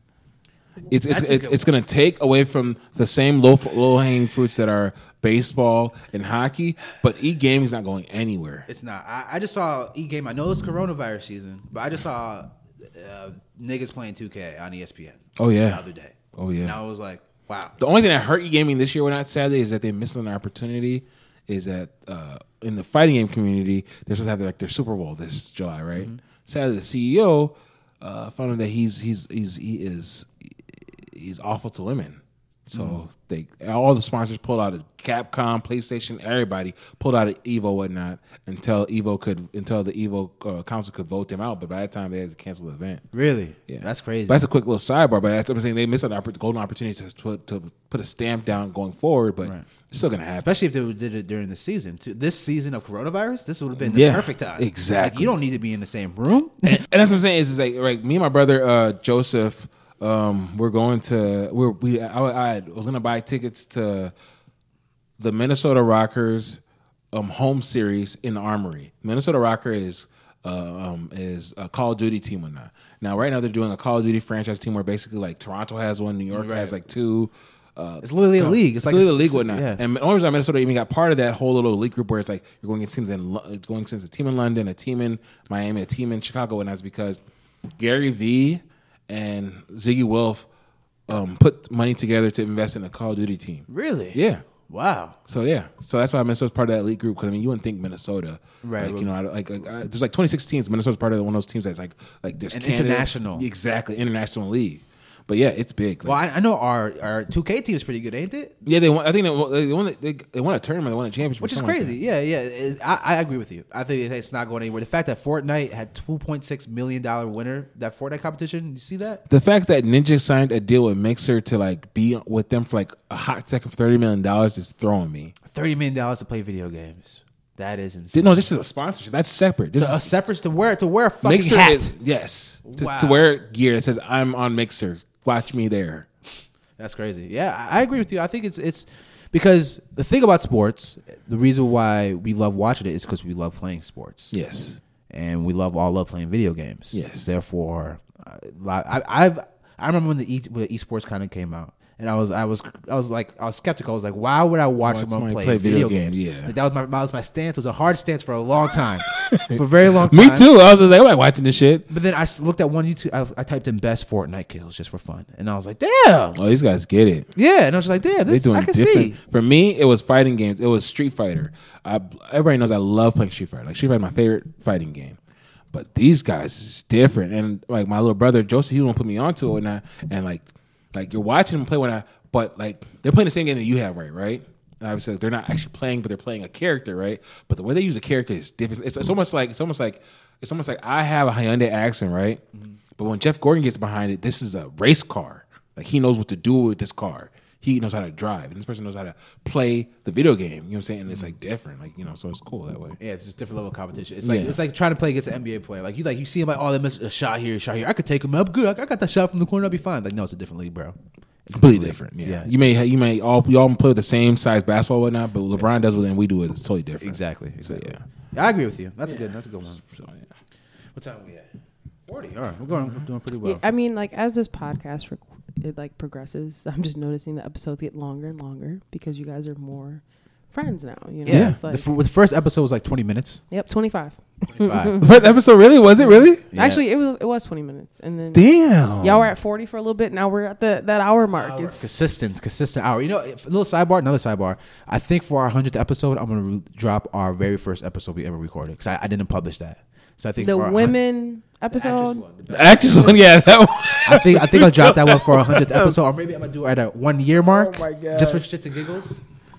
Speaker 2: It's it's
Speaker 3: Hmm. That's a
Speaker 2: it's,
Speaker 3: good
Speaker 2: it's gonna take away from the same low low hanging fruits that are baseball and hockey, but e gaming's not going anywhere.
Speaker 3: It's not. I, I just saw e game. I know it's coronavirus season, but I just saw uh, niggas playing 2K on E ESPN.
Speaker 2: Oh, yeah.
Speaker 3: The other day.
Speaker 2: Oh, yeah.
Speaker 3: And I was like, wow.
Speaker 2: The only thing that hurt e gaming this year, we're not sadly, is that they missed an opportunity. Is that uh, in the fighting game community, they're supposed to have like their Super Bowl this July, right? Sadly, the CEO uh, found out that he's he's he's he is he's awful to women. So they all the sponsors pulled out of Capcom, PlayStation, everybody pulled out of Evo, whatnot, until Evo could until the Evo uh, council could vote them out. But by that time, they had to cancel the event.
Speaker 3: Really?
Speaker 2: Yeah.
Speaker 3: That's crazy.
Speaker 2: But that's a quick little sidebar, but that's what I'm saying. They missed an oppor- golden opportunity to put, to put a stamp down going forward, but it's still going to happen.
Speaker 3: Especially if they did it during the season. Too. This season of coronavirus, this would have been
Speaker 2: Yeah,
Speaker 3: the perfect time.
Speaker 2: exactly.
Speaker 3: Like, you don't need to be in the same room.
Speaker 2: and that's what I'm saying is, is like, like me and my brother uh, Joseph, um, we're going to we're, we I, I was gonna buy tickets to the Minnesota Rockers um, home series in the Armory. Minnesota Rocker is uh, um, is a Call of Duty team or not. Now right now they're doing a Call of Duty franchise team where basically like Toronto has one, New York has like two. Uh,
Speaker 3: It's literally a league. It's like
Speaker 2: literally
Speaker 3: a-
Speaker 2: the league whatnot.
Speaker 3: yeah.
Speaker 2: And the only reason why Minnesota even got part of that whole little league group where it's like you're going against teams in Lo- it's going against a team in London, a team in Miami, a team in Chicago, and that's because Gary V and Ziggy Wolf um, put money together to invest in a Call of Duty team.
Speaker 3: Really?
Speaker 2: Yeah.
Speaker 3: Wow.
Speaker 2: So yeah, so that's why Minnesota's part of that elite group. Because I mean, you wouldn't think Minnesota,
Speaker 3: Right.
Speaker 2: Like you know, I- like, like I, there's like 26 teams. Minnesota's part of one of those teams that's like like there's
Speaker 3: An
Speaker 2: Canada-
Speaker 3: international.
Speaker 2: exactly international league. But yeah, it's big. Like,
Speaker 3: Well, I, I know our, our 2K team is pretty good, ain't it?
Speaker 2: yeah, they won. I think they won. They won, they, they won a tournament. They won a championship,
Speaker 3: Which is
Speaker 2: something like
Speaker 3: crazy. yeah, yeah. It- I, I agree with you. I think it's not going anywhere. The fact that Fortnite had $2.6 million winner, that Fortnite competition, you see that?
Speaker 2: that. the fact that Ninja signed a deal with Mixer to like be with them for like a hot second for 30 million dollars is throwing me.
Speaker 3: $30 million to play video games. That is insane.
Speaker 2: No, this is a sponsorship. That's separate. This
Speaker 3: So a
Speaker 2: is,
Speaker 3: separate to wear to wear a fucking
Speaker 2: Mixer
Speaker 3: hat.
Speaker 2: is yes to,
Speaker 3: Wow.
Speaker 2: to wear gear that says I'm on Mixer. Watch me there.
Speaker 3: That's crazy. Yeah, I I agree with you. I think it's it's because the thing about sports, the reason why we love watching it is because we love playing sports.
Speaker 2: Yes.
Speaker 3: and we love all love playing video games.
Speaker 2: Yes.
Speaker 3: Therefore, uh, li- I, I've I remember when the e, when esports kind of came out, and I was I was I was like I was skeptical. I was like, why would I watch
Speaker 2: Watch
Speaker 3: someone
Speaker 2: somebody
Speaker 3: play, video, games?
Speaker 2: yeah.
Speaker 3: Like, that was my that was my stance. It was a hard stance for a long time, for a very long time.
Speaker 2: Me too. I was just like, I'm not watching this shit.
Speaker 3: But then I s- looked at one YouTube. I, I typed in best Fortnite kills just for fun, and I was like, damn.
Speaker 2: Oh, these guys get it.
Speaker 3: Yeah, and I was like, damn,
Speaker 2: They
Speaker 3: this
Speaker 2: doing
Speaker 3: I can
Speaker 2: different.
Speaker 3: see.
Speaker 2: For me, it was fighting games. It was Street Fighter. I, everybody knows I love playing Street Fighter. Like Street Fighter, is my favorite fighting game. But these guys is different. And like my little brother Joseph, he won't put me onto it, and I, and like like you're watching them play when I. But like they're playing the same game that you have, right? Right. And obviously they're not actually playing, but they're playing a character, right? But the way they use a character is different. It's, it's almost like it's almost like it's almost like I have a Hyundai accent, right?
Speaker 3: Mm-hmm.
Speaker 2: But when Jeff Gordon gets behind it, this is a race car. Like he knows what to do with this car. He knows how to drive, and this person knows how to play the video game. You know what I'm saying? And it's like different, like you know, so it's cool that way.
Speaker 3: Yeah, it's just different level of competition. It's like
Speaker 2: Yeah.
Speaker 3: it's like trying to play against an NBA player. Like you like you see him like, oh, they missed a shot here, a shot here. I could take him up. Good, I I got that shot from the corner. I'll be fine. Like no, it's a different league, bro. It's
Speaker 2: Completely different. Yeah.
Speaker 3: Yeah.
Speaker 2: you may ha- you may all you all play with the same size basketball and whatnot, but LeBron does what and we do it. It's totally different.
Speaker 3: Exactly.
Speaker 2: So yeah.
Speaker 3: I agree with you. That's a good. That's a good one.
Speaker 2: So yeah.
Speaker 3: What time are we at? Forty. All right, we're going. We're doing pretty well.
Speaker 1: Yeah, I mean, like as this podcast rec- it like progresses, I'm just noticing the episodes get longer and longer because you guys are more friends now. You know,
Speaker 3: Yeah.
Speaker 1: It's like,
Speaker 3: the, f- the first episode was like twenty minutes.
Speaker 1: yep, 25.
Speaker 3: Five.
Speaker 2: But episode really was it really?
Speaker 3: Yeah.
Speaker 1: Actually, it was it was 20 minutes, and then
Speaker 2: Damn.
Speaker 1: y'all were at 40 for a little bit. Now we're at the that hour mark. It's
Speaker 3: consistent, consistent hour. You know, if- a little sidebar, another sidebar. I think for our hundredth episode, I'm gonna re- drop our very first episode we ever recorded because I, I didn't publish that. So I think
Speaker 1: the
Speaker 3: for our
Speaker 1: women
Speaker 3: hun- actress
Speaker 1: episode.
Speaker 3: one, the
Speaker 2: the actress one, yeah. That one.
Speaker 3: I think I think I'll drop that one for our hundredth episode, or maybe I'm gonna do it at a one year mark. Just for shits and giggles.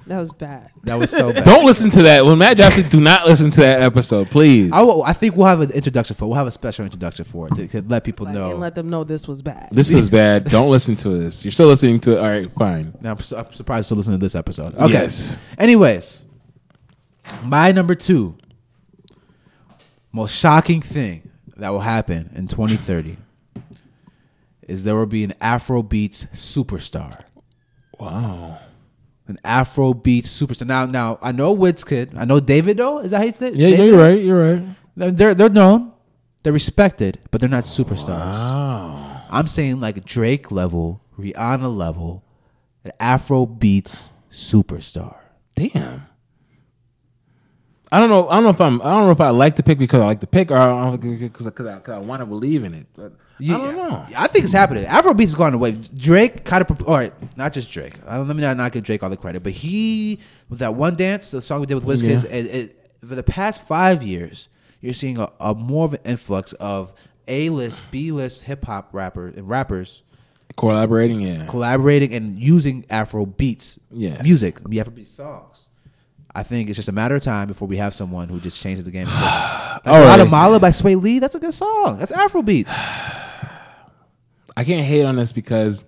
Speaker 1: That was bad.
Speaker 3: That was so bad.
Speaker 2: Don't listen to that. When Matt drops it, do not listen to that episode, please.
Speaker 3: I, will, I think we'll have an introduction for it. We'll have a special introduction for it to, to let people
Speaker 1: Like,
Speaker 3: know.
Speaker 1: and let them know this was bad.
Speaker 2: this is bad. Don't listen to this. You're still listening to it. All right, fine.
Speaker 3: now, I'm, su- I'm surprised to listen to this episode. Okay.
Speaker 2: Yes.
Speaker 3: Anyways, my number two most shocking thing that will happen in 2030 is there will be an Afrobeats superstar.
Speaker 2: Wow.
Speaker 3: An Afrobeat superstar. Now, now I know Wiz Kid. I know David though. Is that how you say? it?
Speaker 2: Yeah,
Speaker 3: David?
Speaker 2: you're right. You're right.
Speaker 3: They're- They're they're known, they're respected, but they're not superstars.
Speaker 2: Wow.
Speaker 3: I'm saying like Drake level, Rihanna level, an Afro beats superstar.
Speaker 2: Damn. I don't know. I don't know if I'm. I don't know if I like the pick because I like the pick, or I don't because because I, 'cause I want to believe in it. But I don't know.
Speaker 3: I think it's happening. Afrobeats is going away. Drake kind of, all right, not just Drake. I don't, let me not, not give Drake all the credit, but he with that one dance, the song we did with Wizkids, it, it, for the past five years, you're seeing a, a more of an influx of A list, B list hip hop rapper and rappers
Speaker 2: Collaborating, yeah.
Speaker 3: collaborating and using Afro beats,
Speaker 2: Yes.
Speaker 3: music, the Afro beat songs. I think it's just a matter of time before we have someone who just changes the game. like
Speaker 2: All right.
Speaker 3: Guatemala by Sway Lee, that's a good song. That's Afro beats.
Speaker 2: I can't hate on this because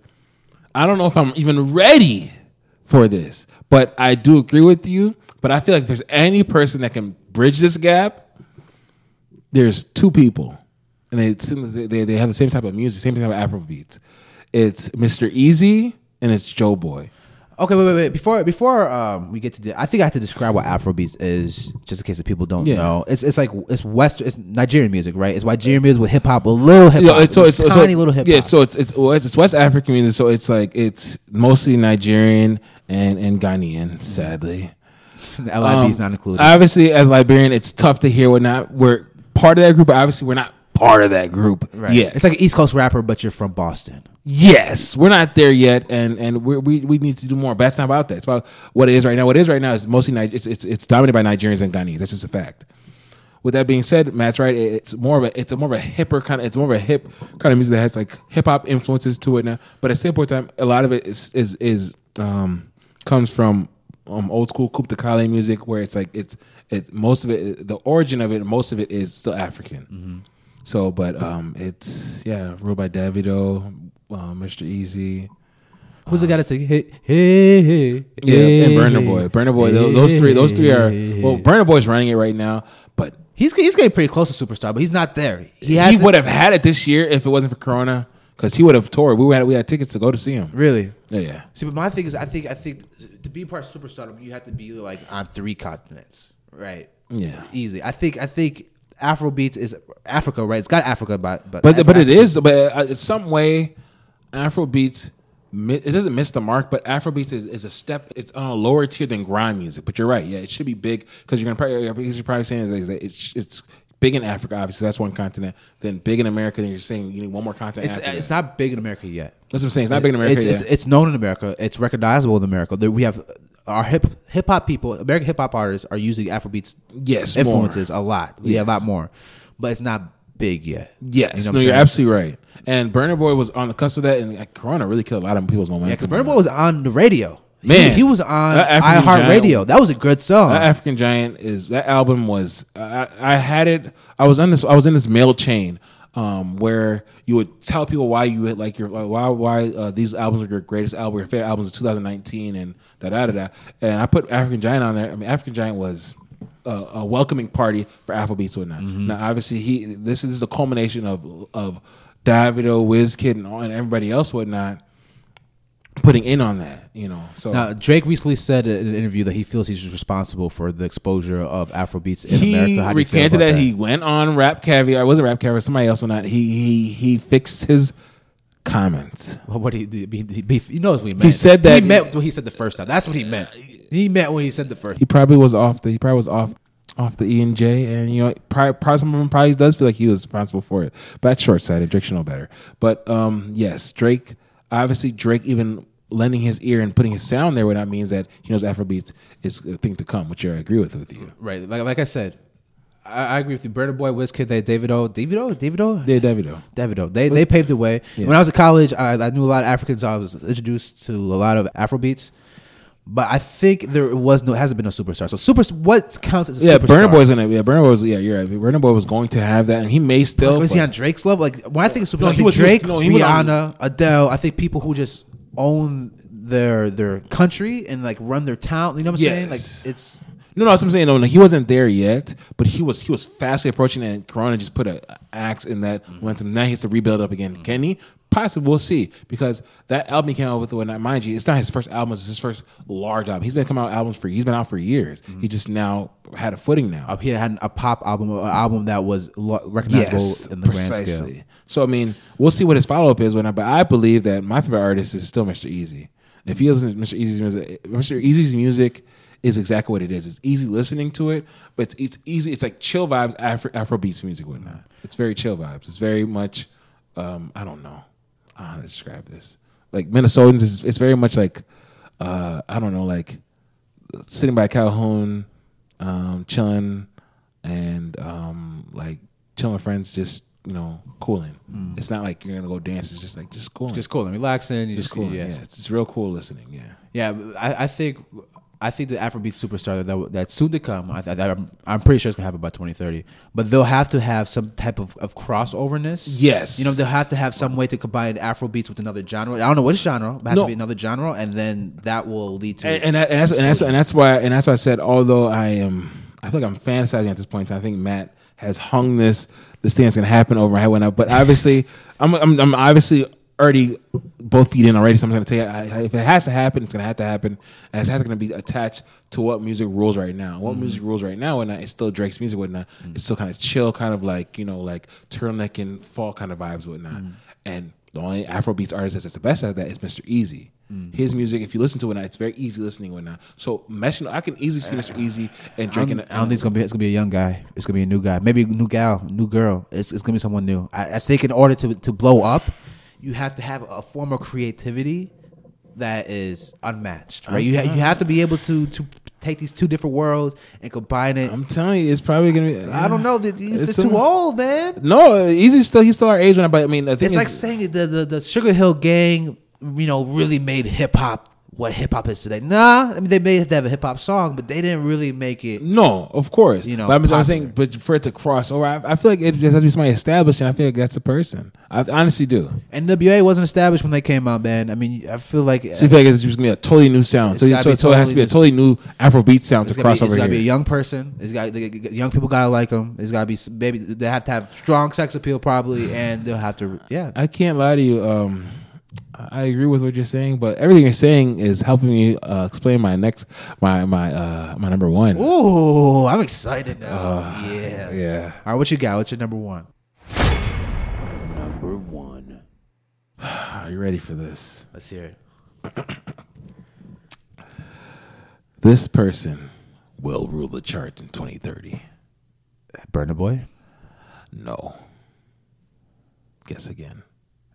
Speaker 2: I don't know if I'm even ready for this, but I do agree with you. But I feel like if there's any person that can bridge this gap, there's two people, and they they- they, they have the same type of music, same type of Afrobeats. It's Mr. Easy and it's Joe Boy.
Speaker 3: Okay, wait, wait, wait. Before before um, we get to, the, I think I have to describe what Afrobeats is, just in case the people don't
Speaker 2: Yeah.
Speaker 3: know. It's it's like it's Western, it's Nigerian music, right? It's Nigerian music with hip hop, a little hip hop,
Speaker 2: Yeah, it's, so it's so-
Speaker 3: tiny little hip hop.
Speaker 2: Yeah, so it's it's well, it's it's West African music, so it's like it's mostly Nigerian and and Ghanaian, sadly.
Speaker 3: the LIB
Speaker 2: Um,
Speaker 3: is not included.
Speaker 2: Obviously, as Liberian, it's tough to hear. We're not we're part of that group, but obviously we're not part of that group. Right. Yet.
Speaker 3: It's like an East Coast rapper, but you're from Boston.
Speaker 2: yes, we're not there yet, and and we we we need to do more. But that's not about that. It's about what it is right now. What it is right now is mostly Ni- it's it's it's dominated by Nigerians and Ghanaians. That's just a fact. With that being said, Matt's right. It- It's more of a it's a more of a hipper kind of it's more of a hip kind of music that has like hip hop influences to it now. But at the same point in time, a lot of it is is is um comes from um old school Kupta Kale music where it's like it's it's most of it the origin of it most of it is still African. So, but um it's yeah ruled by Davido, uh, Mr. Easy.
Speaker 3: Who's the guy that's like, hey, hey, hey,
Speaker 2: Yeah,
Speaker 3: hey,
Speaker 2: and Burner Boy. Burner Boy. tho- Those three. Those three are well. Burner Boy's running it right now, but
Speaker 3: He's he's getting pretty close to superstar, but he's not there. He
Speaker 2: he,
Speaker 3: has
Speaker 2: would have had it this year if it wasn't for Corona, because he would have toured. We had we had tickets to go to see him.
Speaker 3: really.
Speaker 2: Yeah, yeah.
Speaker 3: See, but my thing is, I think I think to be part of superstardom, you have to be like on three continents, right?
Speaker 2: Yeah.
Speaker 3: easily. I think I think Afrobeats is Africa, right? It's got Africa, but but
Speaker 2: But but it is. But uh, in some way, Afrobeats. mi- It doesn't miss the mark, but Afrobeats is, is a step. It's on a lower tier than grime music. But you're right. Yeah, it should be big because you're gonna probably because you're probably saying is that it's it's big in Africa. Obviously, that's one continent. Then big in America. Then you're saying you need one more continent.
Speaker 3: It's,
Speaker 2: after that.
Speaker 3: it's not big in America yet.
Speaker 2: That's what I'm saying. It's not big in America.
Speaker 3: It's, it's,
Speaker 2: yeah.
Speaker 3: it's known in America. It's recognizable in America. There- We have our hip hip hop people, American hip hop artists are using Afrobeats
Speaker 2: Yes,
Speaker 3: influences a lot. Yeah,
Speaker 2: Yes.
Speaker 3: a lot more, but it's not big yet.
Speaker 2: yes,
Speaker 3: You know what
Speaker 2: no,
Speaker 3: I'm
Speaker 2: you're
Speaker 3: saying?
Speaker 2: absolutely right. And Burner Boy was on the cusp of that, and like, Corona really killed a lot of people's momentum.
Speaker 3: Yeah, because Burna Boy was on the radio. He-
Speaker 2: Man. Uh,
Speaker 3: he, was on
Speaker 2: That African
Speaker 3: iHeartRadio. That was a good song.
Speaker 2: That African Giant is that album was I, I I had it. I was on this. I was in this mail chain. Um, where you would tell people why you had, like your why why uh, these albums are your greatest album, your favorite albums of 2019, and da da da da. And I put African Giant on there. I mean, African Giant was a, a welcoming party for Afrobeats whatnot. Now, obviously, he this is the culmination of of Davido, Wizkid, and, all, and everybody else whatnot putting in on that. You know, so
Speaker 3: now, Drake recently said in an interview that he feels he's responsible for the exposure of Afrobeats in
Speaker 2: he
Speaker 3: America. How do you feel
Speaker 2: recanted
Speaker 3: about
Speaker 2: that. He went on Rap Caviar. It wasn't Rap Caviar. Somebody else went on. He he he fixed his comments.
Speaker 3: Well, What he, he, he, he- he knows what he meant.
Speaker 2: said that- Uh,
Speaker 3: he meant what he said the first time. That's what he meant. He meant what he said the first.
Speaker 2: He probably was off the. He probably was off off the E and J. And you know, probably, probably some of them probably does feel like he was responsible for it. But that's short sighted. Drake should know better. But um, yes, Drake. Obviously, Drake even lending his ear and putting his sound there. What that means that he knows Afrobeats is a thing to come. Which I agree with with you.
Speaker 3: Right. Like like I said, I, I agree with you. Burner Boy, Wizkid, they Davido, Davido, Davido,
Speaker 2: Yeah, Davido.
Speaker 3: Davido. They they paved the way. When I was in college, I, I knew a lot of Africans. I was introduced to a lot of Afrobeats. But I think there was no hasn't been no superstar. So super what counts as a
Speaker 2: Yeah,
Speaker 3: superstar?
Speaker 2: Burner Boy's gonna. Yeah, Burner Boy was. Yeah, you're right. Burner Boy was going to have that, and he may still.
Speaker 3: Was he
Speaker 2: but-
Speaker 3: on Drake's level? Like when I think of superstar,
Speaker 2: No,
Speaker 3: I
Speaker 2: he
Speaker 3: think
Speaker 2: was- he was-
Speaker 3: Drake,
Speaker 2: no, he was on-
Speaker 3: Rihanna, Adele. I think people who just own their their country and like run their town. You know what I'm saying?
Speaker 2: Yes.
Speaker 3: Like it's
Speaker 2: No, no, that's what I'm saying. No, no, he wasn't there yet, but he was he was fastly approaching, and Corona just put an axe in that momentum. Now he has to rebuild up again. Can he? possibly we'll see because that album he came out with when I mind you, it's not his first album, it's his first large album. He's been coming out with albums for he's been out for years. He just now had a footing now.
Speaker 3: Uh, He had a pop album, an album that was lo- recognizable in the grand scale.
Speaker 2: So I mean, we'll see what his follow up is when. I, but I believe that my favorite artist is still Mr. Easy. If he listens to Mr. Easy's music, Mr. Easy's music is exactly what it is. It's easy listening to it, but it's, it's easy. It's like chill vibes, Afro, Afro beats music, and whatnot. It's very chill vibes. It's very much. Um, I don't know. I don't know how to describe this. Like Minnesotans, it's, it's very much like uh, I don't know, like sitting by Calhoun, um, chilling, and um, like chilling with friends, just you know, cooling. It's not like you're gonna go dance. It's just like just cooling,
Speaker 3: Mm. Just cool and relaxing. You
Speaker 2: just
Speaker 3: just cool.
Speaker 2: cooling. Yeah,
Speaker 3: Yes.
Speaker 2: it's, it's real cool listening. Yeah,
Speaker 3: Yeah, but I, I think I think the Afrobeat superstar that that soon to come. I, I, I'm, I'm pretty sure it's gonna happen by 2030. But they'll have to have some type of, of crossoverness.
Speaker 2: Yes.
Speaker 3: you know they'll have to have some way to combine Afrobeats with another genre. I don't know which genre. But it has
Speaker 2: No.
Speaker 3: to be another genre, and then that will lead to.
Speaker 2: and, and, that- and that's and that's and that's why and that's why I said although I am I feel like I'm fantasizing at this point. So I think Matt has hung this this thing that's gonna happen over my head when I but obviously I'm, I'm I'm obviously already both feet in already. So I'm gonna tell you I, I- if it has to happen, it's gonna have to happen. And it's going to be attached to what music rules right now. What music rules right now, and it's still Drake's music, whatnot. It's still kind of chill, kind of like you know like turtleneck and fall kind of vibes, whatnot. And the only Afrobeats artist that's the best at that is Mr. Easy. Mm-hmm. His music, if you listen to it, now, it's very easy listening and whatnot. So meshing, I can easily see Mr. Easy and
Speaker 3: I
Speaker 2: Drake. in
Speaker 3: don't, I
Speaker 2: a-
Speaker 3: don't think it's gonna be. It's gonna be a young guy. It's gonna be a new guy. Maybe a new gal, new girl. It's, it's gonna be someone new. I, I think in order to to blow up, you have to have a form of creativity that is unmatched. Right? You ha- you have to be able to to take these two different worlds and combine it.
Speaker 2: I'm telling you, it's probably gonna be.
Speaker 3: I don't know. They're, they're
Speaker 2: It's
Speaker 3: too
Speaker 2: a-
Speaker 3: old, man.
Speaker 2: No, Easy's still he's still our age when I. But I mean, the thing
Speaker 3: It's
Speaker 2: is,
Speaker 3: like saying the the, the Sugar Hill Gang, you know, really made hip hop what hip hop is today. Nah, I mean they may have to have a hip hop song, but they didn't really make it.
Speaker 2: No, of course.
Speaker 3: You know,
Speaker 2: but I'm, I'm
Speaker 3: popular.
Speaker 2: saying, but for it to cross over, I, I feel like it just has to be somebody established, and I feel like that's a person. I honestly do.
Speaker 3: NWA wasn't established when they came out, man. I mean, I feel like
Speaker 2: So you feel like it's just gonna be a totally new sound. So, you-
Speaker 3: It's gotta
Speaker 2: so,
Speaker 3: be
Speaker 2: so it has to be a totally
Speaker 3: totally
Speaker 2: new Afrobeat sound to
Speaker 3: it's gotta
Speaker 2: cross
Speaker 3: be, it's
Speaker 2: over
Speaker 3: gotta be a
Speaker 2: here.
Speaker 3: young person. It's got the young people gotta like them. It's gotta be s- maybe they have to have strong sex appeal probably, and they'll have to yeah.
Speaker 2: I can't lie to you. Um, I I agree with what you're saying, but everything you're saying is helping me uh, explain my next, my my uh, my number one.
Speaker 3: Ooh, I'm excited now. yeah.
Speaker 2: Yeah.
Speaker 3: All right, what you got? What's your number one?
Speaker 2: Number one. Are you ready for this?
Speaker 3: Let's hear it.
Speaker 2: This person will rule the charts in 2030.
Speaker 3: Burner Boy.
Speaker 2: No. Guess again.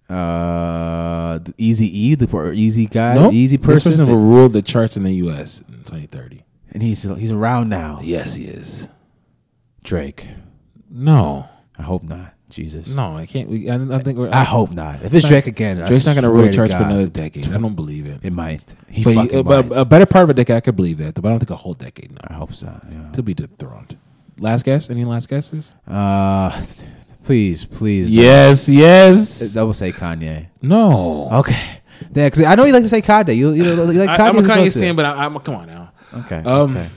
Speaker 3: Uh, the Easy E, the per- Easy guy,
Speaker 2: No,
Speaker 3: the Easy person,
Speaker 2: This person will rule the charts in the U.S. in 2030.
Speaker 3: and he's he's around now.
Speaker 2: Yes, he is.
Speaker 3: Drake.
Speaker 2: No,
Speaker 3: I hope not. Jesus.
Speaker 2: no, I can't. We, I, don't- I think we're.
Speaker 3: I hope not. If it's Drake again,
Speaker 2: Drake's
Speaker 3: I
Speaker 2: not going Ah, to
Speaker 3: swear
Speaker 2: rule the
Speaker 3: to
Speaker 2: charts for
Speaker 3: God,
Speaker 2: another decade. I don't believe it.
Speaker 3: It might. He
Speaker 2: but
Speaker 3: fucking
Speaker 2: uh, but
Speaker 3: might.
Speaker 2: a better part of a decade, I could believe that. But I don't think a whole decade.
Speaker 3: I
Speaker 2: No,
Speaker 3: hope so. Yeah.
Speaker 2: to be dethroned. Last guess? Any last guesses?
Speaker 3: Uh, please, please.
Speaker 2: Yes, yes.
Speaker 3: That will say Kanye.
Speaker 2: No.
Speaker 3: Okay. Yeah, because I know you like to say Kanye. You, you, know, you like Kanye.
Speaker 2: I, am a Kanye stan, but I, I'm a, come on now.
Speaker 3: Okay.
Speaker 2: Um,
Speaker 3: okay.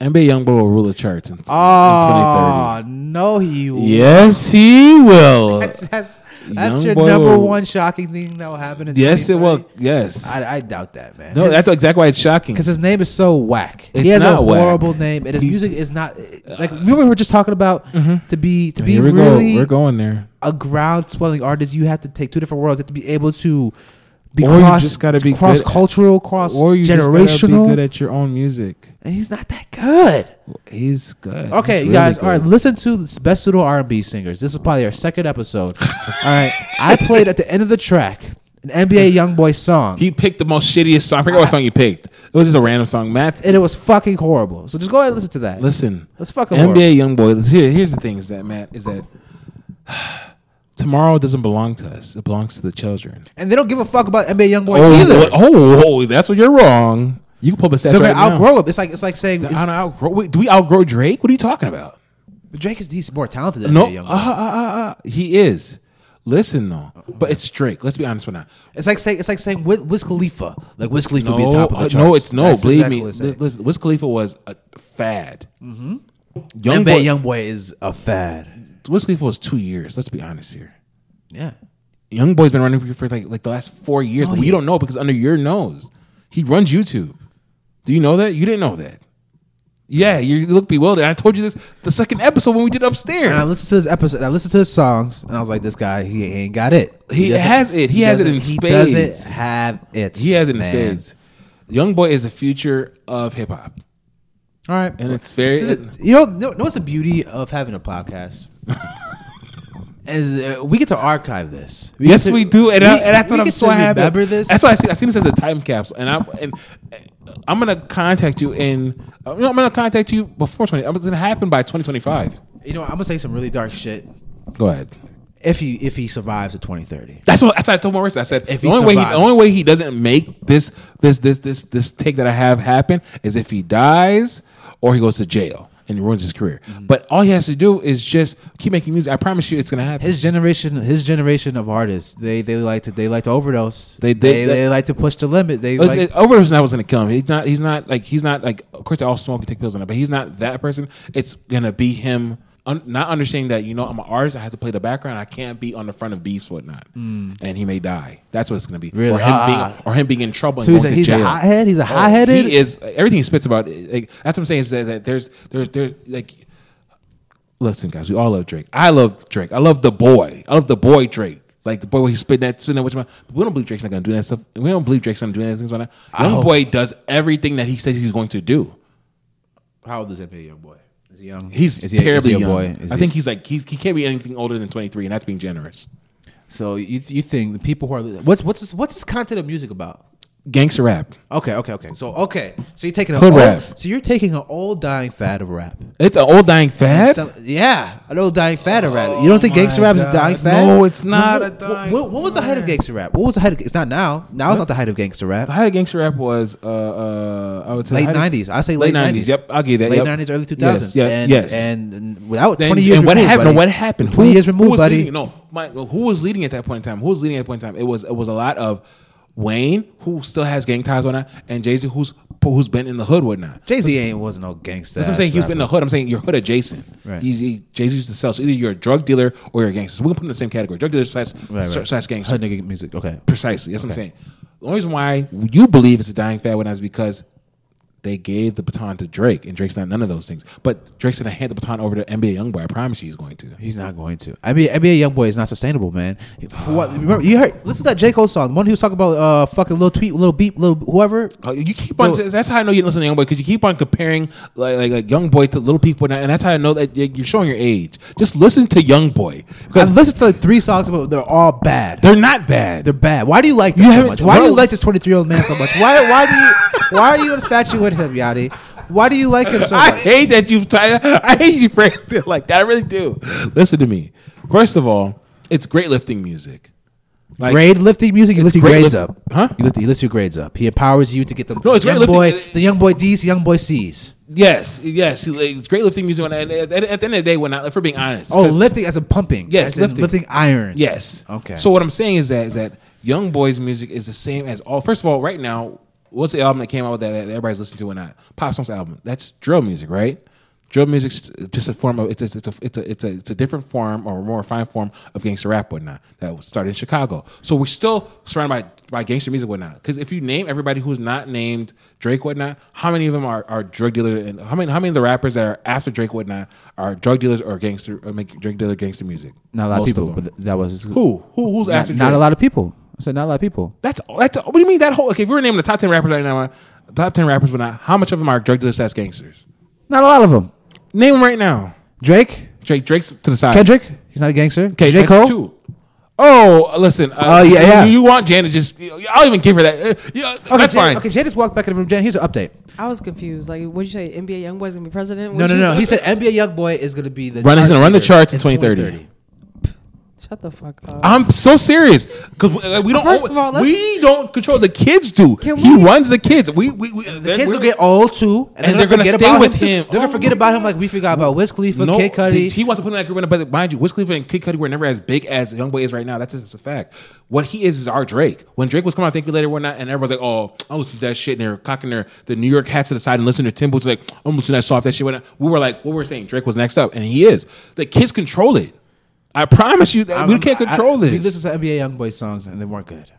Speaker 2: NBA Youngboy will rule the charts in, in 2030.
Speaker 3: Oh no, he. won't.
Speaker 2: Ah. Yes, he will.
Speaker 3: That's that's, that's your
Speaker 2: Youngboy
Speaker 3: number
Speaker 2: will-
Speaker 3: one shocking thing that will happen. In
Speaker 2: Yes, it
Speaker 3: 2030?
Speaker 2: will. Yes.
Speaker 3: I, I doubt that, man.
Speaker 2: no, that's exactly why it's shocking.
Speaker 3: because his name is so whack.
Speaker 2: It's
Speaker 3: he has a
Speaker 2: not whack. Uh,
Speaker 3: horrible name, and his music is not like remember we were just talking about to be to be
Speaker 2: mm-hmm. Here we
Speaker 3: really
Speaker 2: go. We're going there.
Speaker 3: a ground swelling artist, you have to take two different worlds. You have to be able to be
Speaker 2: Or you
Speaker 3: cross,
Speaker 2: just gotta be
Speaker 3: cross
Speaker 2: good-
Speaker 3: cultural, cross
Speaker 2: Or you
Speaker 3: generational,
Speaker 2: just gotta be good at your own music.
Speaker 3: and he's not that good.
Speaker 2: He's good.
Speaker 3: Okay,
Speaker 2: He's really
Speaker 3: you guys,
Speaker 2: good.
Speaker 3: all right. Listen to the best pseudo R and B singers. This is probably our second episode. all right, I played at the end of the track an NBA YoungBoy song,
Speaker 2: He picked the most shittiest song. I forget what song he picked. It was just a random song. Matt's.
Speaker 3: and it was fucking horrible. So just go ahead and listen to that.
Speaker 2: Listen,
Speaker 3: That's fucking
Speaker 2: NBA young boy. Here, here's the thing: is that Matt is that tomorrow doesn't belong to us. It belongs to the children.
Speaker 3: and they don't give a fuck about NBA YoungBoy
Speaker 2: Oh,
Speaker 3: either.
Speaker 2: what- oh, oh, that's what you're wrong. You can pull up a stats
Speaker 3: They're
Speaker 2: right
Speaker 3: gonna
Speaker 2: now.
Speaker 3: outgrow him. It's like it's like saying
Speaker 2: I don't outgrow. Wait, do we outgrow Drake? What are you talking about?
Speaker 3: Drake is he's more talented than
Speaker 2: No,
Speaker 3: NBA YoungBoy.
Speaker 2: uh, uh, uh, uh, he is. Listen though, but it's Drake. Let's be honest with that.
Speaker 3: It's like saying it's like saying Wiz, Wiz Khalifa. Like Wiz Khalifa
Speaker 2: No,
Speaker 3: would be top of the
Speaker 2: uh,
Speaker 3: charts.
Speaker 2: no, it's no.
Speaker 3: That's
Speaker 2: believe
Speaker 3: exactly
Speaker 2: me,
Speaker 3: what it's saying.
Speaker 2: Liz, Liz, Wiz Khalifa was a fad. Mm-hmm. Young
Speaker 3: Young
Speaker 2: boy,
Speaker 3: Boy, Young Boy is a fad.
Speaker 2: Wiz Khalifa was two years. Let's be honest here.
Speaker 3: Yeah,
Speaker 2: Young boy's been running for- for like like the last four years,
Speaker 3: Oh,
Speaker 2: but we don't know because under your nose, he runs YouTube. Do you know that? You didn't know that. Yeah, you look bewildered. I told you this the second episode when we did upstairs.
Speaker 3: And I listened to his episode. I listened to his songs, and I was like, "This guy, he ain't got it.
Speaker 2: He
Speaker 3: doesn't-
Speaker 2: has it. He has it
Speaker 3: doesn't-
Speaker 2: in
Speaker 3: He
Speaker 2: spades.
Speaker 3: doesn't have it.
Speaker 2: he has it in
Speaker 3: man.
Speaker 2: spades. Young boy is the future of hip hop,
Speaker 3: All right,
Speaker 2: and it's very.
Speaker 3: you know, know, know what's the beauty of having a podcast? Is uh, we get to archive this.
Speaker 2: yes,
Speaker 3: get to-
Speaker 2: we do, and, I,
Speaker 3: we-
Speaker 2: and that's
Speaker 3: we
Speaker 2: what I'm
Speaker 3: get
Speaker 2: so
Speaker 3: to
Speaker 2: happy.
Speaker 3: Remember this?
Speaker 2: That's why I see. I seen this as a time capsule, and I and uh, I'm gonna contact you in. uh, You know, I'm gonna contact you before 20. I'm gonna happen by 2025.
Speaker 3: you know. I'm gonna say some really dark shit.
Speaker 2: Go ahead.
Speaker 3: If he if he survives to 2030,
Speaker 2: That's what that's what I told Marissa. I said
Speaker 3: If
Speaker 2: the
Speaker 3: he
Speaker 2: only way he, the
Speaker 3: survives.
Speaker 2: only way he doesn't make this this this this this take that I have happen is if he dies or he goes to jail and ruins his career.
Speaker 3: Mm-hmm.
Speaker 2: But all he has to do is just keep making music. I promise you, it's gonna happen.
Speaker 3: his generation, his generation of artists, they they like to they like to overdose.
Speaker 2: They- they-
Speaker 3: they, they like to push the limit. They
Speaker 2: It's-
Speaker 3: like
Speaker 2: it- overdose is not what's gonna kill him. He's not. He's not like. He's not like. Of course, they all smoke and take pills and that, but he's not that person. It's gonna be him un, not understanding that you know I'm an artist. I have to play the background. I can't be on the front of beefs whatnot. And he may die. That's what it's gonna be.
Speaker 3: Mm. Really?
Speaker 2: Or him
Speaker 3: Ah.
Speaker 2: being or him being in trouble.
Speaker 3: So
Speaker 2: and
Speaker 3: he's
Speaker 2: going
Speaker 3: a-
Speaker 2: to
Speaker 3: he's a
Speaker 2: jail.
Speaker 3: hothead? He's a
Speaker 2: Oh,
Speaker 3: hothead?
Speaker 2: He is everything he spits about. Like that's what I'm saying is that, that there's there's there's like. Listen, guys, we all love Drake. I love Drake. I love the boy. I love the boy Drake. Like the boy where he's spitting that spitting that which we don't believe Drake's not gonna do that stuff. We don't believe Drake's not doing that things right now. Young
Speaker 3: hope-
Speaker 2: boy does everything that he says he's going to do.
Speaker 3: how old is NBA young boy? Is he young?
Speaker 2: He's
Speaker 3: is he,
Speaker 2: terribly
Speaker 3: is he a
Speaker 2: young.
Speaker 3: boy? Is
Speaker 2: I
Speaker 3: he-
Speaker 2: think he's like he's, he can't be anything older than 23, and that's being generous.
Speaker 3: so. You you think the people who are what's what's his, what's his content of music about?
Speaker 2: Gangster rap.
Speaker 3: Okay, okay, okay. So okay, so you're taking a
Speaker 2: Hood
Speaker 3: old,
Speaker 2: rap.
Speaker 3: So you're taking an old dying fad of rap.
Speaker 2: It's an old dying fad.
Speaker 3: So- yeah, an old dying fad of rap. You don't think
Speaker 2: Oh my
Speaker 3: gangster rap is a
Speaker 2: God.
Speaker 3: dying fad?
Speaker 2: No, it's not
Speaker 3: What-
Speaker 2: a dying
Speaker 3: What, what was the height of gangster rap? What was the height? Of, it's not now. Now it's not the height of gangster
Speaker 2: The
Speaker 3: rap.
Speaker 2: height of gangster rap was uh, uh I would say
Speaker 3: Late
Speaker 2: the height of-
Speaker 3: nineties. I say late nineties.
Speaker 2: Yep, I'll give you that.
Speaker 3: Late
Speaker 2: yep.
Speaker 3: nineties, early two thousands.
Speaker 2: Yes, yeah,
Speaker 3: and,
Speaker 2: yes.
Speaker 3: And, and without
Speaker 2: Then-
Speaker 3: twenty years.
Speaker 2: and what
Speaker 3: removed,
Speaker 2: happened?
Speaker 3: buddy.
Speaker 2: What happened?
Speaker 3: Twenty years removed,
Speaker 2: was
Speaker 3: buddy.
Speaker 2: Leading? No, my, who was leading at that point in time? Who was leading at that point in time? It was it was a lot of Wayne, who still has gang ties, whatnot, and Jay Z, who's who's been in the hood, whatnot.
Speaker 3: Jay Z ain't wasn't no gangster.
Speaker 2: That's what I'm saying. He's been in the hood. I'm saying you're hood adjacent.
Speaker 3: Right.
Speaker 2: He's, he, Jay Z used to sell. So either you're a drug dealer or you're a gangster. So we can put them in the same category. Drug dealer slash,
Speaker 3: right.
Speaker 2: slash gangster.
Speaker 3: hood nigga music. Okay.
Speaker 2: Precisely. That's what I'm saying. The only reason why you believe it's a dying fad when is because they gave the baton to Drake, and Drake's not none of those things. But Drake's gonna hand the baton over to NBA YoungBoy. I promise you, he's going to.
Speaker 3: He's not going to. I mean, NBA YoungBoy is not sustainable, man. For what? Remember, you heard? Listen to that J Cole song. The one he was talking about, uh, fucking little tweet, little beep, little whoever.
Speaker 2: Oh, you keep on.
Speaker 3: No.
Speaker 2: That's how I know you listen to Young Boy because you keep on comparing like, like like Young Boy to little people, and I- and that's how I know that you- you're showing your age. Just listen to Young Boy
Speaker 3: I
Speaker 2: because
Speaker 3: listened to like three songs, but they're all bad.
Speaker 2: they're not bad.
Speaker 3: They're bad. Why do you like
Speaker 2: You
Speaker 3: them so
Speaker 2: haven't-
Speaker 3: much? Why do
Speaker 2: no.
Speaker 3: you like this twenty three year old man so much? Why why do you why are you infatuated with him, Yadi? Why do you like him so
Speaker 2: I
Speaker 3: much?
Speaker 2: hate that you've tied. I hate you phrased it like that. I really do. Listen to me. First of all, it's great lifting music. Like,
Speaker 3: Grade lifting music, you lift your
Speaker 2: grade
Speaker 3: grades
Speaker 2: lift-
Speaker 3: up.
Speaker 2: Huh?
Speaker 3: You lift, he lifts your grades up. He empowers you to get the
Speaker 2: No, it's grade
Speaker 3: young
Speaker 2: lifting.
Speaker 3: boy, the young boy D's, young boy C's.
Speaker 2: Yes, yes, it's great lifting music. And at, at, at the end of the day, when I, if we're being honest,
Speaker 3: Oh,
Speaker 2: 'cause-
Speaker 3: lifting as a pumping.
Speaker 2: Yes,
Speaker 3: as in
Speaker 2: lifting.
Speaker 3: lifting iron.
Speaker 2: Yes.
Speaker 3: Okay.
Speaker 2: So what I'm saying is that is that young boys' music is the same as all. First of all, right now, what's the album that came out with that, that everybody's listening to and not Pop Song's album? That's drill music, right? Drill music's just a form of it's it's, it's a it's a it's a it's a different form or a more refined form of gangster rap whatnot that was started in Chicago. So we're still surrounded by by gangster music whatnot. Because if you name everybody who's not named Drake whatnot, how many of them are, are drug dealer and how many how many of the rappers that are after Drake whatnot are drug dealers or gangster or make drug dealer gangster music?
Speaker 3: Not a lot
Speaker 2: Most
Speaker 3: of people,
Speaker 2: them.
Speaker 3: but th- that was
Speaker 2: Who? Who? Who's
Speaker 3: Not,
Speaker 2: after?
Speaker 3: not
Speaker 2: Drake?
Speaker 3: a lot of people. I said not a lot of people.
Speaker 2: That's that's. What do you mean that whole? Okay, if we were naming the top ten rappers right now, uh, top ten rappers, but not how much of them are drug dealers, that's gangsters.
Speaker 3: Not a lot of them.
Speaker 2: Name them right now.
Speaker 3: Drake,
Speaker 2: Drake. Drake's to the side.
Speaker 3: Kendrick. He's not a gangster.
Speaker 2: Okay,
Speaker 3: J
Speaker 2: that's
Speaker 3: Cole.
Speaker 2: two. Oh, listen.
Speaker 3: Oh, yeah, yeah.
Speaker 2: You, you want Janet? Just I'll even give her that. Uh, Yeah,
Speaker 3: Okay,
Speaker 2: that's
Speaker 3: Jay,
Speaker 2: fine.
Speaker 3: Okay, Jay just walked back in the room. Jan, here's an update.
Speaker 1: I was confused. Like, what'd you say? NBA YoungBoy's gonna be president?
Speaker 3: No,
Speaker 1: What'd
Speaker 3: no,
Speaker 1: you-
Speaker 3: no. He said NBA YoungBoy is going to be the
Speaker 2: Run- he's
Speaker 3: chart
Speaker 2: gonna run the
Speaker 3: leader
Speaker 2: charts in 2030.
Speaker 1: Shut the fuck up.
Speaker 2: I'm so serious because we, we don't.
Speaker 1: First of all, let's-
Speaker 2: we don't control the kids. Do
Speaker 1: Can
Speaker 2: he
Speaker 1: we-
Speaker 2: runs the kids? We we, we
Speaker 3: The kids will get old too, and,
Speaker 2: And
Speaker 3: they're going to
Speaker 2: they're gonna
Speaker 3: forget
Speaker 2: stay
Speaker 3: about
Speaker 2: with
Speaker 3: him. too.
Speaker 2: him.
Speaker 3: They're going
Speaker 2: Oh
Speaker 3: to forget about him like we forgot about Wiz Khalifa, Kid Cudi.
Speaker 2: He wants to put in that group, but mind you, Wiz Khalifa and Kid Cudi were never as big as Young Boy is right now. That's just a fact. What he is is our Drake. When Drake was coming out, thank you later, whatnot, and everyone's like, "Oh, I'm listening to that shit," and they're cocking their the New York hats to the side and listening to Tim Boots like, "I'm listening to that soft that shit." whatnot. We were like, "What we were saying?" Drake was next up, and he is. The kids control it. I promise you that we
Speaker 3: I'm-
Speaker 2: can't
Speaker 3: I-
Speaker 2: control this.
Speaker 3: We listened to NBA YoungBoy songs and they weren't good.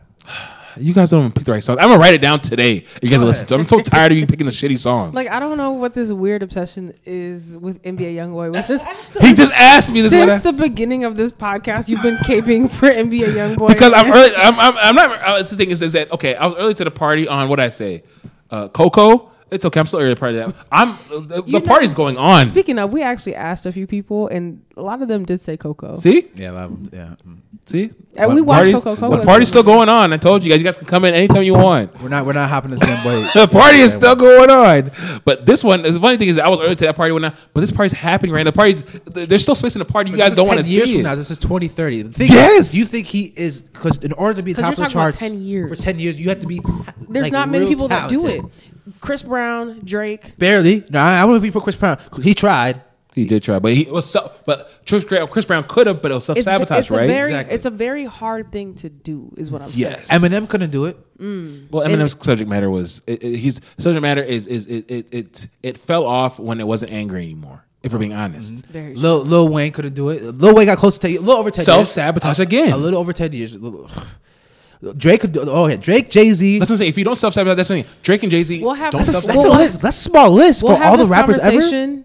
Speaker 2: You guys don't even pick the right songs. I'm gonna write it down today. You guys listen to. I'm so tired of you picking the shitty songs.
Speaker 1: Like I don't know what this weird obsession is with NBA YoungBoy. Which is,
Speaker 2: he just asked me this
Speaker 1: since
Speaker 2: one-
Speaker 1: the beginning of this podcast, you've been caping for NBA YoungBoy
Speaker 2: because I'm early. I'm, I'm, I'm not. Uh, it's the thing is, is that okay? I was early to the party on what I say, uh, Coco. It's okay. I'm still early to the party. I'm the, the
Speaker 1: You know-
Speaker 2: party's going on.
Speaker 1: Speaking of, we actually asked a few people, and a lot of them did say Coco.
Speaker 2: See,
Speaker 3: Yeah, a lot of them, yeah. mm.
Speaker 2: see,
Speaker 1: And we
Speaker 2: The
Speaker 1: watched
Speaker 2: party's-
Speaker 1: Coco Coco.
Speaker 2: The party's still going on. I told you guys. You guys can come in anytime you want.
Speaker 3: We're not we're not hopping the same way.
Speaker 2: The party is still going on, but this one. The funny thing is, I was early to that party when I. But this party's happening right now. The party's there's still space in the party. You guys
Speaker 3: This is
Speaker 2: don't want
Speaker 3: 10
Speaker 2: to
Speaker 3: years
Speaker 2: see
Speaker 3: from
Speaker 2: it.
Speaker 3: now. This is 2030. The thing
Speaker 2: Yes!
Speaker 3: Is, you think he is because in order to be
Speaker 1: 'Cause
Speaker 3: top of
Speaker 1: you're
Speaker 3: the
Speaker 1: talking about
Speaker 3: charts
Speaker 1: 10 years.
Speaker 3: for 10 years, you have to be.
Speaker 1: There's
Speaker 3: like,
Speaker 1: not many
Speaker 3: real
Speaker 1: people that do
Speaker 3: talented.
Speaker 1: it. Chris Brown, Drake.
Speaker 3: Barely. No, I, I want to be for Chris Brown. He tried.
Speaker 2: He did try, but he it was so. But Chris Brown- Chris Brown could have, but it was self
Speaker 1: It's,
Speaker 2: sabotage,
Speaker 1: it's a
Speaker 2: right?
Speaker 1: very,
Speaker 3: Exactly.
Speaker 1: it's a very hard thing to do, is what I'm
Speaker 2: Yes.
Speaker 1: saying.
Speaker 3: Eminem couldn't do it.
Speaker 2: Well, Eminem's subject matter was it, it- his subject matter is is it, it it it fell off when it wasn't angry anymore. If we're being
Speaker 1: Mm-hmm.
Speaker 2: honest,
Speaker 1: Very
Speaker 3: Lil, Lil Wayne couldn't do it. Lil Wayne got close to 10 years. A little over 10
Speaker 2: self
Speaker 3: years.
Speaker 2: sabotage
Speaker 3: A
Speaker 2: again.
Speaker 3: little over 10 years. Drake could do Oh, yeah. Drake, Jay Z.
Speaker 2: That's what I'm saying. If you don't self sabotage, that's the thing. Drake and Jay Z
Speaker 1: We'll have
Speaker 2: don't
Speaker 1: this-
Speaker 2: self
Speaker 3: That's,
Speaker 2: sabotage.
Speaker 1: we'll-
Speaker 3: a list. That's a small list
Speaker 1: We'll
Speaker 3: for
Speaker 1: have
Speaker 3: all the
Speaker 1: this
Speaker 3: rappers ever.
Speaker 1: conversation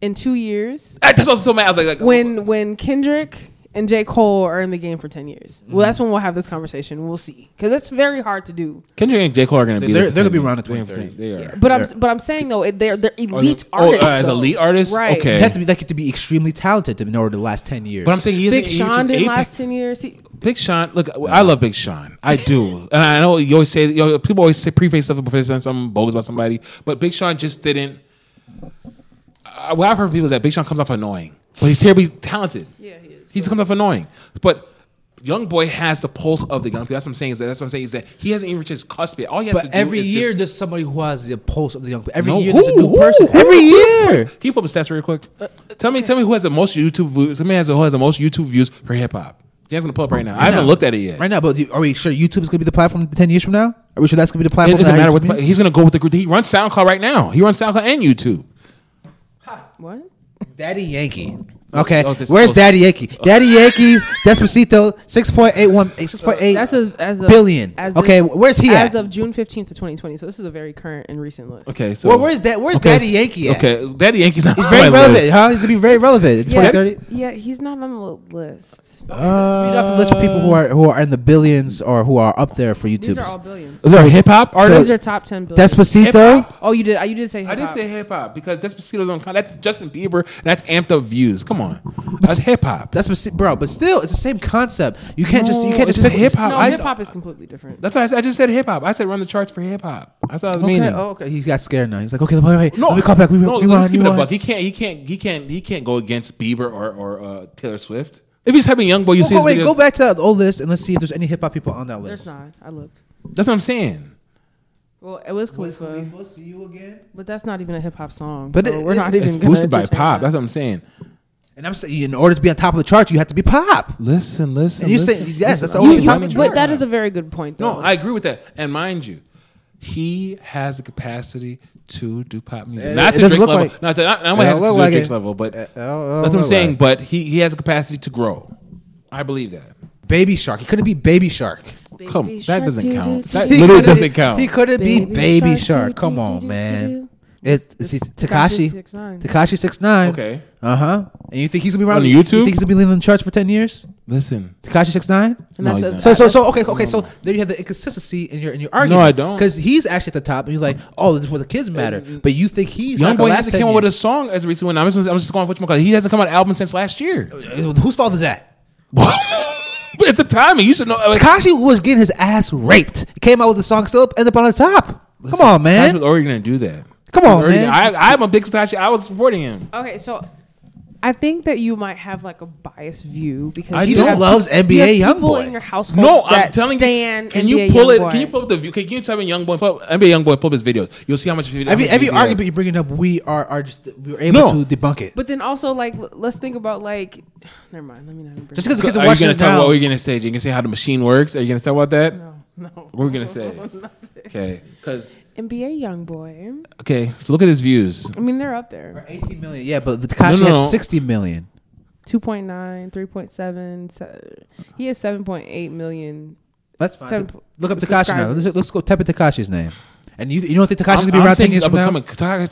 Speaker 1: in two years
Speaker 2: That's what I was so mad. I was like, like
Speaker 1: when when Kendrick and J Cole are in the game for ten years.
Speaker 3: Mm-hmm.
Speaker 1: Well, that's when we'll have this conversation. We'll see because it's very hard to do.
Speaker 2: Kendrick and J Cole are going to be
Speaker 3: They're-
Speaker 2: there for
Speaker 3: they're gonna be
Speaker 2: 10
Speaker 3: around
Speaker 2: years.
Speaker 3: in 2030.
Speaker 2: They are.
Speaker 1: But I'm
Speaker 3: Yeah.
Speaker 1: but I'm saying though it- they're they're
Speaker 2: Are they-
Speaker 1: elite
Speaker 2: oh,
Speaker 1: artists.
Speaker 2: uh, as
Speaker 1: though.
Speaker 2: elite artists,
Speaker 1: Right.
Speaker 2: Okay,
Speaker 3: They have to be, they could to be extremely talented in order to last 10 years.
Speaker 2: but I'm saying he is
Speaker 1: Big
Speaker 2: he reaches
Speaker 1: Sean didn't
Speaker 2: apex-
Speaker 1: last ten years. See,
Speaker 2: Big Sean, look, I love Big Sean. I do, and I know you always say you know, people always say preface stuff before they say something bogus about somebody, but Big Sean just didn't. I, what I've heard from people is that Big Sean comes off annoying, but he's terribly talented.
Speaker 1: Yeah, he is.
Speaker 2: He just comes off annoying, but. Young boy has the pulse of the young people. That's what I'm saying. Is that that's what I'm saying is that he hasn't even reached his cusp yet. All he has to
Speaker 3: But
Speaker 2: do
Speaker 3: every
Speaker 2: is
Speaker 3: year
Speaker 2: just,
Speaker 3: there's somebody who has the pulse of the young people. Every
Speaker 2: No,
Speaker 3: year
Speaker 2: who?
Speaker 3: there's a new
Speaker 2: Who?
Speaker 3: person.
Speaker 2: Who?
Speaker 3: every year.
Speaker 2: can you pull up the stats real quick?
Speaker 1: Uh,
Speaker 2: tell me, tell me who has the most YouTube views. Somebody has who has the most YouTube views for hip hop. Dan's gonna pull up right now. I haven't
Speaker 3: now.
Speaker 2: looked at it yet.
Speaker 3: Right now, but do- are we sure YouTube is going to be the platform 10 years from now? Are we sure that's going to be the platform?
Speaker 2: It doesn't
Speaker 3: that
Speaker 2: matter
Speaker 3: it's
Speaker 2: what
Speaker 3: gonna
Speaker 2: the, he's going to go with the group. He runs SoundCloud right now. He runs SoundCloud and YouTube.
Speaker 1: what?
Speaker 3: be? Daddy Yankee. Okay,
Speaker 2: Oh, this-
Speaker 3: where's
Speaker 2: oh,
Speaker 3: Daddy Yankee? Daddy Yankee's Despacito 6.81 6.8
Speaker 1: That's a, as a
Speaker 3: billion.
Speaker 1: As
Speaker 3: okay,
Speaker 1: of-
Speaker 3: where's he
Speaker 1: As
Speaker 3: at?
Speaker 1: of June fifteenth of twenty twenty. So this is a very current and recent list.
Speaker 2: Okay, so
Speaker 3: Well, where's that? Where's Daddy
Speaker 2: so-
Speaker 3: Yankee at?
Speaker 2: Okay, Daddy Yankee's not.
Speaker 3: He's
Speaker 2: on
Speaker 3: very
Speaker 2: my
Speaker 3: relevant,
Speaker 2: list.
Speaker 3: huh? He's going to be very relevant. It's
Speaker 1: Yeah,
Speaker 3: 2030.
Speaker 1: yeah, he's not on the list.
Speaker 3: Read off the list of people who are who are in the billions or who are up there for YouTube.
Speaker 1: These are all billions.
Speaker 2: So Uh, hip hop
Speaker 1: These
Speaker 2: artists.
Speaker 1: are top ten billions.
Speaker 3: Despacito.
Speaker 1: oh, you did. You did say.
Speaker 2: I
Speaker 1: Hip-hop.
Speaker 2: did say hip hop because Despacito's on. That's Justin Bieber. And that's amped up views. Come on, that's hip hop.
Speaker 3: That's what- bro, but still, it's the same concept. You can't just you
Speaker 2: No,
Speaker 3: can't
Speaker 2: it's
Speaker 3: just
Speaker 2: just
Speaker 3: pick-
Speaker 2: hip hop.
Speaker 1: No,
Speaker 2: I-
Speaker 1: hip hop is completely different.
Speaker 2: That's what I, said. I just said. Hip hop. I said run the charts for hip hop. That's what I was meaning.
Speaker 3: Okay, oh, okay. He got scared now. He's like, okay, wait, wait, wait.
Speaker 2: No,
Speaker 3: No, let me call back. We,
Speaker 2: no,
Speaker 3: we
Speaker 2: let's
Speaker 3: want,
Speaker 2: keep
Speaker 3: we
Speaker 2: it a
Speaker 3: want.
Speaker 2: buck. He can't. He can't. He can't. He can't go against Bieber or or uh, Taylor Swift. If he's having young boy, you
Speaker 3: Well,
Speaker 2: see his
Speaker 3: go, wait,
Speaker 2: videos.
Speaker 3: go back to the old list and let's see if there's any hip hop people on that list.
Speaker 1: There's not. I looked.
Speaker 2: That's what I'm saying.
Speaker 1: Well, it was Khalifa,
Speaker 3: see you again.
Speaker 1: but that's not even a hip hop song.
Speaker 3: But
Speaker 1: But
Speaker 3: it-
Speaker 1: we're
Speaker 3: it-
Speaker 1: not even.
Speaker 2: It's
Speaker 1: gonna
Speaker 2: boosted by
Speaker 1: entertain
Speaker 2: pop.
Speaker 1: that.
Speaker 2: That's what I'm saying.
Speaker 3: And I'm saying, in order to be on top of the chart, you have to be pop.
Speaker 2: Listen, listen.
Speaker 3: And you
Speaker 2: listen.
Speaker 3: say yes. That's the
Speaker 2: You-
Speaker 3: only
Speaker 2: you
Speaker 3: top of
Speaker 2: wanna
Speaker 3: the
Speaker 2: do it?
Speaker 3: chart.
Speaker 1: But that is a very good point, though.
Speaker 2: No, I agree with that. And mind you, he has the capacity to do pop music.
Speaker 3: It-
Speaker 2: not
Speaker 3: it
Speaker 2: to
Speaker 3: doesn't
Speaker 2: Drake's
Speaker 3: look
Speaker 2: level.
Speaker 3: like-
Speaker 2: not to, not,
Speaker 3: it
Speaker 2: not has
Speaker 3: don't
Speaker 2: to
Speaker 3: look
Speaker 2: do
Speaker 3: like
Speaker 2: Drake's
Speaker 3: it.
Speaker 2: level, but
Speaker 3: It- it
Speaker 2: that's
Speaker 3: don't
Speaker 2: what I'm
Speaker 3: look
Speaker 2: saying.
Speaker 3: like.
Speaker 2: But he, he has the capacity to grow. I believe that.
Speaker 3: Baby Shark. He couldn't be Baby Shark.
Speaker 1: Baby
Speaker 2: Come, that
Speaker 1: shark
Speaker 2: doesn't
Speaker 1: doo
Speaker 2: count.
Speaker 1: doo
Speaker 2: That
Speaker 1: doo.
Speaker 3: He
Speaker 2: literally
Speaker 3: couldn't-
Speaker 2: doesn't count.
Speaker 3: He couldn't be
Speaker 1: Baby
Speaker 3: Baby
Speaker 1: Shark,
Speaker 3: Shark.
Speaker 1: doo,
Speaker 3: Come
Speaker 1: doo,
Speaker 3: on,
Speaker 1: doo, doo,
Speaker 3: man.
Speaker 1: doo.
Speaker 3: It's see,
Speaker 1: Tekashi
Speaker 3: Takashi.
Speaker 1: 6ix9ine.
Speaker 3: Takashi six nine.
Speaker 2: Okay.
Speaker 3: Uh huh. And you think he's gonna be around
Speaker 2: On
Speaker 3: You
Speaker 2: YouTube?
Speaker 3: think he's gonna be leading the charts for ten years?
Speaker 2: Listen.
Speaker 3: Takashi six nine.
Speaker 1: And
Speaker 2: No,
Speaker 1: that's
Speaker 2: he's
Speaker 1: a-
Speaker 2: not.
Speaker 3: So so so okay okay so there you have the inconsistency in your in your argument.
Speaker 2: I don't.
Speaker 3: because he's actually at the top and you're like oh this is where the
Speaker 1: Uh,
Speaker 3: kids matter,
Speaker 1: mm.
Speaker 3: but you think he's
Speaker 2: Young
Speaker 3: young
Speaker 2: boy hasn't came out with a song as recently. when I was, I was just going with because he hasn't come out with an album since last year.
Speaker 3: Whose fault is that?
Speaker 2: but it's the timing. You should know. Like,
Speaker 3: Takashi was getting his ass raped. He came out with a song still ended up on the top. Come on
Speaker 2: Taj
Speaker 3: man.
Speaker 2: was already going to do that.
Speaker 3: Come
Speaker 2: He was
Speaker 3: on,
Speaker 2: already-
Speaker 3: man.
Speaker 2: I, I'm a big Takashi. I was supporting him.
Speaker 1: Okay, so I think that you might have like a biased view because
Speaker 2: I
Speaker 1: you
Speaker 2: do.
Speaker 1: have-
Speaker 3: loves
Speaker 1: you have
Speaker 3: NBA
Speaker 1: people
Speaker 3: Youngboy.
Speaker 1: in your household.
Speaker 2: No, I'm
Speaker 1: that
Speaker 2: telling you.
Speaker 1: stand
Speaker 2: Can you
Speaker 1: NBA
Speaker 2: pull it?
Speaker 1: Youngboy.
Speaker 2: Can you pull up the view? Can you tell me young boy? Pull up, NBA young boy, pull up his videos. You'll see how much. Video,
Speaker 3: Every
Speaker 2: how much
Speaker 3: every
Speaker 2: views he has.
Speaker 3: argument you're bringing up, we are are just we were able
Speaker 2: No.
Speaker 3: to debunk it.
Speaker 1: But then also, like, l- let's think about like, never mind. Let me not even bring
Speaker 3: Just
Speaker 1: it
Speaker 3: because the kids
Speaker 2: Are
Speaker 3: are
Speaker 2: you
Speaker 3: watching
Speaker 2: gonna
Speaker 3: it
Speaker 2: talk about
Speaker 3: now,
Speaker 2: what we're gonna say? You gonna say how the machine works? Are you gonna talk about that?
Speaker 1: up. no,
Speaker 2: What are we gonna say? okay, because
Speaker 1: NBA YoungBoy.
Speaker 2: okay, so look at his views.
Speaker 1: I mean, they're up there.
Speaker 3: 18 million. Yeah, but the Takashi
Speaker 2: No, no, no.
Speaker 3: had 60 million.
Speaker 1: 2.9, 3.7. se- He has 7.8 million.
Speaker 3: That's fine.
Speaker 1: Seven-
Speaker 3: Look up Takashi now.
Speaker 1: subscribers.
Speaker 3: Let's, let's go type in Takashi's name. And you, you don't think Takashi's
Speaker 2: I'm,
Speaker 3: gonna be
Speaker 2: I'm
Speaker 3: around ten
Speaker 2: saying
Speaker 3: years
Speaker 2: he's
Speaker 3: from now?
Speaker 2: upcoming.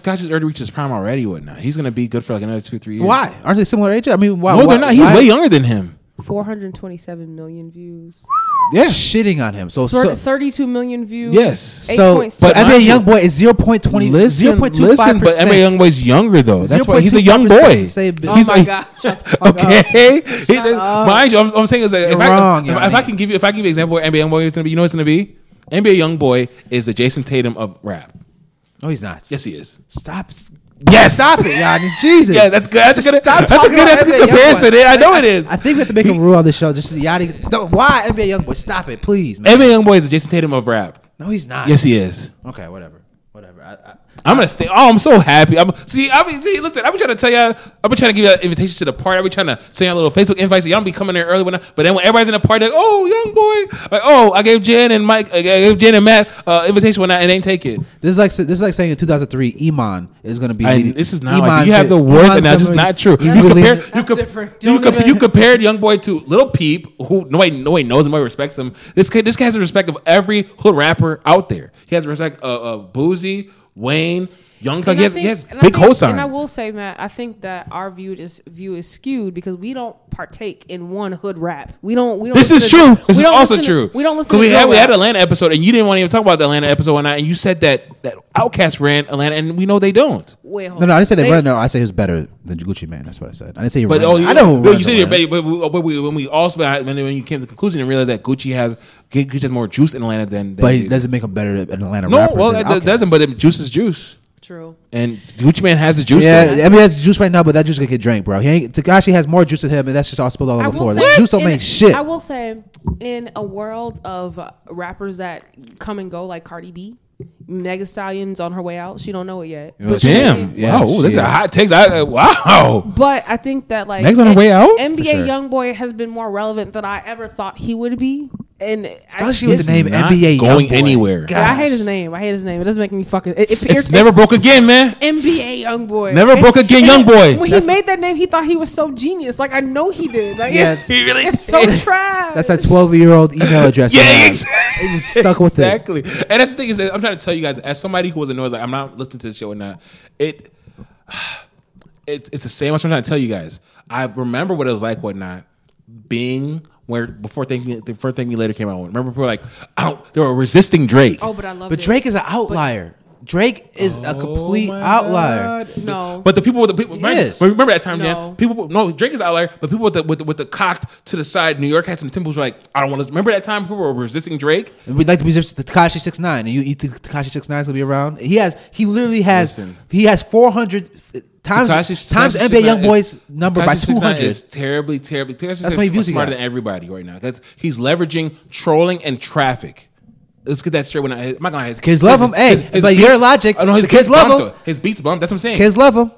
Speaker 2: Takashi's already reached his prime already. Whatnot? He's gonna be good for like another two, three years.
Speaker 3: Why aren't they similar age? I mean, why?
Speaker 2: No,
Speaker 3: why,
Speaker 2: they're not. He's
Speaker 3: why-
Speaker 2: way younger than him.
Speaker 1: 427 million views.
Speaker 2: Yeah.
Speaker 3: shitting on him. So,
Speaker 1: Thir-
Speaker 3: so
Speaker 1: 32 million views.
Speaker 2: Yes.
Speaker 1: Eight
Speaker 3: So,
Speaker 1: point
Speaker 3: so
Speaker 1: six.
Speaker 2: But
Speaker 3: NBA
Speaker 2: mind
Speaker 3: YoungBoy is 0.20,
Speaker 2: Listen,
Speaker 3: 0.25%.
Speaker 2: listen, but NBA YoungBoy's younger though. That's why he's a young
Speaker 3: 0.25%
Speaker 2: boy.
Speaker 3: say bi-
Speaker 1: Oh
Speaker 2: He's
Speaker 1: my
Speaker 2: a-
Speaker 1: God. Shut the fuck up.
Speaker 2: Okay, He-
Speaker 1: up.
Speaker 2: mind you, I'm, I'm saying is like, if,
Speaker 3: You're
Speaker 2: I,
Speaker 3: wrong,
Speaker 2: if, I- if
Speaker 3: Yanni.
Speaker 2: I can give you if I can give you an example where NBA young boy is gonna be, you know what it's gonna be. NBA young boy is the Jason Tatum of rap.
Speaker 3: No, he's not.
Speaker 2: Yes, he is.
Speaker 3: Stop. it.
Speaker 2: Yes,
Speaker 3: Stop it, Yanni. Jesus.
Speaker 2: Yeah, that's good. That's a good. That's a
Speaker 3: talking
Speaker 2: good. That's a
Speaker 3: about
Speaker 2: good
Speaker 3: NBA YoungBoy.
Speaker 2: comparison. eh? I know it is.
Speaker 3: I think we have to make a rule on this show. Just so Yanni. No, why NBA young boy? Stop it, please, man.
Speaker 2: NBA young boy is the Jason Tatum of rap.
Speaker 3: No, he's not.
Speaker 2: Yes, he is.
Speaker 3: Okay, whatever. Whatever. I, I,
Speaker 2: I'm gonna stay. Oh, I'm so happy. I'm see. I mean, see. Listen, I've been trying to tell y'all. I've been trying to give y'all invitations to the party. I've been trying to send y'all little Facebook invites. Y'all be coming there early when. I, but then when everybody's in the party, like, oh, young boy, like, oh, I gave Jen and Mike, I gave Jen and Matt uh, invitation when I and they didn't take it.
Speaker 3: this is like this is like saying in 2003, Iman is going to be.
Speaker 2: I,
Speaker 3: leading-
Speaker 2: this is not. Like, you
Speaker 3: Iman's
Speaker 2: have the
Speaker 3: gonna-
Speaker 2: words,
Speaker 3: Iman's
Speaker 2: and that's just
Speaker 3: gonna-
Speaker 2: not true.
Speaker 3: he's
Speaker 2: you
Speaker 3: gonna lead-
Speaker 2: compare. You,
Speaker 1: That's
Speaker 2: com-
Speaker 1: different.
Speaker 2: you,
Speaker 1: Don't
Speaker 2: com-
Speaker 1: even-
Speaker 2: you compared young boy to little peep, who nobody, nobody knows, him, nobody respects him. This kid, this guy has the respect of every hood rapper out there. He has the respect of uh, Boozy, Wayne, Young Thug.
Speaker 1: And I
Speaker 2: He has,
Speaker 1: think-
Speaker 2: he has
Speaker 1: and I
Speaker 2: big
Speaker 1: think-
Speaker 2: cosigns.
Speaker 1: And I will say, Matt, I think that our view is view is skewed because we don't partake in one hood rap. We don't. We don't
Speaker 2: This is
Speaker 1: listen-
Speaker 2: true. This
Speaker 1: we
Speaker 2: is
Speaker 1: don't
Speaker 2: also
Speaker 1: listen to-
Speaker 2: true.
Speaker 1: we don't listen.
Speaker 2: 'Cause
Speaker 1: To
Speaker 2: we had we had
Speaker 1: a
Speaker 2: Atlanta episode, and you didn't want to even talk about the Atlanta episode, and, I, and you said that that Outcast ran Atlanta, and we know they don't.
Speaker 3: No, no, I didn't say they, run. No, I said he was better than Gucci Man. That's what I said. I didn't say he
Speaker 2: But
Speaker 3: run.
Speaker 2: oh, you,
Speaker 3: I know. who
Speaker 2: well,
Speaker 3: runs
Speaker 2: you said
Speaker 3: Atlanta.
Speaker 2: you're better, but, we- but we, when we also when, when you came to the conclusion and realized that Gucci has Gucci has more juice in Atlanta than, than
Speaker 3: But it
Speaker 2: you.
Speaker 3: doesn't make him better than an Atlanta
Speaker 2: no.
Speaker 3: rapper.
Speaker 2: Well,
Speaker 3: than
Speaker 2: that, that
Speaker 3: Outkast.
Speaker 2: doesn't. But it- juice is juice,
Speaker 1: True.
Speaker 2: and Gucci Man has the juice.
Speaker 3: Yeah,
Speaker 2: though.
Speaker 3: I mean that's juice right now, but that juice gonna get drank, bro. He ain't Takashi has more juice than him, and that's just all spilled all over
Speaker 1: I
Speaker 3: the
Speaker 1: will
Speaker 3: floor.
Speaker 1: say,
Speaker 3: That juice don't
Speaker 1: in-
Speaker 3: make shit.
Speaker 1: I will say, in a world of uh, rappers that come and go, like Cardi B, Mega Stallion's on her way out. She don't know it yet.
Speaker 3: Well,
Speaker 1: But she-
Speaker 2: Damn!
Speaker 3: Yeah,
Speaker 2: wow, this is
Speaker 3: shit.
Speaker 2: a hot takes. I, uh, wow.
Speaker 1: But I think that like
Speaker 2: Meg's on her
Speaker 1: N-
Speaker 2: way out?
Speaker 1: NBA
Speaker 3: For sure.
Speaker 1: YoungBoy has been more relevant than I ever thought he would be, and I,
Speaker 3: Especially with the
Speaker 1: this-
Speaker 3: name
Speaker 2: not
Speaker 3: NBA
Speaker 2: going
Speaker 3: Youngboy.
Speaker 2: anywhere.
Speaker 3: Gosh.
Speaker 1: Yeah, I hate his name. I hate his name. It doesn't make me fucking. It, it irritates-
Speaker 2: It's never broke again, man.
Speaker 1: NBA young boy.
Speaker 2: Never broke again, young boy.
Speaker 1: When
Speaker 3: That's-
Speaker 1: he made that name, he thought he was so genius. Like I know he did. Like,
Speaker 3: Yeah,
Speaker 1: it's,
Speaker 2: he really
Speaker 1: it's so
Speaker 2: did.
Speaker 1: trash.
Speaker 3: That's a twelve-year-old email address.
Speaker 2: Yeah,
Speaker 3: he has.
Speaker 2: exactly.
Speaker 3: He's stuck with it.
Speaker 2: exactly. And that's the thing is, that I'm trying to tell you guys, as somebody who was annoyed, like I'm not listening to the show and not it, it it's the same. I'm trying to tell you guys. I remember what it was like, whatnot, being where before Thank Me, before Thank Me Later came out. Remember, people were like, out, they were resisting Drake.
Speaker 1: oh, but I love.
Speaker 3: But
Speaker 1: it.
Speaker 3: Drake is an outlier. Drake is
Speaker 2: Oh
Speaker 3: a complete outlier.
Speaker 1: uh, No.
Speaker 2: But the people with the people, remember,
Speaker 3: Yes.
Speaker 2: but remember that time, Jan?
Speaker 1: No.
Speaker 2: People, no, Drake is outlier, but people with the, with the with the cocked to the side New York hats and temples were like, I don't want to. Remember that time people were resisting Drake?
Speaker 3: And We'd like to be just the Takashi Six Nine, and you, you think Takashi Six Nine is gonna be around? He has, he literally has,
Speaker 2: Listen.
Speaker 3: he has four hundred times
Speaker 2: Tekashi-
Speaker 3: times
Speaker 2: Tekashi
Speaker 3: NBA
Speaker 2: 6ix9ine
Speaker 3: Young Boy's
Speaker 2: is-
Speaker 3: number by
Speaker 2: Tekashi 6ix9ine
Speaker 3: two hundred.
Speaker 2: Is terribly, terribly. Tekashi
Speaker 3: That's
Speaker 2: That's
Speaker 3: why
Speaker 2: why
Speaker 3: he views
Speaker 2: he's
Speaker 3: you
Speaker 2: smarter
Speaker 3: guys.
Speaker 2: than everybody right now. That's he's leveraging trolling and traffic. Let's get that straight. When I, am not gonna. His,
Speaker 3: Kids love him. Hey, but your logic,
Speaker 2: I know his
Speaker 3: the kids
Speaker 2: beats
Speaker 3: love
Speaker 2: bump,
Speaker 3: him.
Speaker 2: though. His beats bump. That's what I'm saying.
Speaker 3: Kids love him.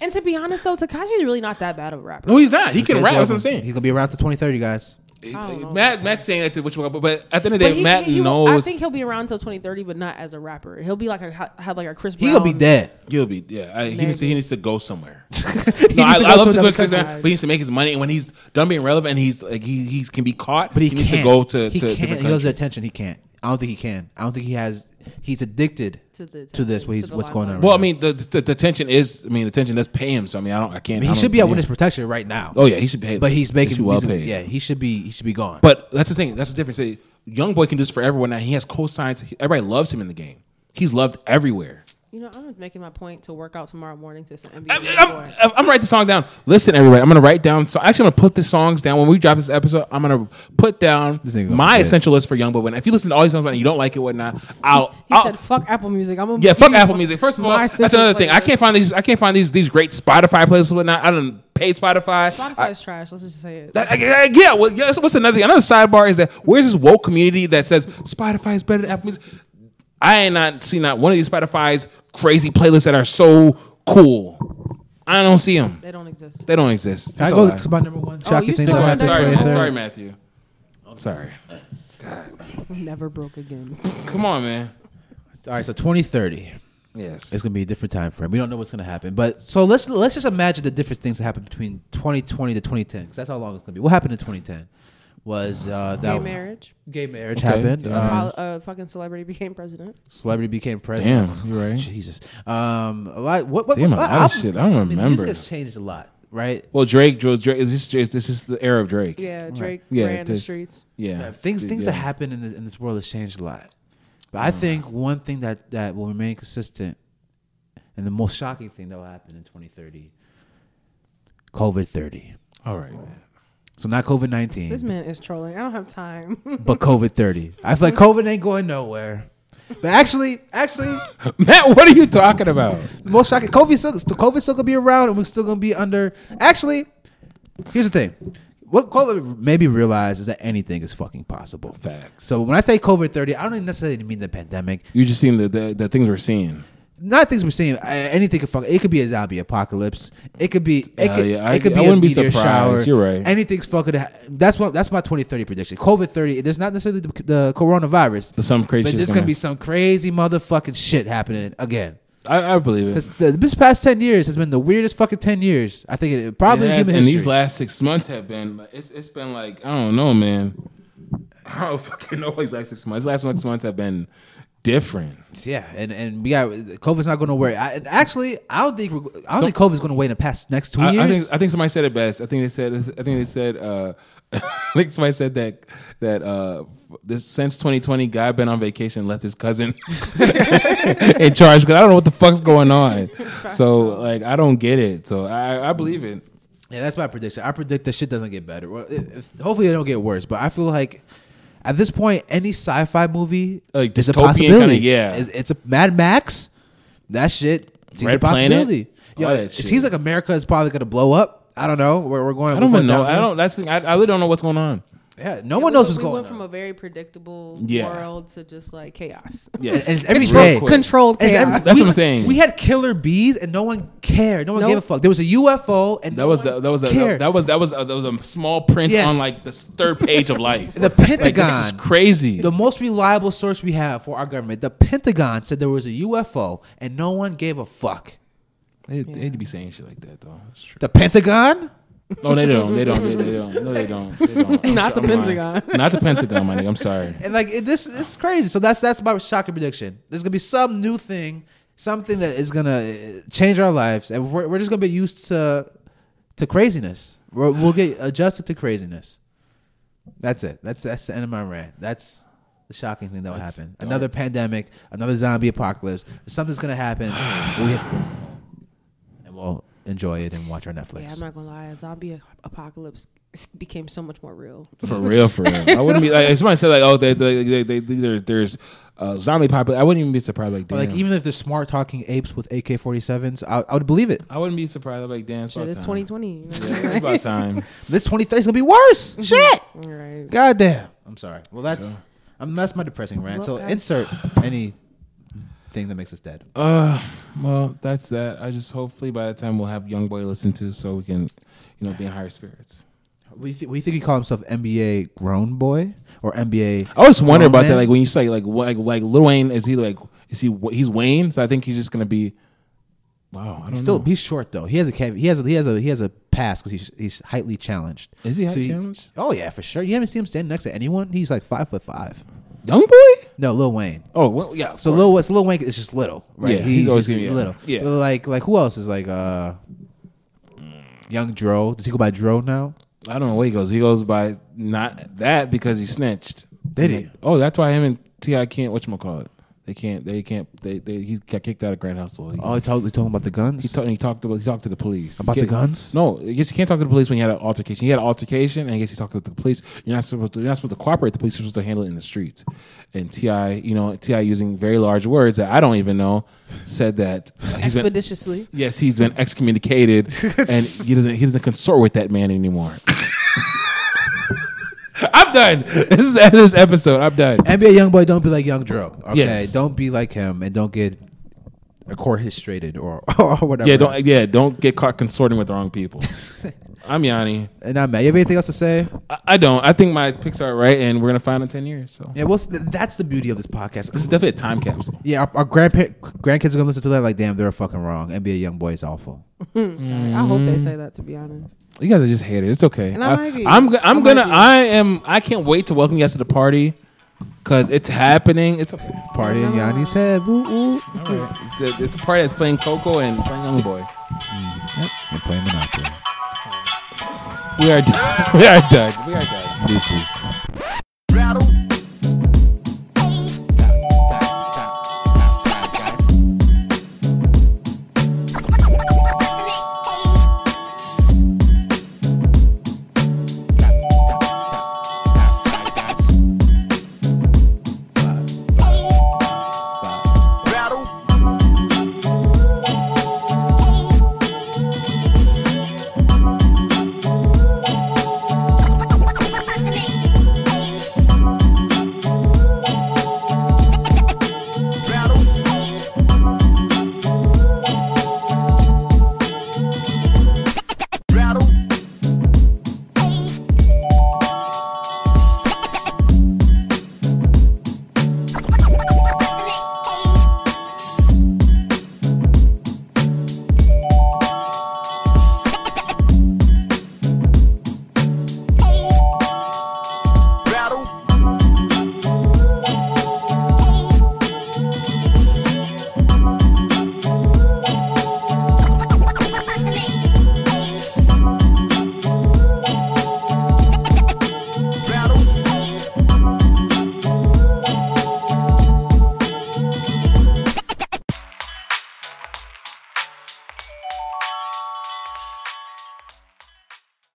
Speaker 1: and to be honest though, Takashi is really not that bad of a rapper.
Speaker 2: no, he's not. He can
Speaker 3: Kids
Speaker 2: rap.
Speaker 3: love
Speaker 2: That's what
Speaker 3: him.
Speaker 2: I'm saying.
Speaker 3: He's gonna be around to twenty thirty, guys.
Speaker 1: don't know.
Speaker 2: Matt, Matt's saying that to which one, but- but at the end of
Speaker 1: But
Speaker 2: the day,
Speaker 1: he-
Speaker 2: Matt
Speaker 1: he- he will- I
Speaker 2: knows
Speaker 1: think he'll be around till 2030, but not as a rapper. He'll be like a have like a Chris.
Speaker 3: He gonna be
Speaker 1: Brown.
Speaker 3: dead.
Speaker 2: he'll be. Yeah, I, he needs to. He needs to go somewhere.
Speaker 3: He
Speaker 2: No, I,
Speaker 3: needs to
Speaker 2: I
Speaker 3: go
Speaker 2: love
Speaker 3: to
Speaker 2: to go
Speaker 3: another
Speaker 2: to
Speaker 3: country.
Speaker 2: that, but he needs to make his money. And when he's done being relevant, and he's like he, he can be caught,
Speaker 3: But he,
Speaker 2: needs to
Speaker 3: can't.
Speaker 2: go to,
Speaker 3: he
Speaker 2: to different
Speaker 3: can't. He loves
Speaker 2: countries.
Speaker 3: the attention. He can't. I don't think he can. I don't think he has. He's addicted
Speaker 1: To
Speaker 3: to,
Speaker 1: the
Speaker 3: this.
Speaker 1: attention,
Speaker 3: What he's,
Speaker 1: to the
Speaker 3: what's going on?
Speaker 1: limelight.
Speaker 2: Well, I
Speaker 3: right now.
Speaker 2: mean, the, the the tension is. I mean, the tension does pay him. So I mean, I don't. I can't. I
Speaker 3: he
Speaker 2: don't-
Speaker 3: should be at
Speaker 2: yeah.
Speaker 3: witness protection right now.
Speaker 2: Oh yeah, he should be paid.
Speaker 3: but he's making
Speaker 2: should be well
Speaker 3: he's-
Speaker 2: paid.
Speaker 3: Yeah, he should be. He should be gone.
Speaker 2: But that's the thing. That's the difference. Say, Young boy can do this for everyone. Now he has cosigns. He- Everybody loves him in the game. He's loved everywhere.
Speaker 1: You know, I'm just making my point to work out tomorrow morning to some NBA.
Speaker 2: I'm,
Speaker 1: young
Speaker 2: I'm,
Speaker 1: boy.
Speaker 2: I'm gonna write the song down. Listen, everybody, I'm gonna write down. So actually, I'm gonna put the songs down when we drop this episode. I'm gonna put down
Speaker 3: This nigga gonna
Speaker 2: my
Speaker 3: forget.
Speaker 2: essential list for Young Boy. And if you listen to all these songs and you don't like it, whatnot, I'll.
Speaker 1: He
Speaker 2: I'll
Speaker 1: said, "Fuck Apple Music." I'm gonna
Speaker 2: Oh, yeah,
Speaker 1: give
Speaker 2: fuck
Speaker 1: you
Speaker 2: Apple Music. First of all,
Speaker 1: my
Speaker 2: that's
Speaker 1: essential
Speaker 2: another thing. I
Speaker 1: playlist.
Speaker 2: can't find these. I can't find these these great Spotify playlists and whatnot. I don't pay Spotify. I-
Speaker 1: Spotify's trash. Let's just say it.
Speaker 2: That- I- I- yeah, well, yeah, so what's another thing? Another sidebar is that where's this woke community that says Spotify is better than Apple Music? I ain't not seen not one of these Spotify's crazy playlists that are so cool. I don't see them.
Speaker 1: they don't exist.
Speaker 2: They don't exist.
Speaker 3: Can I
Speaker 2: That's
Speaker 3: go
Speaker 2: all I-
Speaker 3: to my number one.
Speaker 1: you
Speaker 3: Shocking things
Speaker 1: still
Speaker 3: that
Speaker 1: going
Speaker 2: sorry,
Speaker 1: back
Speaker 3: happened.
Speaker 1: to
Speaker 2: sorry,
Speaker 1: Twitter?
Speaker 2: Matt-
Speaker 3: 23rd.
Speaker 2: sorry, Matthew. I'm sorry.
Speaker 1: Never broke again.
Speaker 2: Come on, man.
Speaker 3: All right, so 2030.
Speaker 2: Yes.
Speaker 3: It's gonna be a different time frame. We don't know what's gonna happen, but so let's let's just imagine the different things that happened between 2020 to 2010. Because that's how long it's gonna be. What happened in 2010 was uh, that
Speaker 1: Gay marriage.
Speaker 3: gay marriage
Speaker 2: Okay,
Speaker 3: happened.
Speaker 2: yeah.
Speaker 3: Um,
Speaker 1: Pol- uh, fucking celebrity became president.
Speaker 3: celebrity became president.
Speaker 2: Damn, you're right.
Speaker 3: Jesus, um, a lot. What? what
Speaker 2: Damn, a
Speaker 3: what
Speaker 2: lot of
Speaker 3: albums-
Speaker 2: shit. I don't
Speaker 3: mean, the
Speaker 2: remember.
Speaker 3: music has changed a lot, right?
Speaker 2: Well, Drake, Drake, Drake is this, Drake- this is the era of Drake.
Speaker 1: Yeah, Drake
Speaker 2: Yeah,
Speaker 1: ran the
Speaker 2: this-
Speaker 1: streets.
Speaker 2: yeah.
Speaker 3: Yeah, Uh, things things
Speaker 2: yeah.
Speaker 3: that happen in this, in this world has changed a lot. But I think one thing that that will remain consistent, and the most shocking thing that will happen in 2030, COVID 30.
Speaker 2: All right, man.
Speaker 3: So not COVID
Speaker 1: This
Speaker 3: 19,
Speaker 1: man is trolling. I don't have time.
Speaker 3: but COVID 30. I feel like COVID ain't going nowhere. But actually, actually,
Speaker 2: Matt, what are you talking about?
Speaker 3: the most shocking. COVID still, still- COVID still gonna be around, and we're still gonna be under. Actually, here's the thing. What COVID made me realize is that anything is fucking possible.
Speaker 2: Facts.
Speaker 3: So when I say COVID thirty, I don't even necessarily mean the pandemic.
Speaker 2: You just seen the, the the things we're seeing.
Speaker 3: Not things we're seeing. I- Anything could fuck. It could be a zombie apocalypse. It could be. It
Speaker 2: Hell
Speaker 3: could,
Speaker 2: yeah, I-
Speaker 3: it could
Speaker 2: I
Speaker 3: be a
Speaker 2: wouldn't be
Speaker 3: meteor
Speaker 2: surprised.
Speaker 3: shower.
Speaker 2: You're right.
Speaker 3: Anything's fucking. ha- That's what. That's my twenty thirty prediction. COVID thirty. There's not necessarily the, the coronavirus,
Speaker 2: But some crazy.
Speaker 3: but
Speaker 2: shit's
Speaker 3: there's gonna be some crazy motherfucking shit happening again.
Speaker 2: I, I believe it.
Speaker 3: Because this past ten years has been the weirdest fucking ten years. I think it, probably
Speaker 2: It
Speaker 3: in
Speaker 2: has-
Speaker 3: human
Speaker 2: and
Speaker 3: history.
Speaker 2: these last six months have been like, it's it's been like I don't know, man. I don't fucking know these last six months. These last six months have been different.
Speaker 3: yeah, and and we got COVID's not going to work. I, and actually, I don't think we're, I don't
Speaker 2: Some-
Speaker 3: think COVID's going to wait in the past next two
Speaker 2: I,
Speaker 3: years.
Speaker 2: I think I think somebody said it best. I think they said I think they said uh, I think somebody said that that uh, this since 2020, guy been on vacation, and left his cousin in charge because I don't know what the fuck's going on. So like I don't get it. So I, I believe it.
Speaker 3: yeah, that's my prediction. I predict this shit doesn't get better. Well, if, if- hopefully, it don't get worse. But I feel like at this point, any sci-fi movie
Speaker 2: Like
Speaker 3: is a
Speaker 2: dystopian kinda-
Speaker 3: possibility.
Speaker 2: yeah.
Speaker 3: it's, it's a Mad Max. That shit seems
Speaker 2: Red
Speaker 3: a possibility.
Speaker 2: Planet,
Speaker 3: Yo,
Speaker 2: all that
Speaker 3: it
Speaker 2: shit.
Speaker 3: seems like America is probably going to blow up. I don't know. We're, we're going.
Speaker 2: I don't
Speaker 3: we're
Speaker 2: even
Speaker 3: going
Speaker 2: know.
Speaker 3: down
Speaker 2: I
Speaker 3: there.
Speaker 2: don't. That's the thing. I, I really don't know what's going on.
Speaker 3: Yeah, no
Speaker 1: Yeah, we
Speaker 3: one knows
Speaker 1: went-
Speaker 3: what's
Speaker 1: we
Speaker 3: going
Speaker 1: went
Speaker 3: on.
Speaker 1: from a very predictable
Speaker 2: Yeah.
Speaker 1: world to just like chaos.
Speaker 2: Yes,
Speaker 3: And- and every
Speaker 2: Real
Speaker 3: day-
Speaker 2: quick.
Speaker 1: Controlled
Speaker 3: It's
Speaker 1: chaos.
Speaker 3: every-
Speaker 2: That's
Speaker 3: we-
Speaker 2: what I'm saying.
Speaker 3: We had killer bees and no one cared. No one
Speaker 1: Nope.
Speaker 3: gave a fuck. There was a UFO and
Speaker 2: That
Speaker 3: no
Speaker 2: was
Speaker 3: one
Speaker 2: that was a,
Speaker 3: cared.
Speaker 2: that was that was a, that was a small print
Speaker 3: Yes.
Speaker 2: on like the third page of life.
Speaker 3: the
Speaker 2: like,
Speaker 3: Pentagon.
Speaker 2: this is crazy.
Speaker 3: the most reliable source we have for our government, the Pentagon said there was a UFO and no one gave a fuck.
Speaker 2: they, would be saying shit like that though. That's true.
Speaker 3: The Pentagon?
Speaker 2: No, they don't. They don't. They, they don't. No, they don't. They don't. I'm
Speaker 1: Not
Speaker 2: so-
Speaker 1: the
Speaker 2: I'm lying.
Speaker 1: Pentagon.
Speaker 2: Not the Pentagon, my nigga. I'm sorry.
Speaker 3: And like it, this, this is crazy. So that's that's my shocking prediction. There's gonna be some new thing, something that is gonna uh, change our lives, and we're, we're just gonna be used to to craziness. We're, we'll get adjusted to craziness. That's it. That's that's the end of my rant. That's the shocking thing that will happen. Another pandemic, another zombie apocalypse. Something's gonna happen, we, and we'll enjoy it and watch our
Speaker 1: Yeah,
Speaker 3: Netflix.
Speaker 1: I'm not gonna lie. A zombie apocalypse became so much more real.
Speaker 2: For real, for real. I wouldn't be like if somebody said like, oh, they, they, they, they, they- there's there's uh, zombie population. I wouldn't even be surprised. Like,
Speaker 3: But
Speaker 2: damn.
Speaker 3: like even if they're smart talking apes with AK-47s, I, I would believe it.
Speaker 2: I wouldn't be surprised. I'd be like, damn, it's
Speaker 1: Shit,
Speaker 2: about
Speaker 1: it's
Speaker 2: time.
Speaker 1: 2020. You know what I'm
Speaker 2: Yeah, it's about time.
Speaker 3: This 2030 is gonna be worse. Shit.
Speaker 1: saying? Right.
Speaker 3: God damn. I'm sorry. Well, that's
Speaker 2: So-
Speaker 3: um, that's my depressing rant.
Speaker 1: Well,
Speaker 3: so
Speaker 1: guys-
Speaker 3: insert any thing that makes us dead.
Speaker 2: Uh, well, that's that. I just hopefully by the time we'll have young boy listen to, so we can, you know, be in higher spirits.
Speaker 3: We th- we think he called himself NBA grown boy or NBA.
Speaker 2: I always wonder
Speaker 3: grown
Speaker 2: about
Speaker 3: man?
Speaker 2: that. Like when you say like wh- like like Lil Wayne is he like is he wh- he's Wayne? So I think he's just gonna be. Wow, I don't
Speaker 3: he's still
Speaker 2: know.
Speaker 3: he's short though. He has a cav- he has a, he has a he has a pass because he's he's highly challenged.
Speaker 2: Is he
Speaker 3: So
Speaker 2: height challenged?
Speaker 3: Oh yeah, for sure. You haven't seen him stand next to anyone. He's like five foot five.
Speaker 2: young boy.
Speaker 3: No, Lil Wayne.
Speaker 2: Oh well, yeah.
Speaker 3: So Lil what's Lil Wayne is just little, right?
Speaker 2: Yeah, he's always
Speaker 3: just
Speaker 2: gonna be-
Speaker 3: little.
Speaker 2: yeah.
Speaker 3: Like like who else is like uh, young Dro? Does he go by Dro now?
Speaker 2: I don't know where he goes. He goes by not that because he snitched.
Speaker 3: Did he?
Speaker 2: Like, oh, that's why him and Ti can't. What call it? They can't. They can't. They, they he got kicked out of Grand Hustle. He,
Speaker 3: Oh, he talk- he talking about the guns.
Speaker 2: he, talked, he talked. About, he talked to the police He
Speaker 3: About the
Speaker 2: can't-
Speaker 3: guns?
Speaker 2: No, I guess you can't talk to the police when you had an altercation. He had an altercation, and I guess he talked to the police. You're not supposed to. You're not supposed to cooperate. The police are supposed to handle it in the streets. And Ti, you know, Ti using very large words that I don't even know, said that uh, he's been,
Speaker 1: Expeditiously.
Speaker 2: yes, he's been excommunicated, and he doesn't he doesn't consort with that man anymore. I'm done. This is the end of this episode. I'm done.
Speaker 3: NBA young boy, don't be like Young Dro. Okay,
Speaker 2: Yes.
Speaker 3: don't be like him, and don't get a core or or whatever.
Speaker 2: Yeah, don't yeah, don't get caught consorting with the wrong people. I'm Yanni.
Speaker 3: And I'm Matt. You have anything else to say?
Speaker 2: I, I don't. I think my picks are right, and we're gonna find out in ten years. So
Speaker 3: Yeah, well, s- th- that's the beauty of this podcast.
Speaker 2: this is definitely a time capsule.
Speaker 3: yeah, our, our grandpa- grandkids are gonna listen to that. Like, damn, they're fucking wrong. NBA young boy is awful.
Speaker 1: I hope they say that to be honest.
Speaker 2: You guys are just haters. It's okay.
Speaker 1: And I might be.
Speaker 2: am I'm,
Speaker 1: I
Speaker 2: I'm
Speaker 1: might
Speaker 2: gonna.
Speaker 1: be.
Speaker 2: I am. I can't wait to welcome you guys to the party because it's happening. It's okay.
Speaker 3: Party in Yanni's head. Woo woo.
Speaker 2: It's a, it's a party that's playing Coco and playing Young Boy.
Speaker 3: Yep. And playing Monopoly.
Speaker 2: We are done. we are done. We are done.
Speaker 3: Deuces.